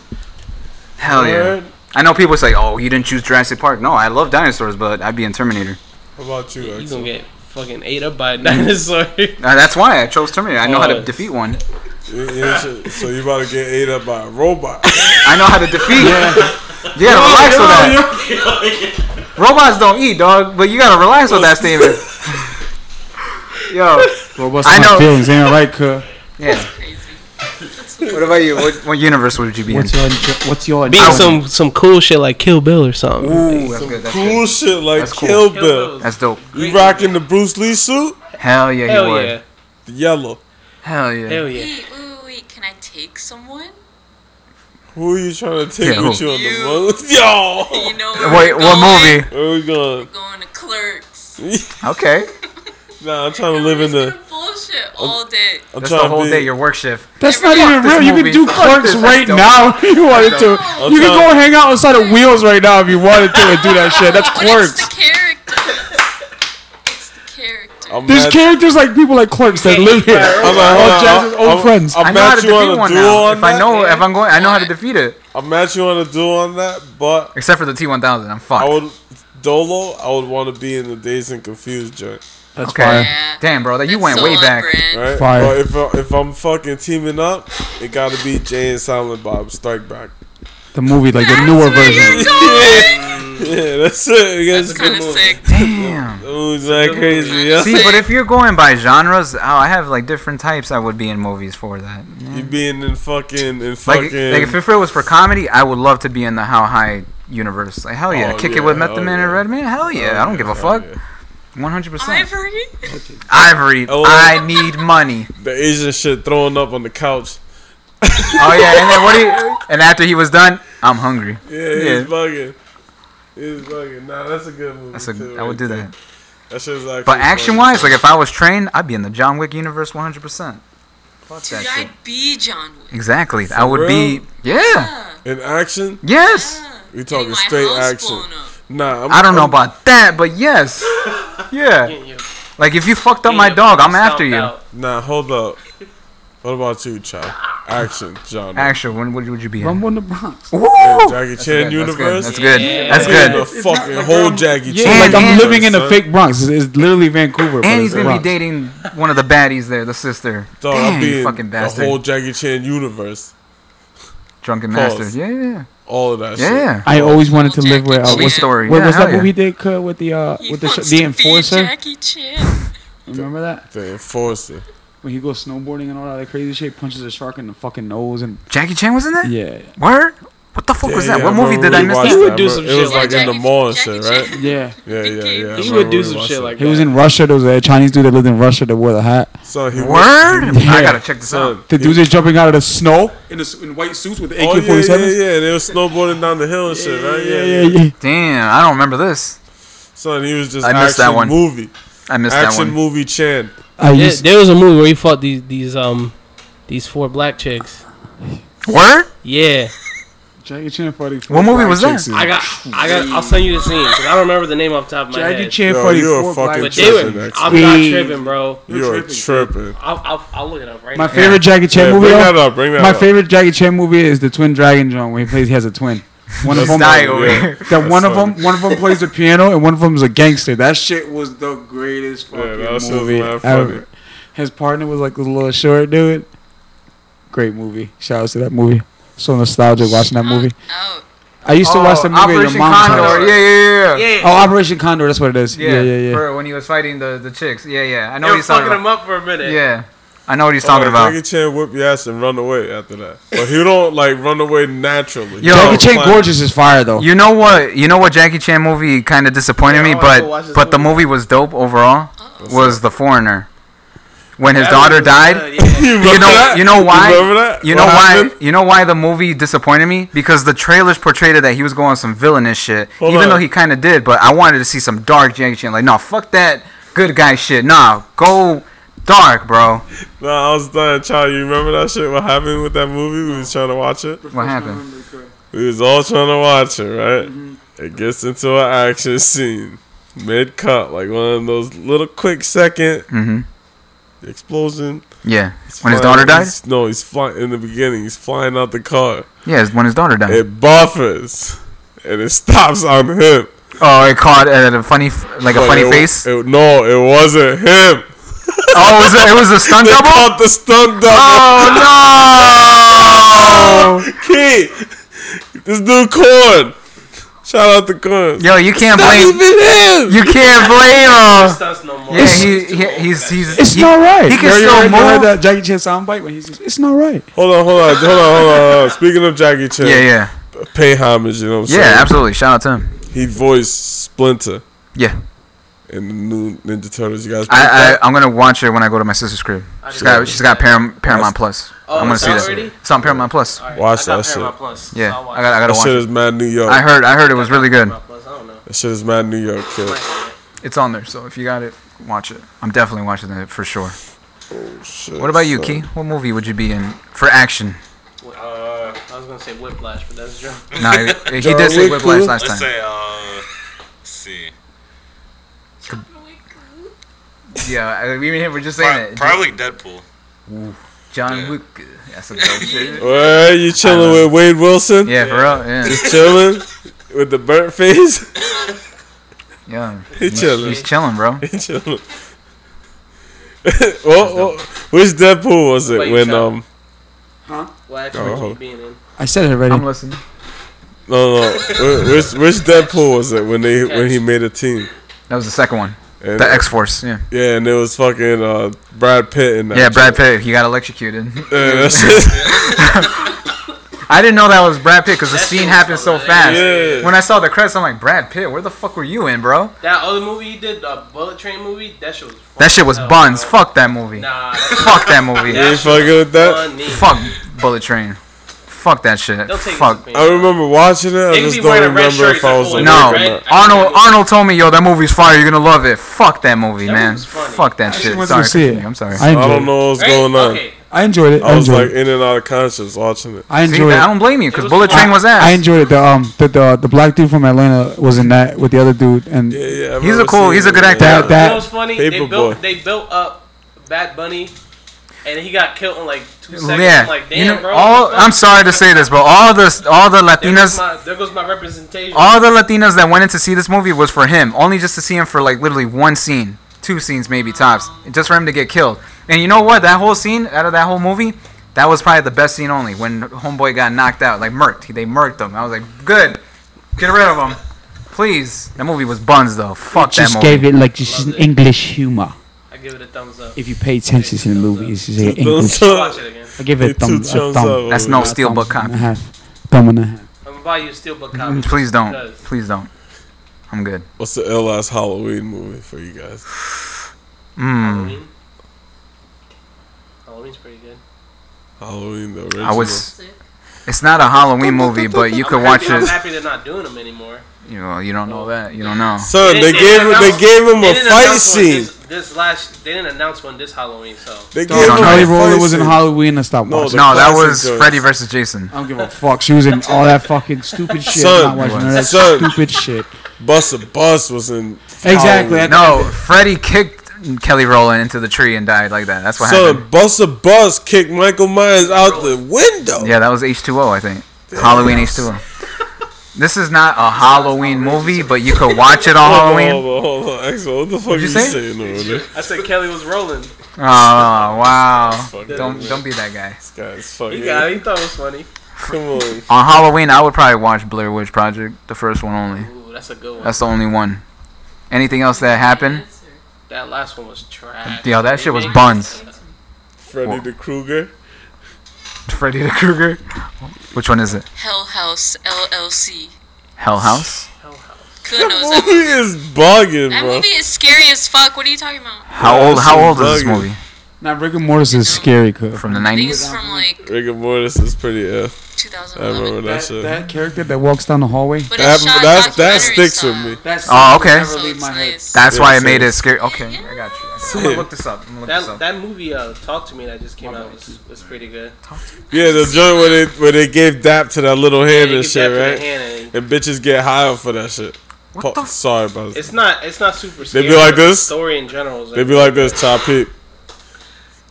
D: Hell yeah!
A: Word.
D: I know people say, "Oh, you didn't choose Jurassic Park." No, I love dinosaurs, but I'd be in Terminator.
A: How about you,
E: You
A: Axel?
E: gonna get fucking ate up by a *laughs* dinosaur?
D: Uh, that's why I chose Terminator. I know how to
E: Oh.
D: defeat one.
A: You- you should- so you about to get ate up by a robot.
D: I know how to defeat. *laughs* You gotta relax with that. Robots don't eat, dog. But you gotta relax with that
E: *laughs*
D: statement. Yo,
B: Robots
D: I
B: I
D: know.
B: know. feelings ain't it right, cuz.
D: yeah.
K: Crazy. That's
D: What about you? What, what universe would you be
A: What's
D: in?
A: your-
E: what's your Being some some cool shit like Kill Bill or something.
D: Ooh, that's
A: Some
D: good. That's
A: cool
D: good.
A: shit like
D: That's cool.
A: Kill
D: Kill
A: Bill.
D: That's dope.
A: You rocking the Bruce Lee suit?
D: Hell yeah, he
E: Hell
D: would.
E: yeah.
A: The yellow.
D: Hell yeah.
E: Hell yeah.
K: Wait, wait, wait, wait. Can I take someone?
A: Who are you trying to take
D: Yeah,
A: with
D: who?
A: you on the road? *laughs* Yo!
K: You know where
D: Wait,
K: we're
D: what
K: going?
D: movie?
A: Where we going?
K: Going to clerks.
D: Okay.
A: Nah, I'm trying to live in the. uh,
K: Bullshit all day.
A: I'm
D: That's the
A: trying
D: whole
A: to be,
D: day, your work shift.
B: That's not
D: Fuck
B: even
D: this
B: real. You
D: movie.
B: can do
D: Fuck
B: clerks
D: this, that's
B: right
D: dope.
B: now if you wanted to.
A: I'm
B: You can
A: trying-
B: go hang out outside of wheels right now if you wanted to and do that shit.
D: *laughs*
B: That's
K: But it's
B: clerks.
K: the characters. it's the characters.
A: I'm
B: There's
A: mad-
B: characters like people like clerks that live here.
A: I'm like,
B: All
A: hold on,
B: Jazz's
A: I'm-
B: old friends.
A: I'm
D: I know how
A: at
D: to
A: you
D: defeat
A: on a
D: one
A: duel
D: now.
A: on
D: If I
A: that.
D: know, if I'm going, I know how to defeat it.
A: I'm at you on a duel on that, but
D: Except for the T1000, I'm
A: I
D: fucked.
A: would Dolo. I would want to be in the Days and Confused joint,
B: That's
D: okay.
B: fire.
K: Yeah.
D: Damn, bro, that you
K: That's
D: went
K: so
D: way
K: on
D: back.
K: brand.
A: right?
B: Fire.
A: But if I, if I'm fucking teaming up, it got to be Jay and Silent Bob Strike Back.
B: The movie, like the newer version.
A: *laughs* Yeah, that's it.
K: That's kind of sick. *laughs*
D: Damn.
A: Oh, is that crazy? Yeah.
D: See, but if you're going by genres, oh, I have like different types I would be in movies for that.
A: You being in fucking in
D: Like,
A: fucking.
D: like if it was for comedy, I would love to be in the How High universe. Like, hell yeah,
A: Oh,
D: kick
A: yeah,
D: it with Method
A: oh,
D: Man
A: yeah.
D: and
A: Oh,
D: Red Man. Hell yeah, I don't give a fuck.
A: yeah.
D: One hundred
K: I'm
D: percent. *laughs* Ivory,
K: Ivory.
A: Oh.
D: I need money.
A: the Asian shit throwing up on the couch.
D: Oh yeah, and then what? do you and after he was done, I'm hungry.
A: Yeah, it's
D: Yeah.
A: bugging. It's bugging. Nah, that's a good movie.
D: That's a,
A: too,
D: I would
A: right
D: do
A: there.
D: that.
A: That shit's like.
D: But action wise, like if I was trained, I'd be in the John Wick universe one hundred percent. Fuck that
K: Dude,
D: shit.
K: I'd be John Wick.
D: Exactly, I would be. Yeah.
A: in action,
D: Yes.
A: we
K: Getting
A: talking
K: my
A: straight
K: house
A: action.
K: blown up.
A: Nah, I'm,
D: I don't know
A: I'm-
D: about that, but yes. Yeah.
E: Getting your-
D: Like if you fucked up
E: getting
D: my
E: your
D: dog, I'm
E: fucking
D: after
E: stomped out.
D: you.
A: Nah, hold up. What about you, child? Action, John.
D: Actually, when would would you be? In?
B: Rumble in the Bronx.
D: Woo!
A: Jackie
D: That's
A: Chan
D: good,
A: universe.
D: That's good.
E: Yeah.
D: That's good.
A: The
D: That's good.
A: fucking whole Jackie
B: Yeah,
A: Chan.
B: like I'm
D: and-
B: living in a
A: son.
B: fake Bronx. It's, it's literally Vancouver. but
D: And
B: it's
D: he's gonna
B: Bronx.
D: be dating one of the baddies there, the sister.
A: Dog,
D: Damn,
A: I'll be
D: you
A: in
D: fucking
A: the
D: bastard.
A: whole Jackie Chan universe.
D: Drunken
A: Pause.
D: master. Yeah, yeah,
A: All of that
D: yeah. yeah.
B: I always wanted to live where I
K: Jackie
D: Police
B: was.
K: Chan.
D: story.
B: What
D: yeah,
B: was
D: hell
B: that
D: yeah.
B: movie they cut with the uh
K: He
B: with the
K: wants
B: sh- the
K: to Be
B: enforcer?
K: Jackie Chan.
B: Remember that
A: shit. The enforcer.
B: when he goes snowboarding and all that crazy shit, punches a shark in the fucking nose and
D: Jackie Chan was in that.
B: yeah,
D: Word. What the fuck
A: Yeah,
D: was
A: yeah,
D: that? what movie
A: remember
D: did I
A: we
D: miss?
A: watched
E: He
D: That?
E: would
A: I
E: do
A: remember- It
E: some
A: was
E: shit
A: like
K: like
A: in the
K: that.
A: mall
K: Jackie
A: shit,
K: Chan.
A: right?
B: yeah.
A: Yeah, yeah, yeah.
E: He
A: I
E: would
A: remember
E: do
A: we
E: some
A: watched
E: shit
A: that.
E: like
B: He
E: that.
B: was in Russia. There was a Chinese dude that lived in Russia that wore the hat.
A: So he
D: Word.
A: He,
D: I gotta check this
A: Son,
D: out.
B: The dudes are jumping out of the snow in, the s in white suits with
A: Oh
B: AK
A: yeah,
B: forty
A: yeah,
B: sevens.
A: yeah. They were snowboarding down the hill and shit, right? Yeah, yeah.
B: yeah, yeah.
D: Damn, I don't remember this.
A: Son, he was just
D: I missed
A: action
D: that one.
A: movie,
D: I missed that
A: action
D: one.
A: movie Chan.
B: I
E: There,
B: used
E: there was a movie where he fought these these um these four black chicks.
D: Word.
E: Yeah,
B: Jackie Chan fighting. four
D: What movie
B: black
D: was that?
B: chicks in it.
E: I got I got. I'll send you the scene 'cause I don't remember the name off the top of my
B: Jackie
E: head.
B: Chan
A: Yo,
B: fighting.
A: you're a
B: four
A: fucking
E: But
B: black
A: Chan.
E: they
B: chicks.
A: Dude.
E: were. I'm not tripping, bro.
A: You are
B: tripping,
A: tripping.
E: I'll, I'll, I'll look it up right
B: My
E: now.
B: favorite Jackie Chan
A: Yeah,
B: movie.
A: bring
B: though-
A: that up. Bring that
B: My
A: up.
B: favorite Jackie Chan movie is the Twin Dragon John, where he plays he has a twin. One of them,
D: dying over
A: Yeah.
D: here.
B: that one of
A: That's
B: them, one of them plays the piano, and one of them is a gangster. That shit was the greatest
A: Yeah,
B: fucking
A: that shit was
B: movie
A: mad funny.
B: ever. His partner was like this little short dude. Great movie. Shout out to that movie. So nostalgic watching that movie.
K: Out.
B: I used to
D: Oh,
B: watch that movie at your
D: Operation
B: mom's
D: Condor.
B: house.
D: Yeah, yeah, yeah. yeah.
B: Oh, Operation Condor. That's what it is. Yeah, yeah, yeah.
D: For when he was fighting the, the chicks. Yeah, yeah. I know
E: They
D: what
E: were
D: he's talking
E: fucking
D: about.
E: him up for a minute.
D: Yeah. I know what he's
A: Oh,
D: talking about.
A: Jackie Chan whip your ass and run away after that. But he don't like run away naturally.
D: Yo,
B: Jackie
D: Oh,
B: Chan
A: Like,
B: Gorgeous is fire though.
D: You know what? You know what? Jackie Chan movie kind of disappointed
E: Yeah, I
D: me,
E: wanna go watch
D: but
E: this
D: but the movie was dope overall. Was The Foreigner? When his daughter died.
E: uh, Yeah. *laughs*
A: You,
D: You
A: remember
D: know,
A: that?
D: you know why?
A: remember that?
D: You
A: What
D: know why?
A: happened?
D: You know why the movie disappointed me? Because the trailers portrayed it that he was going on some villainous shit,
A: Hold
D: even
A: on.
D: though he kind of did. But I wanted to see some dark Jackie Chan. Like, no, fuck that good guy shit. Nah, go dark, bro.
A: Nah, I was dying, child. You remember that shit? What happened with that movie? We was trying to watch it.
D: What happened?
A: We was all trying to watch it, right?
D: Mm-hmm.
A: It gets into an action scene, mid cut, like one of those little quick second
D: hmm
A: explosion.
D: Yeah.
A: He's
D: When his
A: flying-
D: daughter died.
A: he's- no, he's flying in the beginning. He's flying out the car.
D: Yeah, it's when his daughter died.
A: It buffers, and it stops on him.
D: oh, it caught uh, a funny, f- like a
A: But
D: funny
A: it-
D: face.
A: it- no, it wasn't him.
D: oh, it was a, it was a stunt
A: They
D: double.
A: caught the stunt double. *laughs*
D: Oh no!
A: Key, this dude corn. Shout out to Corn.
D: Yo, you can't
A: It's not
D: blame.
A: even him.
D: You can't blame him.
E: Stunts no more.
D: Yeah,
E: It's-
D: he, he, he's he's.
I: It's
D: he-
I: not right.
D: He can
I: Yo, you
D: still
I: heard- you heard
D: move.
I: that Jackie Chan soundbite when he says, "It's not right."
A: Hold on, hold on, hold on, hold on. hold on. Speaking of Jackie Chan,
D: Yeah, yeah,
A: pay homage. You know what I'm
D: yeah.
A: saying?
D: Absolutely. Shout out to him.
A: He voiced Splinter
D: Yeah,
A: in the new Ninja Turtles. You guys, peep
D: I, I
A: that?
D: I'm gonna watch it when I go to my sister's crib. She's got she's got Param, Paramount Plus.
E: Oh,
D: I'm gonna
E: it's
D: see
E: out
D: that.
E: already?
D: It's on Paramount Plus.
E: All right,
A: watch
E: I
A: that
E: got
A: shit.
E: Paramount Plus.
D: Yeah,
E: I'll watch
D: I got I
A: That
D: gotta watch.
A: shit is
D: It.
A: mad New York.
D: I heard I heard it was really good.
E: Paramount Plus. I don't know.
A: That shit is mad New York, kid.
D: It's on there, so if you got it, watch it. I'm definitely watching it for sure.
A: Oh, Shit,
D: What about you,
A: son.
D: Key? What movie would you be in for action?
E: Uh, I was gonna say Whiplash, but that's *laughs* John.
D: No,
A: *laughs*
D: he he
A: John
D: did say
A: Wick,
D: Whiplash
A: cool.
D: last
C: Let's
D: time.
C: say, uh, let's see.
D: Yeah, I- we were just
C: Pro-
D: saying it.
C: probably Deadpool.
D: John Wick. That's a dope
E: *laughs*
D: shit.
A: Where you chilling with Wade Wilson?
D: Yeah, for
A: *laughs*
D: real. Yeah,
A: Just chilling with the burnt face. *laughs*
D: yeah.
A: He chilling.
D: He's chilling,
A: *laughs*
D: bro.
A: He chilling. well, well, which Deadpool was
E: What about
A: it
E: you,
A: when
E: Chad?
A: um
E: Well, actually,
A: Oh.
E: you being in.
B: I said it already.
D: I'm listening.
A: no no wh- which which Deadpool was it when they when he made a team
D: That was the second one.
A: and,
D: The X Force. Yeah.
A: yeah and it was fucking uh Brad Pitt and that
D: Yeah, Brad Pitt. He got electrocuted.
A: *laughs* yeah, that's it.
D: I didn't know that was Brad Pitt because the
E: That
D: scene
E: shit
D: happened
E: was
D: so
E: hilarious.
D: fast.
A: Yeah.
D: When I saw the credits, I'm like, Brad Pitt, where the fuck were you in, bro?
E: That other movie he did, uh, Bullet Train movie, that shit was. fun
D: That shit
E: as
D: was
E: hell,
D: buns.
E: bro.
D: Fuck that movie.
E: Nah.
D: Fuck that movie.
A: You ain't fucking with that.
E: Funny.
D: Fuck Bullet Train. Fuck that shit.
E: They'll take
D: Fuck.
A: *laughs*
E: it.
A: I remember watching it. I
E: They be
A: just
E: wearing a
A: don't
E: red
A: remember
E: shirt
A: if I
E: the
A: was
E: whole
A: awake
E: movie,
D: No,
A: or
E: Right?
A: not.
D: Arnold. Arnold told me, yo, that movie's fire. You're gonna love it. Fuck that movie,
E: That
D: man.
E: movie's funny.
D: Fuck that shit.
I: went to
D: Sorry,
I: see it.
D: continue. I'm sorry.
I: I
A: I
I: enjoyed
A: don't
I: it.
A: know what's
E: Right?
A: going on.
E: Okay.
I: I enjoyed it. I,
A: I was
I: enjoyed
A: like
I: it.
A: in and out of conscious watching it.
I: I
D: See,
I: enjoyed
D: I
I: it.
D: don't blame you because
E: was
D: Bullet
E: fun.
D: Train was ass.
I: I enjoyed it. The um the, the the black dude from Atlanta was in that with the other dude and
A: Yeah, yeah. I
D: He's a
A: remember
D: cool.
A: seeing
D: He's a
A: it. uh,
D: good actor.
I: that
E: You know what's
I: that
E: funny? they
A: Paperboy.
E: built they built up Bad Bunny, and he got killed in like two seconds.
D: yeah.
E: I'm like, damn,
D: you know,
E: bro.
D: all.
E: what the fuck?
D: I'm sorry to say this, but all the all the
E: There goes,
D: Latinas.
E: my, there goes my representation.
D: all the Latinas that went in to see this movie was for him, only just to see him for like literally one scene, two scenes maybe tops, just for him to get killed. And you know what? That whole scene out of that whole movie, that was probably the best scene only when homeboy got knocked out, like murked. They murked him. I was like, good, get rid of him, please. That movie was buns though. Fuck that
B: just
D: movie.
B: gave it like just an English humor.
E: I give it a thumbs up.
B: If you pay attention to the movie, it's just
A: *laughs*
B: an English.
A: Thumbs up.
E: Watch it again.
B: I give it a
A: Two
B: thumb. A
A: thumbs
B: thumb.
A: up.
D: That's no
B: A
D: steelbook
B: thumbs and a
D: copy.
B: half. Thumb and a half.
E: I'm gonna buy you a steelbook copy.
D: Mm, Please don't.
E: because
D: Please don't. I'm good.
A: What's the ill last Halloween movie for you guys?
D: Mm.
E: Halloween. Halloween's pretty good.
A: Halloween the original.
D: I was. It's not a Halloween movie, but you could
E: I'm
D: watch
E: happy, *laughs* I'm
D: it.
E: happy they're not doing them anymore.
D: You know, you don't know that. You don't know.
A: Son, they
E: didn't
A: gave him they
E: announce-
A: gave him
E: they
A: a
E: didn't
A: fight
E: announce one
A: scene.
E: This, this last, they didn't announce one this Halloween, so
A: They gave
D: Don't
A: him
D: know.
A: a
D: Charlie
A: fight
I: Kelly Roller was in
A: scene.
I: Halloween and stopped
A: No,
I: watching.
A: the
D: No, that
A: classic
D: was
A: joints.
D: Freddy versus Jason.
I: I don't give a fuck. She was in all that fucking stupid shit.
A: Son,
I: I'm not watching all that
A: son.
I: stupid
A: *laughs*
I: shit.
A: Bus a bus was in.
I: Exactly.
A: Halloween.
D: No, Freddy kicked Kelly Rowland into the tree and died like that. That's what
A: Son,
D: happened.
A: bus a bus kicked Michael Myers out the window.
D: Yeah, that was H2O, I think. Halloween H2O. This is not a Halloween movie, but you could watch it on
A: Hold on,
D: Halloween.
A: Hold on, hold on, Axel, what the fuck are
D: you
A: you
D: say?
A: saying over there?
E: I said Kelly was rolling.
D: Oh, wow.
A: Fucking
D: Don't
A: man.
D: don't be that guy.
A: This guy's
E: He
A: fucking.
E: got, it, he thought it was funny.
A: Come on.
D: On Halloween, I would probably watch Blair Witch Project, the first one only.
E: Ooh, that's a good one.
D: That's the only one. Anything else that happened?
E: that last one was trash.
D: Yo, that
E: They
D: shit was
E: made-
D: buns. *laughs*
A: Freddy the Krueger.
D: Freddy the Krueger. Which one is it?
K: Hell House
A: *laughs*
K: LLC.
D: Hell House?
E: Hell, hell.
K: Good knows
A: Movie
K: that.
A: is bugging,
K: That
A: bro.
K: movie is scary as fuck. What are you talking about?
D: How
A: Yeah,
D: old
A: that
D: how
A: shit
D: old is this
A: bugging.
D: movie?
I: Now Rigor Mortis is scary. Cause
D: From the
K: I think it's
D: 90s?
K: from like
A: Rigor Mortis is pretty ill. I
K: 2011.
A: remember that,
I: that,
A: shit.
I: that character that walks down the hallway.
K: But
A: That-
K: it's shot
A: that, that
K: documentary
A: sticks with
K: style,
A: me.
I: That's
D: Oh, okay. never
K: So it's nice.
D: That's
A: Yeah,
D: why it
A: so-
D: made it scary. Okay, I got you. I am gonna look this up. I'm gonna look this
E: That,
D: up.
E: that movie, uh, Talk to Me, that just came out was, was pretty good.
A: Yeah, the joint where they where they gave dap to that little hand
E: They
A: and
E: give
A: shit,
E: that to the
A: right?
E: hand and-
A: And bitches get high for that shit. Pa- Sorry about that.
E: It's not. It's not super. Scary,
A: be like
E: but the
A: this?
E: Story in general. Is
A: They be like this, chop peep.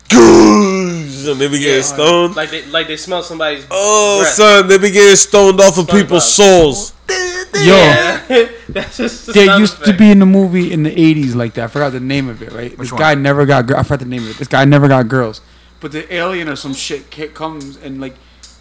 A: Goose! And they be getting stoned.
E: like they like they smell somebody's.
A: Oh,
E: breath.
A: son, they be getting stoned off of people's souls.
I: Yo,
E: *laughs* That's just the
I: there
E: sound
I: used to
E: effect.
I: be in the movie in the '80s like that. I forgot the name of it. Right, this
D: one?
I: guy never got. Gir- I forgot the name of it. This guy never got girls. But the alien or some shit ca- comes and like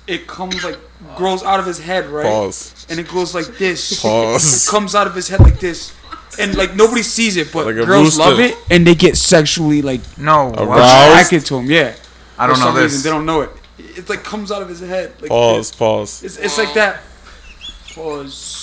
L: it comes like grows out of his head, right?
A: Pause.
L: And it goes like this.
A: Pause.
L: It comes out of his head like this. And like nobody sees it, but
A: Like a
L: girls
A: rooster.
L: love it, and they get sexually like
D: no
L: attracted to him. Yeah,
D: Oh, I don't
L: For
D: know
L: some
D: this. Oh.
L: Reason, they don't know it. It like comes out of his head. Like
A: Pause,
L: this.
A: pause.
L: It's, it's like that. Pause.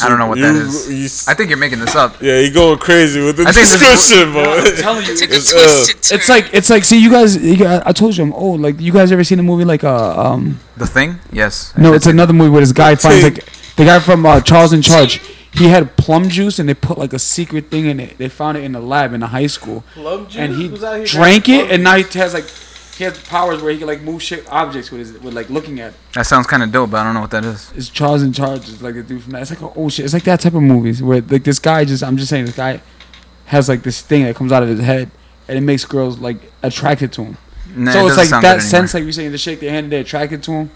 D: I don't know what that is.
A: You- you-
D: I think you're making this up.
A: Yeah, he going crazy with the *laughs*
D: I think this-
A: description, bro.
D: No, I'm telling you, It took a
A: It's,
D: twisted
A: uh,
B: It's like it's like see you guys. You guys I told you I'm old. Like you guys ever seen the movie like uh um
D: The Thing? Yes.
B: No, it's another movie where this guy finds like the guy from uh, Charles in Charge. He had plum juice and they put like a secret thing in it. They found it in the lab in the high school.
L: Plum juice?
B: And he
L: Who's out here
B: drank
L: drinking
B: it and now he has like he has powers where he can like move shit objects with his with like looking at.
D: That sounds kind of dope, but I don't know what that is.
B: It's Charles in Charge. It's like the dude from that. It's like oh shit. It's like that type of movies where like this guy just I'm just saying this guy has like this thing that comes out of his head and it makes girls like attracted to him.
D: Nah, it
B: so it's
D: doesn't
B: like
D: sound
B: that
D: good
B: sense like you're saying to shake their hand and they're attracted to him.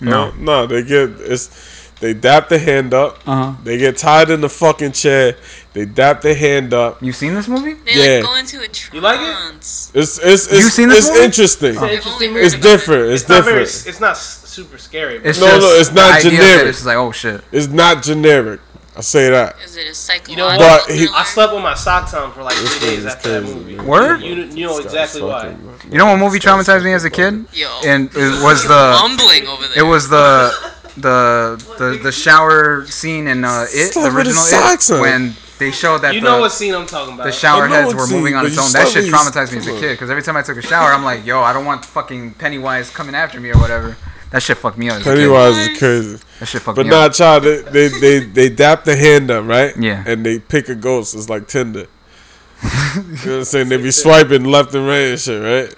A: No, no, they get it's they dap the hand up.
B: Uh-huh.
A: They get tied in the fucking chair. They dap the hand up.
D: You seen this movie?
K: They
A: yeah,
K: like go into a trance. You
E: like it?
A: it's it's it's,
D: You seen this
A: it's
D: movie?
A: interesting.
E: It's an interesting
A: It's
E: movie.
A: different. It's,
E: not
A: different.
E: very- it's not s- super scary. but-
A: It's no, no, it's not generic.
D: It's like, oh shit.
A: It's not generic. I say that.
K: Is it a psychological?
E: You know
A: But
E: what?
A: he-
E: I slept with my socks on for like
A: This
E: three
A: thing
E: days
A: is
E: after that
A: crazy,
E: movie.
A: man.
D: Word?
E: You, kn- you know exactly why.
D: You know what movie traumatized me as a kid? And it
E: uh,
D: was the
K: Mumbling over there.
D: It was the the the, the shower scene in uh, it,
E: Stop
D: the
E: with the
D: original
E: socks
D: it,
E: on.
D: when they showed that
E: You
D: the,
E: know what scene I'm talking
A: Uh,
E: about.
D: the shower
E: I know
D: heads
E: what
D: were
E: scene,
D: moving on
E: but
D: its
E: you
D: own. That
E: stop
D: shit
E: with-
D: traumatized me as a
E: come on.
D: kid because every time I took a shower, I'm like, yo, I don't want fucking Pennywise coming after me or whatever. That shit fucked me up. as a kid.
A: Pennywise is crazy.
D: That shit fucked
A: But
D: me
A: nah,
D: up.
A: child, they they, they they dap the hand up, right?
D: Yeah.
A: And they pick a ghost. It's like Tinder. you know what I'm saying? They be swiping left and right and shit, right?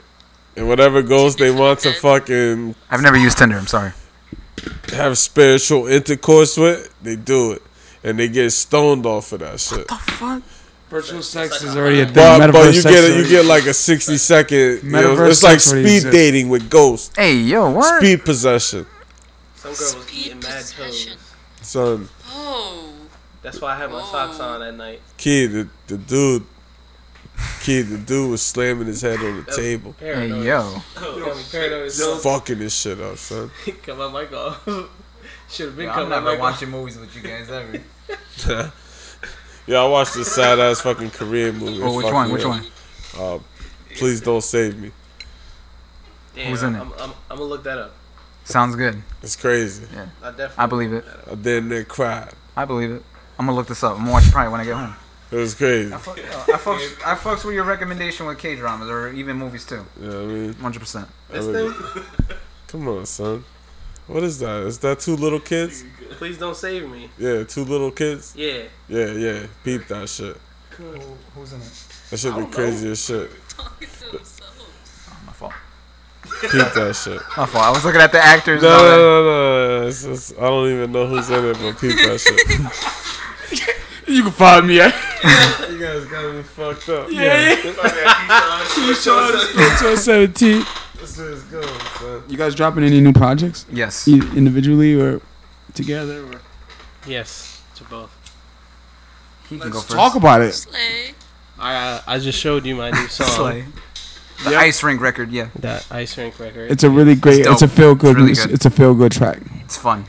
A: And whatever ghost they want to fucking
D: I've never used Tinder. I'm sorry.
A: have spiritual intercourse with, they do it, and they get stoned off of that shit.
L: Fuck. Virtual sex is already a thing.
A: But, but
L: Metaverse
A: you
L: sex
A: get a,
L: already-
A: you get like a sixty second. You know,
L: Metaverse
A: it's like
L: sex already
A: speed
L: exists.
A: dating with ghosts.
D: Hey yo, what?
A: Speed possession,
E: Some girl was eating mad toes.
A: son.
K: Oh,
E: That's why I had my socks on at night.
A: Kid, the, the dude. Kid, the dude was slamming his head on the
E: That was
A: table.
E: paranoid.
A: Just
E: Yo, paranoid.
A: fucking this shit up, son.
E: Come on, Michael. *laughs* Should have been coming.
D: Yo, I'm never
E: Michael.
D: watching movies with you guys ever.
A: yeah, I watched this sad ass fucking Korean movie.
D: Oh, which
A: Fuck
D: one?
A: me
D: Which
A: up.
D: one?
A: Uh, please don't save me.
E: Damn,
D: Who's in it?
E: I'm, I'm, I'm gonna look that up.
D: Sounds good.
A: It's crazy.
D: Yeah.
E: I definitely.
D: I believe it.
A: I damn near cried.
D: I believe it. I'm gonna look this up. I'm gonna watch it probably when I get home.
A: It was crazy.
D: I fuck- I fucks, I fucks with your recommendation with K dramas or even movies too.
A: Yeah, I mean,
D: hundred percent.
E: This
A: Come on, son. What is that? Is that two little kids?
E: Please don't save me.
A: Yeah, two little kids.
E: Yeah.
A: Yeah, yeah. Peep that shit.
D: Who's in it?
A: That should be crazy as
B: *laughs*
A: shit.
D: My fault.
A: Peep that shit.
D: My fault. I was looking at the actors.
A: No,
D: and all
A: no,
D: that.
A: no, no. It's just, I don't even know who's in it, but peep that
B: *laughs*
A: shit.
B: You can find me *laughs* at.
A: you guys got me fucked up.
B: Yeah. Keyshawn 17.
A: This is good, son.
B: You guys dropping any new projects?
D: Yes.
B: E- individually or together? Or?
E: Yes, to both.
D: He
B: can go first. talk about it.
E: I uh, I just showed you my
D: *laughs*
E: new song.
D: Slay. The Ice Rink record, yeah.
E: That Ice Rink record.
B: It's a really great. It's, a
D: dope.
B: feel good. It's,
D: It's really good.
B: a feel good track.
D: It's fun.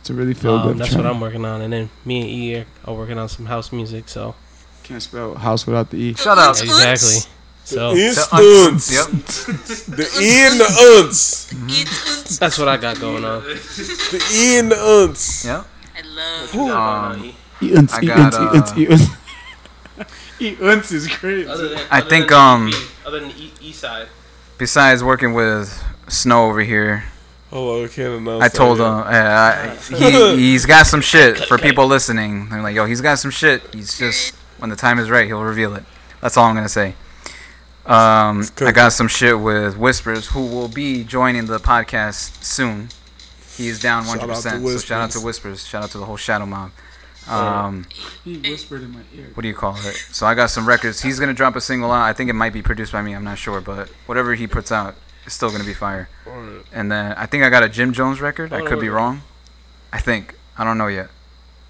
B: It's a really feel
E: Um,
B: good.
E: that's
B: track.
E: what I'm working on, and then me and E are- are working on some house music. So
B: Can't spell house without the e.
D: Shut up.
E: Exactly. So
D: *laughs*
A: The
E: So-
A: instance.
D: Oh, Yep.
A: The E and the unts.
E: that's what I got going on.
A: The E and the unts.
D: Yeah.
E: Um,
B: E unts,
D: I
B: e
D: got,
B: unts, e unts,
D: uh,
B: e unts. E unts is crazy.
E: Other than,
D: I
E: other
D: think,
E: than
D: um,
E: E- other than E- East Side.
D: Besides working with Snow over here,
A: Hold on, I can't announce.
D: I told him
A: that
D: uh,
A: *laughs*
D: I, he, he's got some shit for people listening. They're like, yo, he's got some shit. He's just when the time is right, he'll reveal it. That's all I'm gonna say. Um, I got some shit with Whispers, who will be joining the podcast soon. He is down
A: Shout out to
D: 100. percent So shout out to
A: Whispers.
D: Whispers. Shout out to the whole Shadow Mob.
B: Alright.
D: Um,
B: Oh, He whispered in my ear.
D: what do you call it? So I got some records. He's gonna drop a single out. I think it might be produced by me. I'm not sure, but whatever he puts out, it's still gonna be fire.
A: Alright.
D: And then I think I got a Jim Jones record. I
E: Hold
D: could
E: on,
D: be
E: hold on.
D: wrong. I think I don't know yet.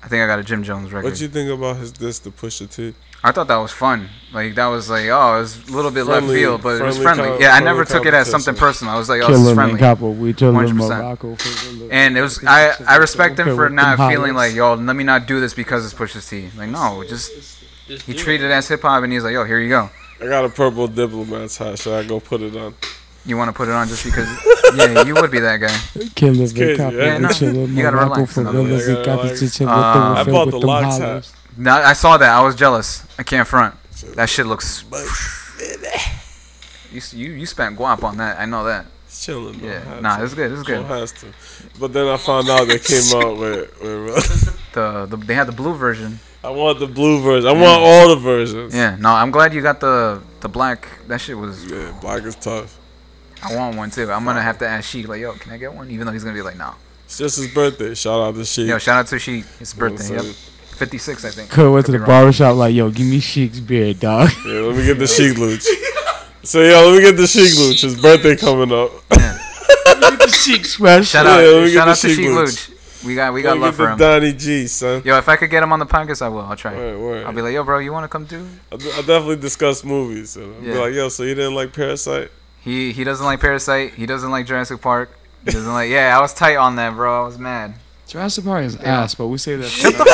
D: I think I got a Jim Jones record.
A: What you think about his diss to Pusha T?
D: I thought that was fun. Like that was like oh, it was a little bit left
A: Friendly-
D: field, but it was
A: friendly
D: friendly.
A: co-
D: yeah, I
A: friendly
D: never took it as something
A: competition.
D: personal. I was like, oh, this is
I: Killing
D: friendly.
I: in Capo, we chilling
D: 100%.
I: Morocco. killing-
D: And it was I, I respect him
I: Okay,
D: for
I: with
D: not
I: them
D: feeling
I: hollers.
D: like yo, let me not do this because it's Pusha T. Like no, just he treated it as hip hop, and he's like yo, here you go.
A: I got a purple diplomat's hat. Should I go put it on?
D: You want to put it on just because? *laughs* yeah, you would be that guy.
I: Killing
A: It's crazy,
I: in Capo,
A: yeah. Yeah,
I: we
A: no,
I: chilling
D: you gotta
I: Morocco
D: relax
I: for
D: a little
I: villas
D: bit.
I: in Capo, chichilla,
D: Uh,
I: with them- with them hollers.
D: No, I saw that. I was jealous. I can't front. That shit looks. You s- you you spent guap on that. I know that.
A: chilling. bro.
D: Yeah.
A: Had
D: Nah,
A: to.
D: it's good. It's
A: Bro
D: good.
A: Has to. But then I found out they
D: *laughs*
A: came out with. with
D: The, the they had the blue version.
A: *laughs* I want the blue version. I want all the versions.
D: Yeah. No, I'm glad you got the the black. That shit was.
A: Yeah, black is tough.
D: I want one too. I'm gonna have to ask Sheik like, yo, can I get one? Even though he's gonna be like, no.
A: It's just his birthday. Shout out to Sheik.
D: Yo, shout out to Sheik. His
A: You know what I'm
D: birthday. Yep.
A: saying?
D: 56, I
A: *laughs*
D: think.
I: Could went to
D: Could
I: the
D: be wrong.
I: barbershop like, yo, give me Sheik's beard, dog.
A: Yeah, let me get the
D: *laughs*
A: Sheik looch. So yo, let me get the Sheik looch. His birthday coming up.
I: Sheik's fresh.
D: Shout
A: Yeah,
D: out,
A: let me get
D: shout
A: the
D: out to
A: Sheik
D: Sheik
A: looch.
D: Luch. We got we
A: Let
D: got
A: me
D: love
A: get
D: for
A: the
D: him.
A: Donnie G, son.
D: Yo, if I could get him on the podcast, I will. I'll try.
A: Word, word.
D: I'll be like, yo, bro, you want to come through?
A: I, d- I definitely discuss movies. And I'll be
D: Yeah.
A: like, yo, so you didn't like Parasite?
D: He he doesn't like Parasite. He doesn't like Jurassic Park. He doesn't like. Yeah, I was tight on that, bro. I was
A: *laughs*
D: mad.
I: Jurassic Park is ass, but we say that.
D: Shut
I: for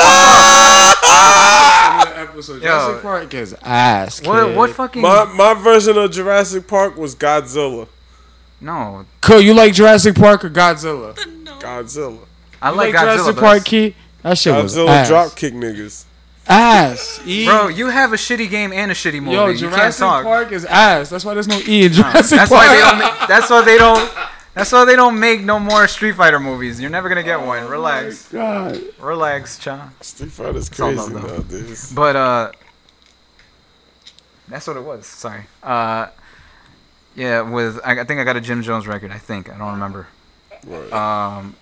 D: the fuck
I: another episode.
D: Yo.
I: Jurassic Park is ass.
D: What
I: kid.
D: what fucking?
A: My my version of Jurassic Park was Godzilla.
D: No,
I: Cool, you like Jurassic Park or Godzilla?
A: Godzilla.
D: I
I: You
D: like,
I: Jurassic
D: Godzilla. but
I: Park
D: it's-
I: key. That shit was
A: Godzilla
I: ass.
A: dropkick niggas.
I: ass. E.
D: Bro, you have a shitty game and a shitty movie.
I: Yo,
D: you can't
I: Jurassic
D: talk.
I: Park is ass. That's why there's no E in Jurassic Park.
D: That's why they
I: *laughs*
D: don't. ma- That's why they don't. That's why they don't make no more Street Fighter movies. You're never gonna get one. Relax.
I: God.
D: Relax, cha.
A: Street Fighter's
D: It's all
A: crazy
D: love, though.
A: nowadays.
D: But uh, that's what it was. Sorry. Uh, yeah, with I, I think I got a Jim Jones record. I think I don't remember.
A: Right.
D: Um,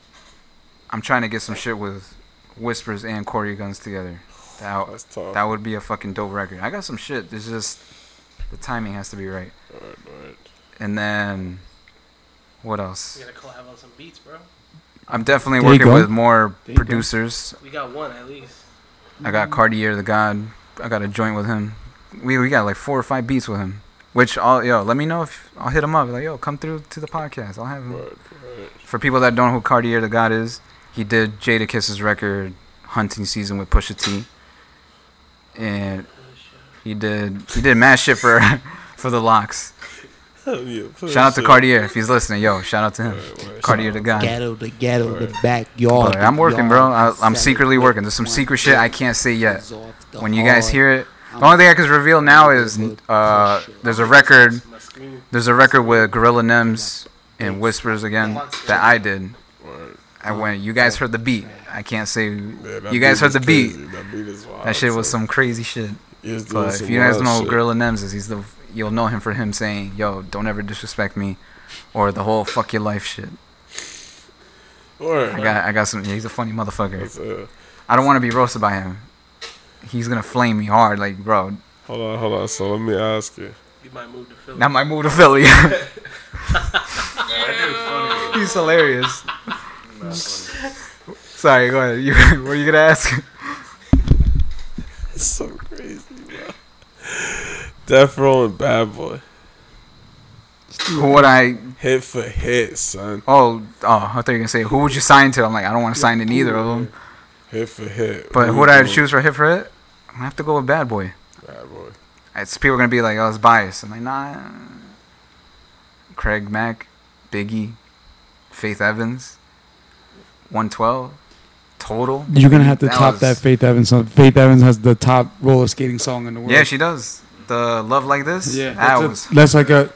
D: I'm trying to get some shit with Whispers and Corey Guns together. That
A: That's tough.
D: that would be a fucking dope record. I got some shit. It's just the timing has to be right.
A: Alright, alright.
D: And then what else?
E: We gotta collab on some beats, bro.
D: I'm definitely
I: There you
D: working
I: go.
D: with more
I: There you go.
D: producers.
E: We got one at least.
D: I got Cartier the God. I got a joint with him. We we got like four or five beats with him. Which I'll yo, let me know if I'll hit him up. Like yo, come through to the podcast. I'll have him.
A: Right, right.
D: For people that don't know who Cartier the God is, he did Jada Kiss's record "Hunting Season" with Pusha T, and he did he did mad shit for *laughs* for the Locks.
A: Hell yeah, push
D: Shout out to
A: it.
D: Cartier if he's listening. Yo, shout out to him. Cartier the God.
G: Ghetto to ghetto to backyard.
D: But I'm working, bro. I, I'm
G: Seven
D: secretly working. There's some secret shit I can't say yet. When you guys hear it, the only thing I can reveal now is uh, there's a record. There's a record with Gorilla Nems and Whispers again that I did. I went. You guys heard the beat. I can't say.
A: Yeah, that
D: You guys
A: beat
D: heard the
A: is
D: beat.
A: crazy. That beat is wild.
D: That shit was some crazy shit.
A: He was doing
D: But
A: some
D: if you guys
A: wild
D: know
A: shit.
D: Gorilla Nems is, he's the you'll know him for him saying, "Yo, don't ever disrespect me," or the whole "fuck your life" shit.
A: Word.
D: I got I got some. Yeah, he's a funny motherfucker.
A: That's, uh,
D: I don't want to be roasted by him. He's gonna flame me hard, like bro.
A: Hold on, hold on. So let me ask you. *laughs*
E: You might move to Philly.
D: That might move to Philly. *laughs* he's hilarious. Sorry, go ahead. You, *laughs* what are you gonna ask?
A: It's so crazy, bro. Death Row and Bad Boy.
D: Who would I?
A: Hit for hit, son.
D: Oh, oh, I thought you were gonna say who would you sign to? I'm like, I don't want to sign to neither of them.
A: Hit for hit.
D: But who
A: Who
D: would I
A: doing
D: choose for hit for hit? I'm gonna have to go with Bad Boy.
A: Bad Boy.
D: It's people are gonna be like, oh, it's biased. I'm like, nah. Craig Mack, Biggie, Faith Evans, 112, total.
I: You're gonna have to
D: That
I: top
D: was-
I: that Faith Evans song. Faith Evans has the top roller skating song in the world.
D: Yeah, she does. The love like this. Yeah, that was.
I: That's like a.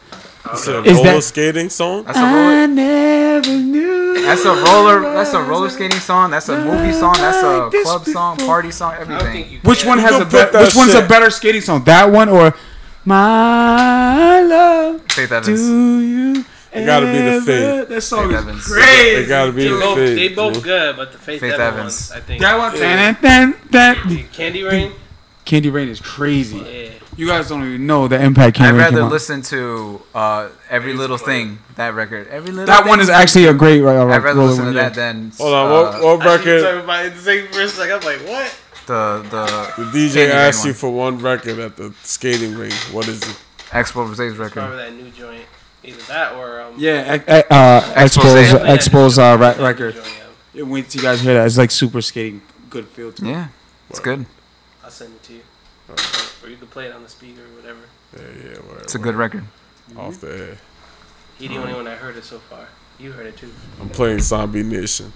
A: It's a
I: Is
A: roller
I: that-
A: skating song?
D: That's a roller.
I: never knew.
D: That's a roller. That's a roller skating song. That's a movie song. That's a club song, party song, everything.
I: Which one has
A: can
I: a
A: put
I: better?
A: that
I: Which one's a
A: shit.
I: better skating song? That one or My Love?
D: Faith Evans.
I: Do you?
A: It gotta be the
I: ever-
A: Faith.
I: That song
D: Faith
I: is
D: Evans.
I: great.
A: It gotta be
E: They
A: the
E: both,
A: Faith,
E: they both
A: man.
E: good, but the Faith,
D: Faith
E: Evans,
D: Evans.
E: I think.
I: That one. Dun, dun, dun.
A: *laughs*
E: Candy Rain.
I: Candy Rain is crazy.
E: Yeah.
I: You guys don't even know the impact. King
D: I'd
I: Ray came
D: rather
I: out.
D: listen to uh, every little thing that record. Every little
I: That
D: Thing.
I: one is actually a great ro- ro-
D: I'd rather
I: roller
D: listen to
I: one,
D: that
I: yeah.
D: than
A: Hold on,
D: uh,
A: what, what record?
E: about the same first. Like I'm like, what?
D: The the
A: The DJ asked you for one record at the skating rink. What is it?
D: Expo Rose's
E: Probably that new joint. Either that or um.
I: Yeah, ex- eh, uh, Expos,
E: Yeah,
I: Expos uh, re- record. Yeah, Wait till you guys hear that. It's like super skating, good feel to it.
D: Yeah, it's good.
E: I'll send it to you. Or you can play it on the speaker or whatever.
A: Yeah, yeah, whatever.
D: It's a good record.
E: Mm-hmm.
A: Off the air.
E: He the only one that heard it so far. You heard it too.
A: I'm playing Zombie Nation.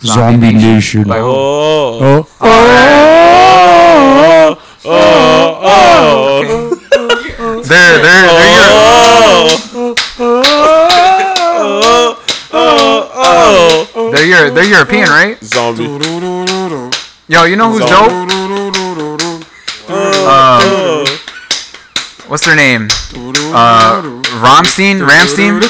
B: Zombie Nation.
A: Like,
B: Oh.
A: oh.
B: Oh. Oh.
A: Oh. Oh.
B: Okay.
A: There, there,
B: Oh.
A: Oh.
D: Oh. They're Euro- they're European, right?
A: Zombie.
D: Yo, you know who's dope? Um, what's their name? Uh, Romstein, Ramstein.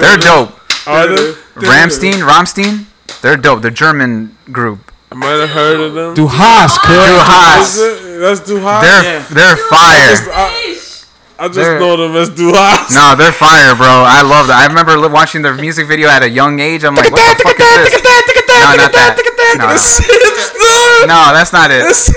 D: They're dope.
A: Are they?
D: Ramstein, Romstein. They're dope. They're German group.
A: I might have heard of them.
D: Du Hast, kid. Du Hast.
A: That's Du Hast.
D: They're they're fire.
A: I just
D: They're-
A: know them as Du Hast. *laughs*
D: No, they're fire, bro. I love that. I remember li- watching their music video at a young age. I'm like, what the fuck is this? No, not that. No,
A: no.
D: No, that's not it.
I: That's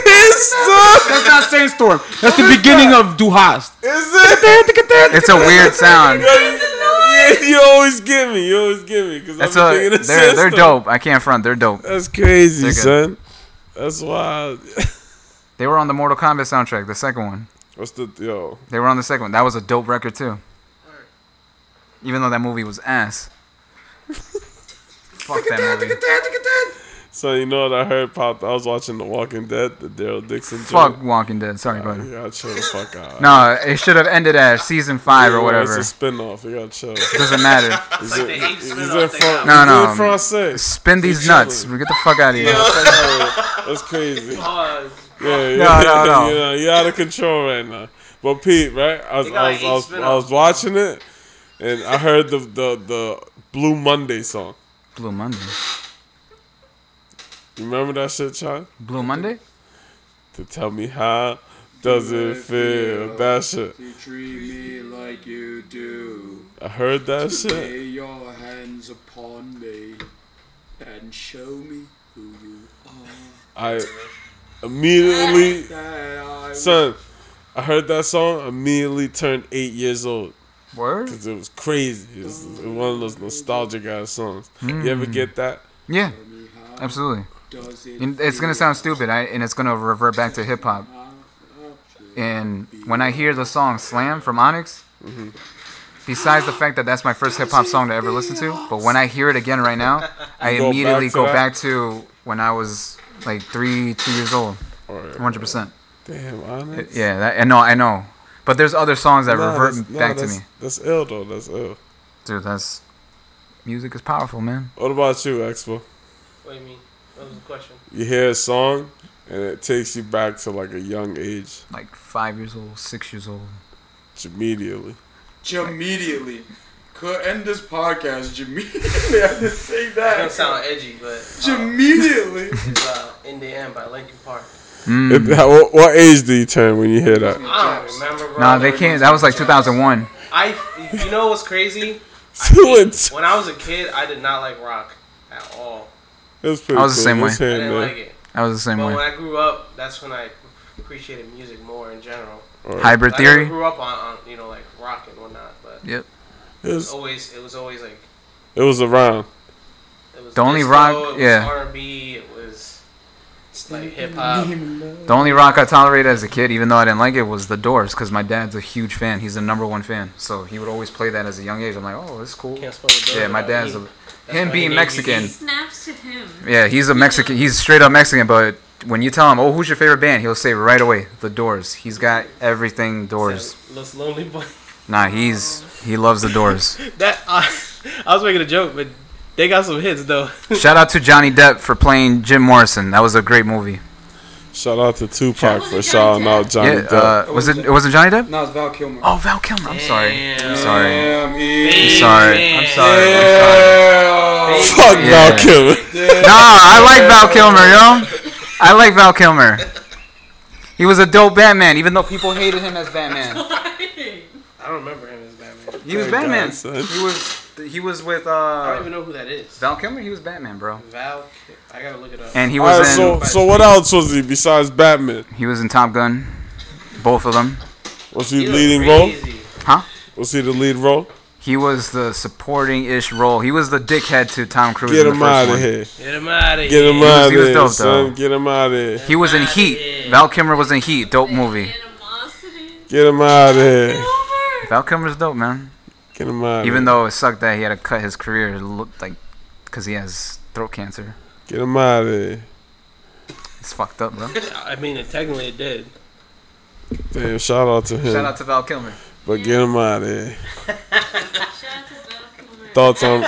I: not Sandstorm. That's the beginning of Du Hast.
A: Is it?
D: It's
A: *laughs*
D: a weird sound.
A: Yeah, you always give me. You always give me. Cause
D: That's
A: I'm
D: a,
A: thinking of
D: they're, they're
A: Sandstorm.
D: dope. I can't front. They're dope.
A: That's crazy,
D: They're
A: son.
D: good.
A: That's wild. *laughs*
D: They were on the Mortal Kombat soundtrack, the second one.
A: What's the yo?
D: They were on the second one. That was a dope record too. Even though that movie
A: *laughs*
D: was ass. Fuck that movie.
A: So you know what I heard popped? I was watching The Walking Dead, the Daryl Dixon.
D: Fuck Walking Dead. Sorry,
A: joint.
D: bud.
A: You gotta chill the fuck out.
D: No, it should have ended at season five or whatever.
A: It's a spinoff. You gotta chill.
D: Doesn't matter.
A: *laughs* Is it, is it fran-
D: No,
A: is it
D: no.
A: Francais?
D: Spin these
A: It's
D: nuts.
A: chilling.
D: Get the fuck out of here.
A: Yeah, that's crazy. Yeah, yeah,
D: No, no, no.
A: *laughs* yeah, you're out of control right now. But Pete, right? I was,
E: They got
A: I was, I
E: eight
A: was, I
E: spin-offs.
A: was watching it, and I heard the the the Blue Monday song.
D: Blue Monday.
A: You remember that shit, Chad?
D: Blue Monday.
A: To tell me how does it feel? That shit.
L: You treat me like you do.
A: I heard that shit.
L: Lay your hands upon me and show me who you are.
A: I immediately, son, I heard that song. Immediately turned eight years old.
D: Word?
A: Cause it was crazy. It was one of those nostalgic ass songs. You ever
D: Mm.
A: get that?
D: Yeah. Absolutely. And it's gonna sound stupid, I, and it's gonna revert back to hip hop. And when I hear the song "Slam" from Onyx, besides the fact that that's my first hip hop song to ever listen to, but when I hear it again
A: *laughs*
D: right now, I
A: You go
D: immediately
A: back to
D: go
A: that?
D: back to when I was like three, two years old.
A: Alright,
D: 100. percent
A: Damn, honest.
D: Yeah, that, I know, I know. But there's other songs that
A: Nah,
D: revert
A: that's- nah,
D: back to
A: that's-
D: me.
A: That's ill though. That's ill.
D: Dude, that's music is powerful, man.
A: What about you, Expo?
E: What do you mean? That was the question.
A: You hear a song and it takes you back to like a young age
D: Like five years old, six years old.
A: immediately.
D: Mm-hmm.
L: Immediately. Could end this podcast *laughs* immediately. I didn't say
E: That don't
L: that.
E: sound edgy, but uh,
L: Immediately.
E: it's uh, in the end by Linkin Park.
A: If- how- what, what age do you turn when you hear that?
E: I don't remember. Bro.
D: Nah, they can't. That was like 2001.
E: I. You know what's crazy?
A: *laughs* Two and two.
E: When I was a kid, I did not like rock at all.
A: It was pretty
D: I was the
A: cool.
D: same way.
A: It's here
E: I
A: and
E: didn't
A: there.
E: like it.
D: I was the same
E: but
D: way.
E: when I grew up, that's when I appreciated music more in general.
A: Alright.
D: Hybrid
E: I never
D: theory?
E: grew up on, on you know like rock and whatnot, but
D: Yep.
E: It was
A: Yes.
E: always it was always like
A: It was around.
E: it was
D: The only
E: disco,
D: rock-
E: it was
D: yeah.
E: R and B, it was like hip *laughs* hop.
D: The only rock I tolerated as a kid, even though I didn't like it, was The Doors, because my dad's a huge fan. He's the number one fan, so he would always play that as a young age. I'm like, oh, this is cool.
E: Can't spell The Doors
D: Yeah, my
E: without
D: dad's
E: E.
D: a,
E: That's
D: him
E: why
D: being
E: he named
D: Mexican.
K: He snaps to him.
D: Yeah, he's a Mexican. He's straight up Mexican, but when you tell him, oh, who's your favorite band, he'll say right away, The Doors. He's got everything Doors.
E: Los Lonely Boys.
D: Nah, he's he loves The Doors.
E: *laughs* That I, I was making a joke, but they got some hits though.
D: Shout out to Johnny Depp for playing Jim Morrison. That was a great movie.
A: Shout out to Tupac for shouting out Johnny
D: yeah,
A: Depp.
D: Uh, was it? It wasn't Johnny Depp.
L: No, it's Val Kilmer.
D: Oh, Val Kilmer. I'm sorry. I'm sorry. *laughs*
L: Damn,
D: I'm
L: E.
E: *laughs*
D: sorry. I'm sorry.
L: Damn.
A: *laughs* Fuck
D: Yeah.
A: Val Kilmer.
D: Nah, I like Val Kilmer, yo. I like Val Kilmer. He was a dope Batman, even though people hated him as Batman.
E: I don't remember him as Batman.
D: He was Batman. He was he was with uh.
E: I don't even know who that is.
D: Val Kilmer. He was Batman, bro.
E: Val. I gotta look it up.
D: And he
A: All right,
D: was in.
A: so, so what else was he besides Batman?
D: He was in Top Gun. Both of them.
A: Was he, leading role?
D: Huh?
A: Was he the lead role?
D: He was the supporting ish role. He was the dickhead to Tom Cruise.
A: Get
D: in the
A: him
D: first
A: outta
D: one.
A: here.
E: Get him out of here.
A: Get him
D: was-
A: out of
D: he was
A: here,
D: dope,
A: son.
D: though.
A: Get him out of here.
D: He was in Heat. Val Kilmer was in Heat. Dope movie.
A: Get him out of here.
D: Val Kilmer's dope, man.
A: Get him out.
D: Even though it sucked that he had to cut his career, it looked like because he has throat cancer.
A: Get him out of here.
D: It's fucked up, bro.
E: I mean, it technically it did.
A: Damn, shout out to him.
D: Shout out to Val Kilmer.
A: But get him out of
D: *laughs*
A: here. Thoughts on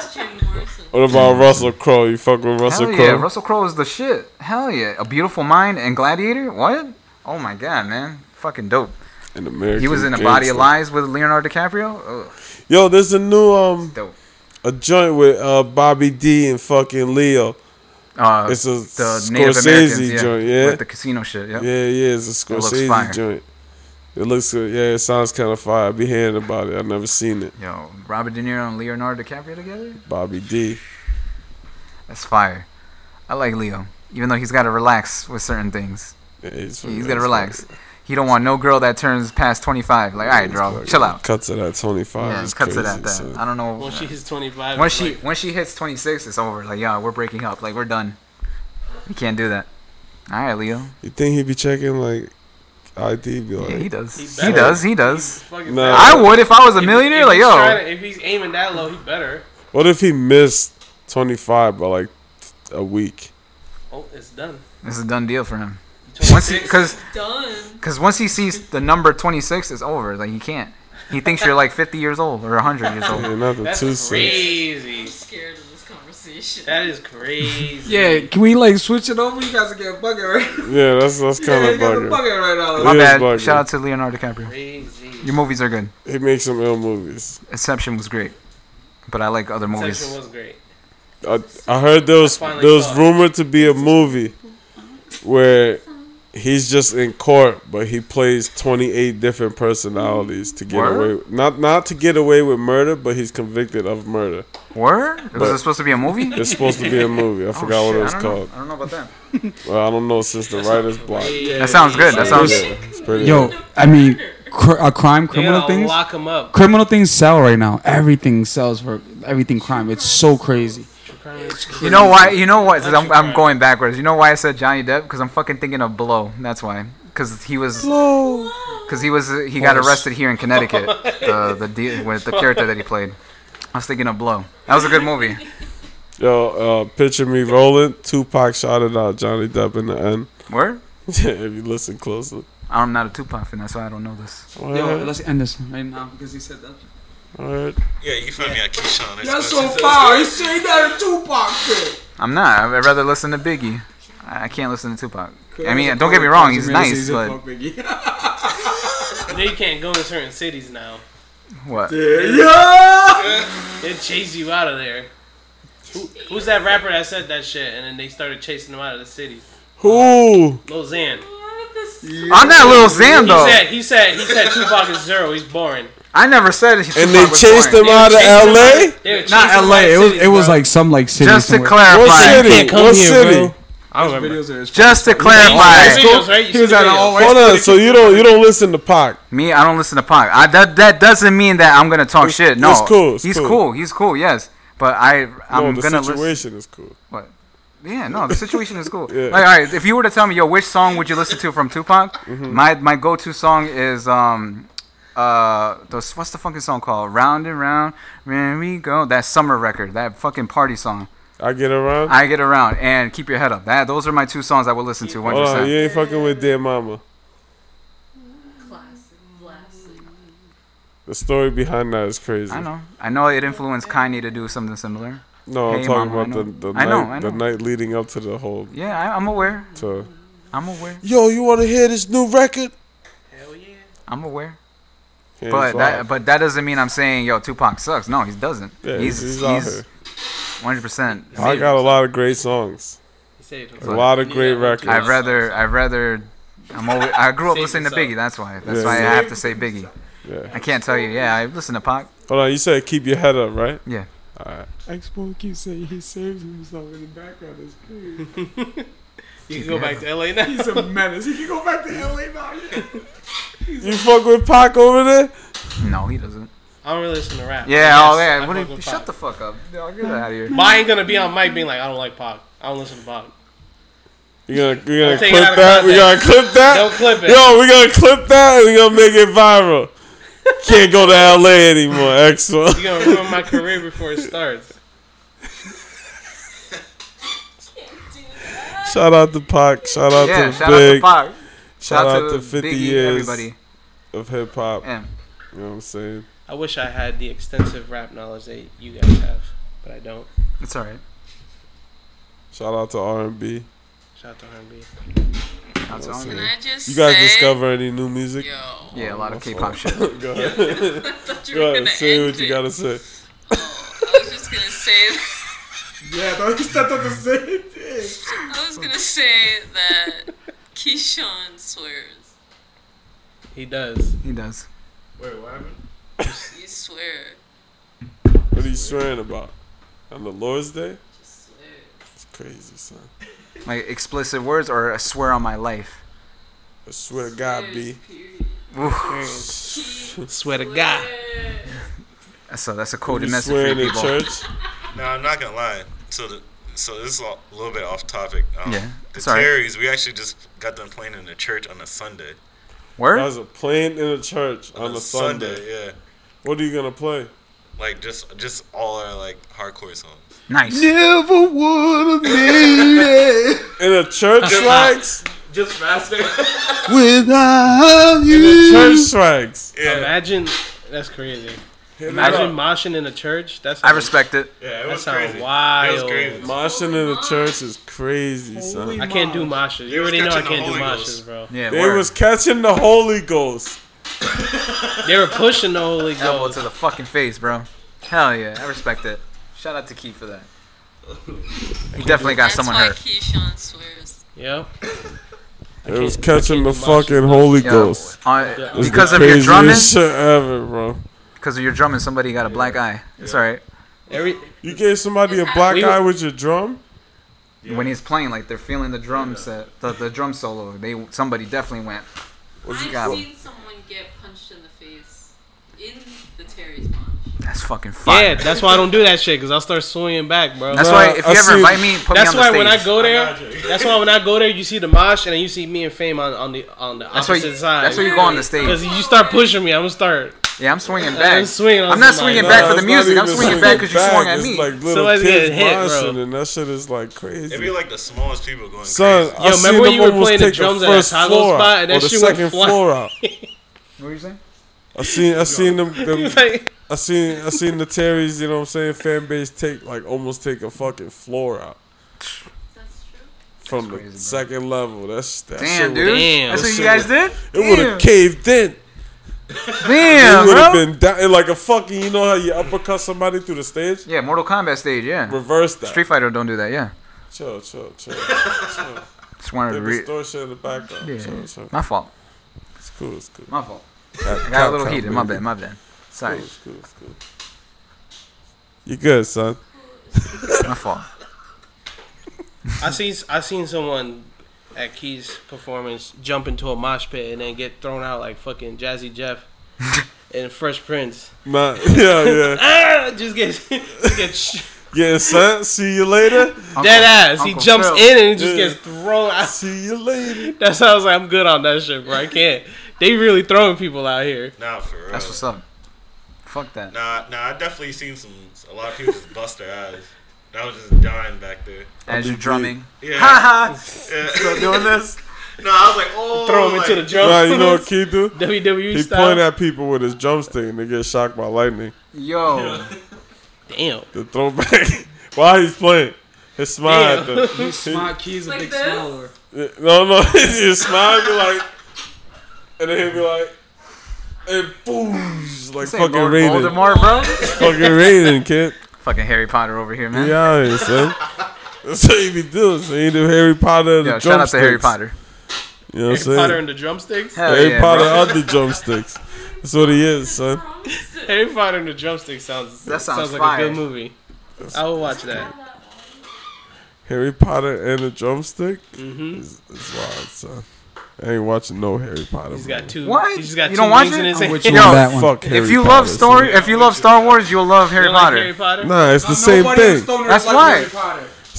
A: what about Russell Crowe? You fuck with Russell
D: Hell
A: Crowe?
D: yeah, Russell Crowe is the shit. Hell yeah, A Beautiful Mind and Gladiator. What? Oh my god, man, fucking dope.
A: An American
D: he was in A Body of
A: Gangster.
D: Lies with Leonardo DiCaprio. Ugh.
A: Yo, there's a new um
D: Dope.
A: a joint with uh Bobby D and fucking Leo.
D: Uh,
A: it's a
D: the
A: Scorsese
D: Native Americans, yeah,
A: joint, yeah.
D: with the casino shit. Yep.
A: Yeah, yeah, it's a
D: It looks fire.
A: Scorsese joint. It looks good. Yeah, it sounds kind of fire. I be hearing about it. I've never seen it.
D: Yo, Robert De Niro and Leonardo DiCaprio together.
A: Bobby D.
D: That's fire. I like Leo, even though he's got to relax with certain things.
A: he's
D: he's got to relax. He don't want no girl that turns past 25. Like, all right, bro, chill out.
A: Cut to that 25.
D: Yeah,
A: is
D: cut to
A: crazy,
D: that.
A: son.
D: That I don't know.
E: When she hits 25,
D: When
E: it's
D: she
E: like-
D: when she hits 26, it's over. Like, yeah, we're breaking up. Like, we're done. We can't do that. All right, Leo.
A: You think he be checking like ID? Be like,
D: Yeah, he does.
E: He
D: He
E: better.
D: does. He does.
E: fucking
A: Nah.
D: I would if I was a millionaire.
E: if
D: Like,
E: he's
D: yo,
E: trying to- if he's aiming that low, he better.
A: What if he missed 25 by like a week?
E: Oh, it's done.
D: this is a done deal for him. Once he, cause, cause once he sees the number 26, it's over. Like, he can't. He thinks you're like 50 years old or 100 years old.
A: Yeah, not the
E: That's
A: two
E: crazy.
K: I'm scared of this conversation.
J: *laughs*
E: That is crazy.
I: Yeah, can we like switch it over? You guys are getting bugging right.
A: Yeah, that's that's kind
I: Yeah,
A: of
I: you got the bucket right now.
A: bugger.
D: My
A: It is
D: bad.
A: bugger.
D: Shout out to Leonardo DiCaprio. Your movies are good.
A: He makes some ill movies.
D: Inception was great, but I like other movies.
E: Section was great.
A: I, I heard there was
E: I finally
A: there was
E: saw it.
A: rumored to be a movie where he's just in court, but he plays twenty eight different personalities to get
D: Word?
A: away with, not not to get away with murder, but he's convicted of murder.
D: Word? Was
A: But
D: it supposed to be a movie?
A: It's supposed to be a movie. I forgot what
D: Oh,
A: it was
D: shit, I don't know.
A: called.
D: I don't know about that.
A: Well, I don't know since the writer's block.
D: That sounds good. That sounds-
A: It's pretty
I: Yo, I mean, cr- uh, crime, criminal
E: gotta
I: things.
E: lock 'em up.
I: Criminal things sell right now. Everything sells for everything crime. It's so crazy.
D: You know why? You know what? 'Cause I'm, I'm going backwards. You know why I said Johnny Depp? Because I'm fucking thinking of Blow. That's why. Because he was.
I: Blow.
D: Because he was. He got
I: Horse.
D: arrested here in Connecticut. the the de- with the character that he played. I was thinking of Blow. That was a good movie.
A: Yo, uh, picture me rolling. Tupac shouted out Johnny Depp in the end. *laughs*
D: Word?
A: Yeah, if you listen closely.
D: I'm not a Tupac fan. That's why I don't know this.
I: Yo, let's end this right now because he said that.
A: Alright.
C: Yeah, you can find me at Keyshawn.
I: That's so
M: Oh,
I: foul. He said that a Tupac shit.
D: I'm not. I'd rather listen to Biggie. I I can't listen to Tupac. I
I: Cause
D: mean,
I: of
D: don't get me
I: Tupac,
D: wrong.
I: he
D: He's
I: made
D: nice,
I: season
D: but
I: fuck Biggie.
E: Now you can't go in certain cities now.
D: what?
E: They chase you out of there. Who, who's that rapper that said that shit and then they started chasing him out of the cities?
A: Who?
E: Lil Xan.
D: I'm not Lil Xan, though.
E: He said he said he said Tupac is zero. He's boring.
D: I never said it.
A: And they chased him
E: They
A: out of
E: chased him
A: LA?
E: They were chasing him out
I: Not
E: of
I: LA. It was
E: cities,
I: it was
E: bro.
I: like some like city.
D: Just to
I: somewhere.
D: clarify-
A: What
D: Fine.
A: city?
D: Can't come
A: What
D: here,
A: city?
E: I don't remember.
D: Just to clarify,
E: Videos, right? You
I: He was
E: see the
I: at an
E: videos.
I: all
A: Hold on, so you don't you don't listen to Pac.
D: me, I don't listen to Pac. I, that that doesn't mean that I'm gonna talk shit. No,
A: it's cool, it's
D: he's
A: cool.
D: cool. He's cool. Yes, but I
A: no,
D: I'm
A: the
D: gonna listen.
A: situation is cool.
D: What? Yeah, no, the situation is cool.
A: *laughs* Yeah.
D: Like, all right, if you were to tell me, yo, which song would you listen to from Tupac?
A: Mm-hmm.
D: My my go-to song is um, uh, those, what's the fucking song called? Round and round, where we go. That summer record, that fucking party song.
A: I get around.
D: I get around and keep your head up. That those are my two songs I would listen to. One
A: Hold on, you
D: percent.
A: ain't fucking with dear mama. The story behind that is crazy.
D: I know. I know it influenced Kanye to do something similar.
A: No, I'm
D: Hey,
A: talking
D: Mama, I know.
A: about the, the
D: I
A: night
D: know, I
A: the
D: know.
A: night leading up to the whole
D: Yeah, I, I'm aware.
A: to
D: I'm aware.
A: Yo, you wanna hear this new record?
D: I'm aware.
A: Yeah,
D: but
A: it's
D: that
A: live.
D: but that doesn't mean I'm saying yo Tupac sucks. No, he doesn't.
A: Yeah,
D: he's
A: he's-
D: he's
A: he's out here.
D: 100. percent
A: I got a lot of great songs.
E: He said it
A: A lot of great
D: I'd
A: records.
D: rather I'd rather I'm always, I grew up
E: Save
D: listening to
E: yourself.
D: Biggie. That's why. That's
A: Yeah,
D: why
A: yeah.
D: I have to say Biggie.
A: Yeah.
D: I can't tell you. Yeah, I listen to Pac.
A: Hold on, you said keep your head up, right?
D: Yeah.
A: All right.
I: Expo keeps saying he saves himself in the background. It's crazy.
E: You can go back to LA now.
I: *laughs* He's a menace. He can go back to LA now.
A: You fuck with Pac over there?
D: No, he doesn't.
E: I don't really listen to rap.
D: Yeah,
E: Yes,
D: oh, yeah,
E: I
D: what do
E: fuck
D: you-
E: with
D: shut
E: Pac.
D: the fuck up. No, get outta here.
E: But I ain't gonna be on mic being like, I don't like Pac. I don't listen to Pac.
A: You gonna you gonna
E: Don't take
A: clip
E: it out of
A: that? We gonna
E: context.
A: clip that?
E: Don't clip it.
A: Yo, we gonna clip that. and We gonna make it viral. Can't go to LA anymore. Excellent.
E: You're gonna ruin my career before it starts.
A: Shout out to Pac. Shout out
D: Yeah,
A: to
D: shout out to
A: Big.
D: Pac.
A: Shout
D: Shout out
A: out
D: to
A: to 50
D: Biggie,
A: years
D: everybody.
A: of hip hop.
D: Yeah.
A: You know what I'm saying?
E: I wish I had the extensive rap knowledge that you guys have, but I don't.
D: It's alright.
A: Shout out to R&B.
E: Shout out to R&B.
D: Shout
A: You know what I'm
D: R&B.
A: saying?
K: Can I just
A: you guys
K: say-
A: discover any new music?
K: Yo.
D: Yeah, a lot of
A: my
D: K-pop
A: fault. *laughs*
D: shit.
A: go
K: I
A: ahead.
K: *laughs* thought you *laughs* were
A: go ahead.
K: gonna
A: Say what
K: end
A: you
K: it.
A: gotta say.
K: I was just gonna say *laughs*
I: Yeah, that was, that was the same thing.
K: I was gonna say that Keyshawn swears.
E: He does.
D: He does.
E: Wait, what happened?
K: You swear.
A: What are you swearing about? On the Lord's Day? It's crazy, son.
D: Like explicit words or a swear on my life.
A: I swear to God, B.
E: Swear to God.
D: So that's a coded
A: You
D: message for
A: swearing
D: you
A: in
D: people.
A: church?
C: No, I'm not gonna lie. So, the, so this is a little bit off topic. Um,
D: Yeah,
C: the
D: it's all right.
C: Terrys, we actually just got them playing in the church on a Sunday.
A: That
D: Word?
A: was a playing in a church on, a Sunday.
C: yeah.
A: What are you gonna play?
C: Like just, just all our like hardcore songs.
D: Nice.
A: *laughs*
I: Never would have made it
A: In a church strikes?
L: Just faster.
I: without
A: In a church
I: you.
A: strikes.
E: Imagine that's crazy.
A: it
E: Imagine moshing in a church. That's
D: I respect it.
C: Yeah, it
E: that
C: was
E: sound
C: crazy.
E: wild.
C: It was crazy.
A: Moshing in the church is crazy, son.
E: I can't do moshes. You already know I
C: catching the
E: can't do
C: Holy
E: moshes,
C: Ghost.
E: bro.
D: Yeah,
A: They
D: word.
A: was catching the Holy Ghost.
E: They were pushing the Holy
D: elbow
E: Ghost.
D: to the fucking face, bro. Hell yeah, I respect it. Shout out to Keith for that. He definitely got
K: That's
D: someone
K: why
D: hurt.
K: Keyshawn swears.
E: Yep.
A: They was
E: can't- I
A: catching the
E: can't do moshing.
A: fucking Holy Ghost.
D: Uh,
A: It's the
D: because of your
A: craziest
D: drumming,
A: shit ever, bro.
D: because of your drumming, somebody got a black eye. It's alright.
E: Every
A: You gave somebody a black
E: We-
A: eye with your drum?
D: When he's playing, like they're feeling the drum set, the, the drum solo. They somebody definitely went.
K: I've
D: got?
K: seen someone get punched in the face in the Terry's punch.
D: That's fucking
E: yeah,
D: fire.
E: that's why I don't do that shit because I start swinging back, bro.
D: that's
A: Nah,
D: why if
A: I
D: you ever
A: see-
D: invite me, put
E: That's
D: me on the
E: why
D: stage.
E: when I go there, that's why when I go there, you see the mosh and then you see me and Fame on, on the on the
D: That's why
E: opposite
D: you-
E: side.
D: that's why you go on the stage.
E: Because you start pushing me, I'm gonna start. *laughs*
D: yeah, I'm swinging
E: I'm
D: back.
E: swinging on
D: I'm not
E: somebody.
D: swinging
E: Nah,
D: back for
A: it's
D: the
A: not
D: music. I'm
A: even
D: swinging back because you
A: back,
D: swung at
A: it's
D: me.
A: Like little
E: Somebody's
A: kids
E: getting hit, bro.
A: moshing, and that shit is like crazy.
C: It'd be like the smallest people going
A: Son,
C: crazy.
A: I seen
E: remember
A: them
E: you were
A: almost
E: playing the
A: take
E: drums at that
A: first
E: Taco
A: floor out,
E: spot and
A: or
E: that
A: the
E: shit went
A: second
E: flying?
A: floor out.
D: what were you saying?
A: I seen,
E: *laughs*
A: I seen them, them
E: He's like,
A: I seen, I seen the Terrys. You know what I'm saying? Fan base take like almost take a fucking floor out
K: That's true.
A: from the
D: crazy, bro.
A: secell level. That's that
D: Damn,
A: shit
D: dude.
A: would've-
E: Damn.
D: That's
A: that
D: what you
A: shit
D: guys
A: would've-
D: did.
A: It would have
D: Damn.
A: caved in.
D: Damn,
A: it would have
D: bro.
A: been down, like a fucking. You know how you uppercut somebody through the stage?
D: Yeah, Mortal Kombat stage. Yeah,
A: Reverse that.
D: Street Fighter don't do that. Yeah,
A: Chill, chill, chill.
D: *laughs*
A: chill.
D: just wanted to
A: There's
D: re-
A: distortion in the background.
D: Yeah.
A: Chill, chill.
D: My fault.
A: It's cool. It's cool.
D: My fault. I
A: Got,
D: got a little heated. My bad. My bad. Sorry.
A: It's cool. It's cool. You good, son?
D: My fault.
E: I seen I seen someone at Key's performance jump into a mosh pit and then get thrown out like fucking Jazzy
D: *laughs*
E: Jeff and Fresh Prince.
A: Nah, *laughs* yeah, yeah,
E: Ah, just get, *laughs* just get sh-
A: yeah, son. See you later.
E: dead ass.
D: Uncle
E: he jumps
D: Phil.
E: in and he just
A: Yeah.
E: gets thrown out. *laughs*
A: See you later.
E: That's how I was like, I'm good on that shit, bro. I can't. They really throwing people out here.
C: Nah, for real.
D: That's what's up. Fuck that.
C: Nah, nah. I definitely seen some. A lot of people just bust their eyes. I was just dying back there.
D: As
A: be
D: you're drumming.
C: Yeah.
D: Ha ha.
C: yeah. *laughs*
D: Doing this.
C: no, I was like, oh.
E: Throw him
C: like,
E: into the jump.
A: Nah, you know what Keith
D: *laughs*
A: do?
E: *laughs*
A: He
E: WWE E style.
A: point at people with his drumstick and they get shocked by lightning. *laughs*
D: Yo.
E: Damn.
A: The throwback *laughs* while he's playing. His smile. At the,
I: His smile key's a
K: Like
I: big
K: this?
I: smiler.
A: no, no, *laughs* his smile be like, and then he'll be like, and boom, like
D: This ain't
A: fucking
D: Lord
A: Raiden.
D: Voldemort, bro.
A: Fucking Raiden, kid.
D: Fucking Harry Potter over here, man.
A: Be honest, son. That's what you be doing. So you do Harry Potter and
D: Yo,
A: the
D: shout out to Harry
A: drumsticks.
D: Potter.
A: You know what I'm
E: Harry
A: saying?
E: Potter and the drumsticks? *laughs* Hell
A: Harry
E: yeah,
A: Potter
E: bro.
A: and the drumsticks. That's what he is, son.
E: Harry Potter and the Drumstick sounds
D: That sounds
E: sounds, like
D: fire.
E: a good movie. I will watch that.
A: Harry Potter and the drumstick.
E: Mhm.
A: It's, it's wild, son. I ain't watching no Harry Potter.
E: He's got
A: movie.
E: two.
D: What?
E: He's got
D: you
E: two
D: don't watch
E: wings
D: it?
E: in his hand.
A: Yo, on that one. fuck
D: if
A: Harry
D: you
A: Potter,
D: love
A: son.
D: story, if you love Star Wars, you'll love Harry
E: like
D: Potter.
E: Harry Potter?
A: Nah, it's the same thing.
D: That's why.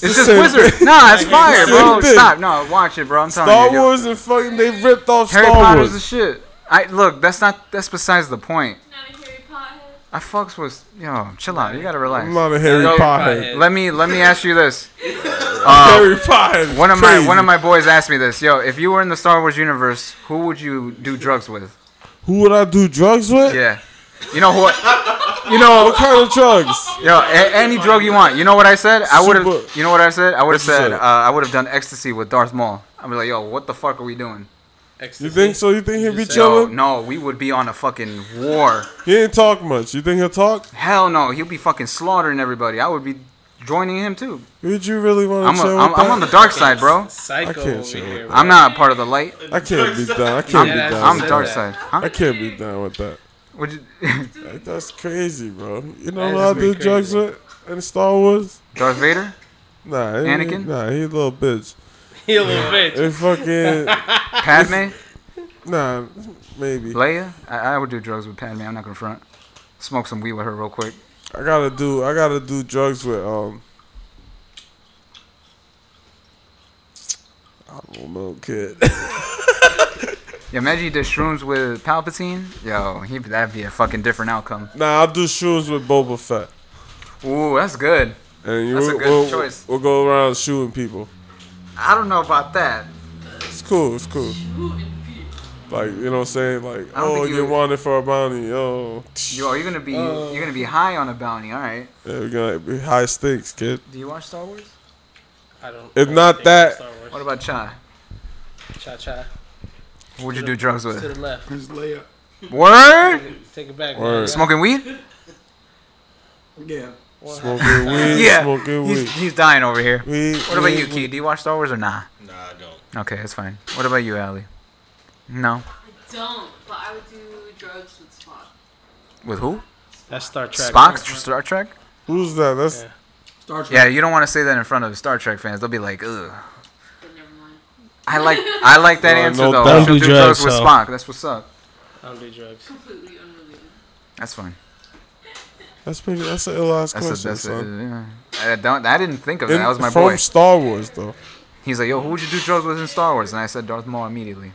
D: It's,
A: the
D: just
A: same
D: wizard.
A: thing.
D: Nah, it's
A: Like,
D: fire,
A: it's the
D: bro.
A: same thing.
D: Stop. No, watch it, bro. I'm telling
A: Star
D: you. yo.
A: Wars and fucking they ripped off
D: Harry
A: Star
D: Potter's the
A: Wars.
D: shit. I look. That's not. That's besides the point. I fucks with yo. Chill out. You gotta relax.
A: I'm not a Harry
D: Yo,
A: Potter.
D: Let me let me ask you this.
A: Harry Potter is
D: One of my
A: crazy.
D: one of my boys asked me this. Yo, if you were in the Star Wars universe, who would you do drugs with?
A: Who would I do drugs with?
D: Yeah. You know what? You know
A: what kind of drugs?
D: Yo, a- any drug you want. You know what I said? I would
A: Super-
D: have. You know what I said? I would have
A: What you
D: said
A: said?
D: uh, I would have done ecstasy with Darth Maul. I'd be like, yo, what the fuck are we doing?
A: You think so? You think he'd be
D: Yo,
A: chilling?
D: no, we would be on a fucking war.
A: He ain't talk much. You think he'll talk?
D: Hell no, he'll be fucking slaughtering everybody. I would be joining him too.
A: Would you really want
D: I'm,
A: to
D: a,
A: chill? with
D: I'm, I'm
A: that?
D: on the dark side,
A: I
D: bro.
A: can't over chill here, with
D: I'm not part of the light.
A: I can't be down. I
D: I'm-
A: can't be down.
D: I'm
A: with
D: dark
A: that.
D: side.
A: I can't be down with that.
D: Would you? *laughs*
A: Like, that's crazy, bro. You know
D: That
A: what I
D: is
A: do
D: pretty
A: drugs
D: crazy.
A: with in Star Wars?
D: Darth Vader?
A: Nah, he,
D: Anakin?
A: Nah, he a little bitch.
E: He a little bitch.
A: It
D: *laughs*
A: fucking
D: Padme?
A: nah, maybe.
D: Leia? I, I would do drugs with Padme. I'm not gonna front. Smoke some weed with her real quick.
A: I gotta do. I gotta do drugs with um. I don't know, kid. *laughs*
D: Yeah, imagine you did shrooms with Palpatine. Yo, he, that'd be a fucking different outcome.
A: nah, I'll do shrooms with Boba Fett.
D: Ooh, that's good.
A: And you,
D: That's a
A: we'll,
D: good
A: we'll-
D: choice.
A: We'll go around shooting people.
D: I don't know about that.
A: It's cool. It's cool. Like you know what I'm saying? Like
D: I don't
A: oh,
D: think you
A: you're
D: would-
A: wanted for a bounty. Oh,
D: Yo, you're gonna be you're gonna be high on a bounty. All right.
A: yeah, we're gonna be high stakes, kid.
D: Do you watch Star Wars?
E: I don't.
A: If not that,
D: What about Cha?
E: Cha cha.
D: Would you do drugs with?
E: To the left.
L: His layup.
D: Word?
E: Take it back. man.
A: Word.
D: Smoking weed?
L: Yeah.
A: smoking weed,
D: *laughs* yeah.
A: smoking
D: he's,
A: weed.
D: he's dying over here.
A: Weed,
D: What about
A: weed,
D: you, Key? Do you watch Star Wars or nah?
C: Nah, I don't.
D: Okay, that's fine. What about you, Allie? No.
K: Don't, but I would do drugs with Spock.
D: With who?
E: That's Star Trek.
D: Spock? Star Trek?
A: Who's that? That's
L: Star Trek.
D: Yeah, you don't want to say that in front of Star Trek fans. They'll be like, ugh. I like I like that
A: Well,
D: answer
A: no doubt.
D: though. She'll
A: Don't
D: do
A: do
D: drugs
A: drugs,
D: with
A: so.
D: Spock. That's what's up.
E: I don't do drugs.
D: That's fine.
A: that's pretty. That's an ill ass
D: That's a,
A: question,
D: that's a,
A: son.
D: yeah. I don't I didn't think of that.
A: In-
D: That was my
A: from
D: boy.
A: Star Wars though.
D: He's like, yo, who would you do drugs with in Star Wars? And I said Darth Maul immediately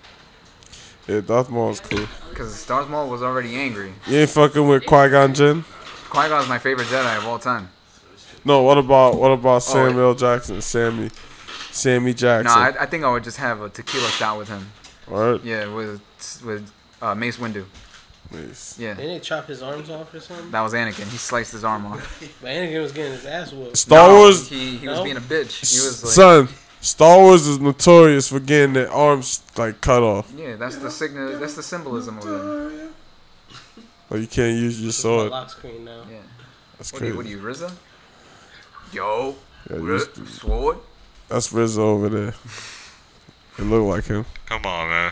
A: Yeah, Darth Maul's cool.
D: because Darth Maul was already angry.
A: You ain't fucking with Qui Gon Jinn.
D: Qui Gon's my favorite Jedi of all time.
A: No, what about what
D: Oh,
A: about Samuel Jackson? Sammy, Sammy
D: No,
A: Jackson.
D: I, I think I would just have a tequila shot with him.
A: Word.
D: Yeah, with with uh, Mace Windu.
A: Mace.
D: Yeah,
E: Didn't they chop his arms off or something?
D: that was Anakin. He sliced his arm off.
E: But Anakin was getting his ass whooped.
A: Star
D: No,
A: Wars,
D: He, he was
E: No?
D: being a bitch. He was like,
A: son. Star Wars is notorious for getting their arms like cut off.
D: yeah, that's the signa- That's the symbolism of him.
A: Like you can't use your
E: My
A: sword.
E: Lock screen now.
D: Yeah.
A: That's
D: What are you,
A: crazy.
D: what are you RZA? Yo,
A: Yeah,
D: Ri-
A: used to-
D: sword.
A: That's Rizzo over there. *laughs* It look like him.
C: Come on, man.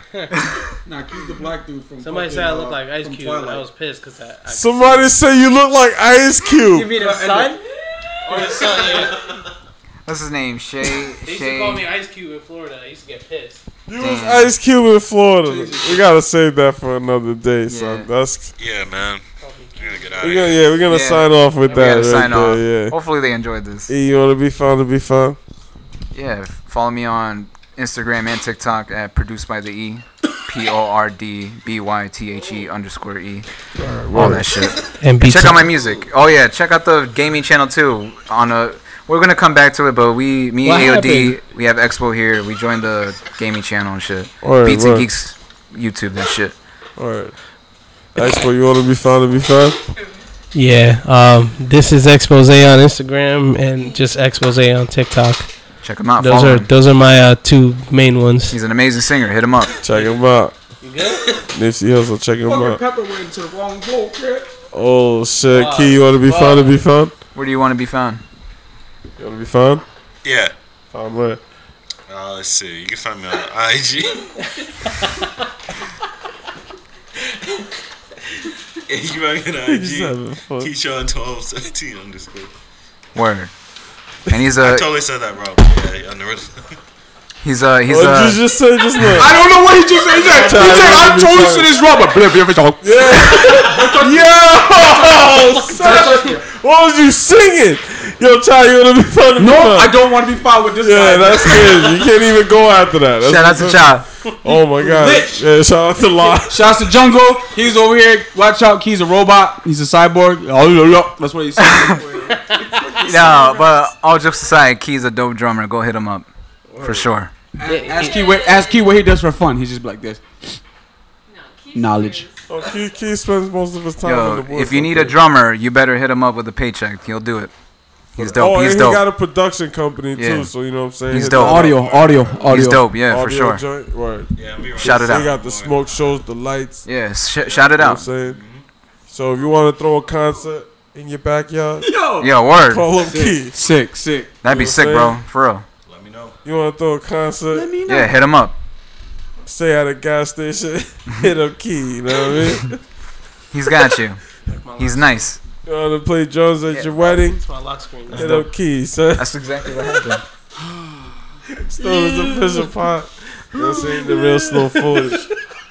L: Nah, he's the black dude from.
E: Somebody
L: fucking,
E: said I
L: uh,
E: look like Ice
L: from
E: Cube, and I
L: Twilight.
E: was pissed because I. I
A: Somebody say you look like Ice
E: you
A: Cube.
E: mean his son? Or his son? Yeah.
D: What's his name? Shay.
E: They used to call me
D: Shay.
E: Ice Cube in Florida. I used to get pissed.
A: You was Ice Cube in Florida. We gotta save that for another day, son.
D: Yeah.
A: That's
C: Yeah, man. We're gonna get out of
A: we're
C: here.
A: gonna, yeah, we're gonna
D: Yeah.
A: sign off with
D: We
A: that. *laughs*
D: gotta
A: Right
D: sign
A: there,
D: off. Oh.
A: Yeah.
D: Hopefully they enjoyed this.
A: E, you want to be fun to be fun?
D: Yeah, follow me on Instagram and TikTok at produced by the E. P O R D B Y T H E underscore E. All that shit.
E: And
D: And check out my music. Oh yeah, check out the gaming channel too. On a we're gonna come back to it, but we me
I: What
D: and AOD
I: happened?
D: we have Expo here. We joined the gaming channel and shit.
A: Alright,
D: Beats and
A: right.
D: Geeks YouTube and shit.
A: All right. Expo, you want to be fun to be fun?
E: Yeah, um, this is expose on Instagram and just expose on TikTok.
D: Check him out.
E: Those
D: follow
E: are
D: him.
E: those are my uh, two main ones.
D: He's an amazing singer. Hit him up.
A: Check him out. Nipsey Hussle, check him
L: Fucking
A: out.
L: pepper went into the wrong hole, crap.
A: Oh shit,
E: Wow.
A: Key, you want to be fun to be fun?
D: Where do you want to be found?
A: You want to be fun?
C: Yeah.
A: Fun where?
C: Uh, let's see. You can find me on IG. Yeah, you can find me on
A: Just having
C: IG.
A: fun.
C: Keyshawn twelve seventeen underscore.
D: Word. And he's
C: I
D: a
C: totally said that wrong. Yeah, on the rhythm.
D: he's a he's
C: Oh,
D: a.
C: you just said just now.
D: *laughs* I
C: I
D: don't know what he just said. He said,
C: Try
D: he said
C: to
D: I
C: be
D: told
C: funny.
D: you this rubber. Blah, blah, blah, blah.
A: Yo, son, what was you singing? Yo, Chai, you want to be fun? No, I
M: don't want to be fun with this
A: yeah,
M: guy.
A: that's it. You can't even go after that. That's
M: Shout out
A: what's
M: to
A: up. Oh my god. Yeah, shout out to Lon.
M: Shouts to Jungle. He's over here. Watch out. He's a robot. He's a cyborg. Oh, yo, yo. That's what he said.
D: No, but all jokes aside, Key's a dope drummer. Go hit him up, for sure.
M: ask, Key what, ask Key what he does for fun. He's just like this.
D: Knowledge.
A: *laughs* Oh, Keith, Keith spends most of his time in the
D: Yo,
A: woods.
D: if you
A: up
D: need
A: there.
D: a drummer, you better hit him up with a paycheck. He'll do it. He's
A: Oh,
D: dope.
A: and
D: He's
A: he
D: dope.
A: got a production company too,
D: Yeah.
A: so you know what I'm saying.
D: He's
A: Hit
D: dope.
A: that up.
D: Audio, audio, He's audio. dope, yeah, for
A: Audio
D: sure.
A: Joint, right.
D: Yeah, we were- Shout it
A: They
D: out.
A: got the smoke shows, the lights.
D: Yeah, sh- shout it
A: You know
D: out.
A: what I'm saying. So if you want to throw a concert in your *laughs* backyard,
M: yo,
D: Yo, word.
A: call up
D: Sick,
A: Keith.
M: sick, sick.
D: That'd be
A: You know
D: sick,
A: what
D: bro.
A: I'm saying?
D: For real.
A: You want to throw a concert? Let me
D: Yeah, hit him up.
A: Stay at a gas station.
D: *laughs*
A: hit up Key. You know what I mean?
D: He's
A: *laughs*
D: got you. He's nice.
A: You want to play drums at your wedding?
E: It's my lock screen.
A: Hit up Key, son.
D: *laughs* That's exactly what happened.
A: Stone is official pot. You know what I'm saying? The real slow footage.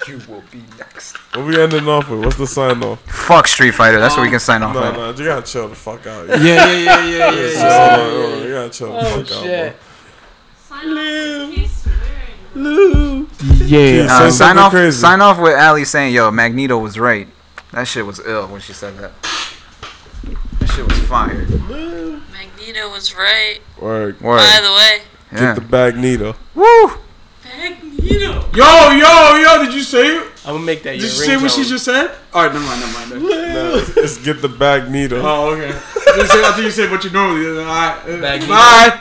D: You will be next.
A: What we ending off with? What's the sign off?
D: Fuck Street Fighter. That's what we can sign off
A: No,
D: with.
A: no, you gotta chill the fuck out.
D: Yeah, yeah,
E: yeah,
D: yeah,
E: yeah,
A: It's just-
E: yeah, yeah,
A: hold on, hold on,
E: yeah.
A: uh, You gotta chill the
E: Oh,
A: fuck out.
E: shit.
A: Yeah, say
D: Uh, sign
A: something
D: off.
A: crazy.
D: Sign off with Ali saying, "Yo, Magneto was right. That shit was ill when she said that. That shit was fire."
K: Magneto was right.
A: Word.
D: Word.
K: By the way,
A: Get the bag, Nita.
D: Woo!
K: Magneto.
M: Yo, yo, yo. Did you say it?
E: I'm gonna make that.
M: Did
E: your
M: you say what she
E: ringtone.
M: just said? All right, never mind, never mind. *laughs* Never mind.
A: *laughs* Let's get the bag, Nita.
M: Oh, okay. I thought you said- I thought you said what you normally do. All right.
E: Back
M: Bye.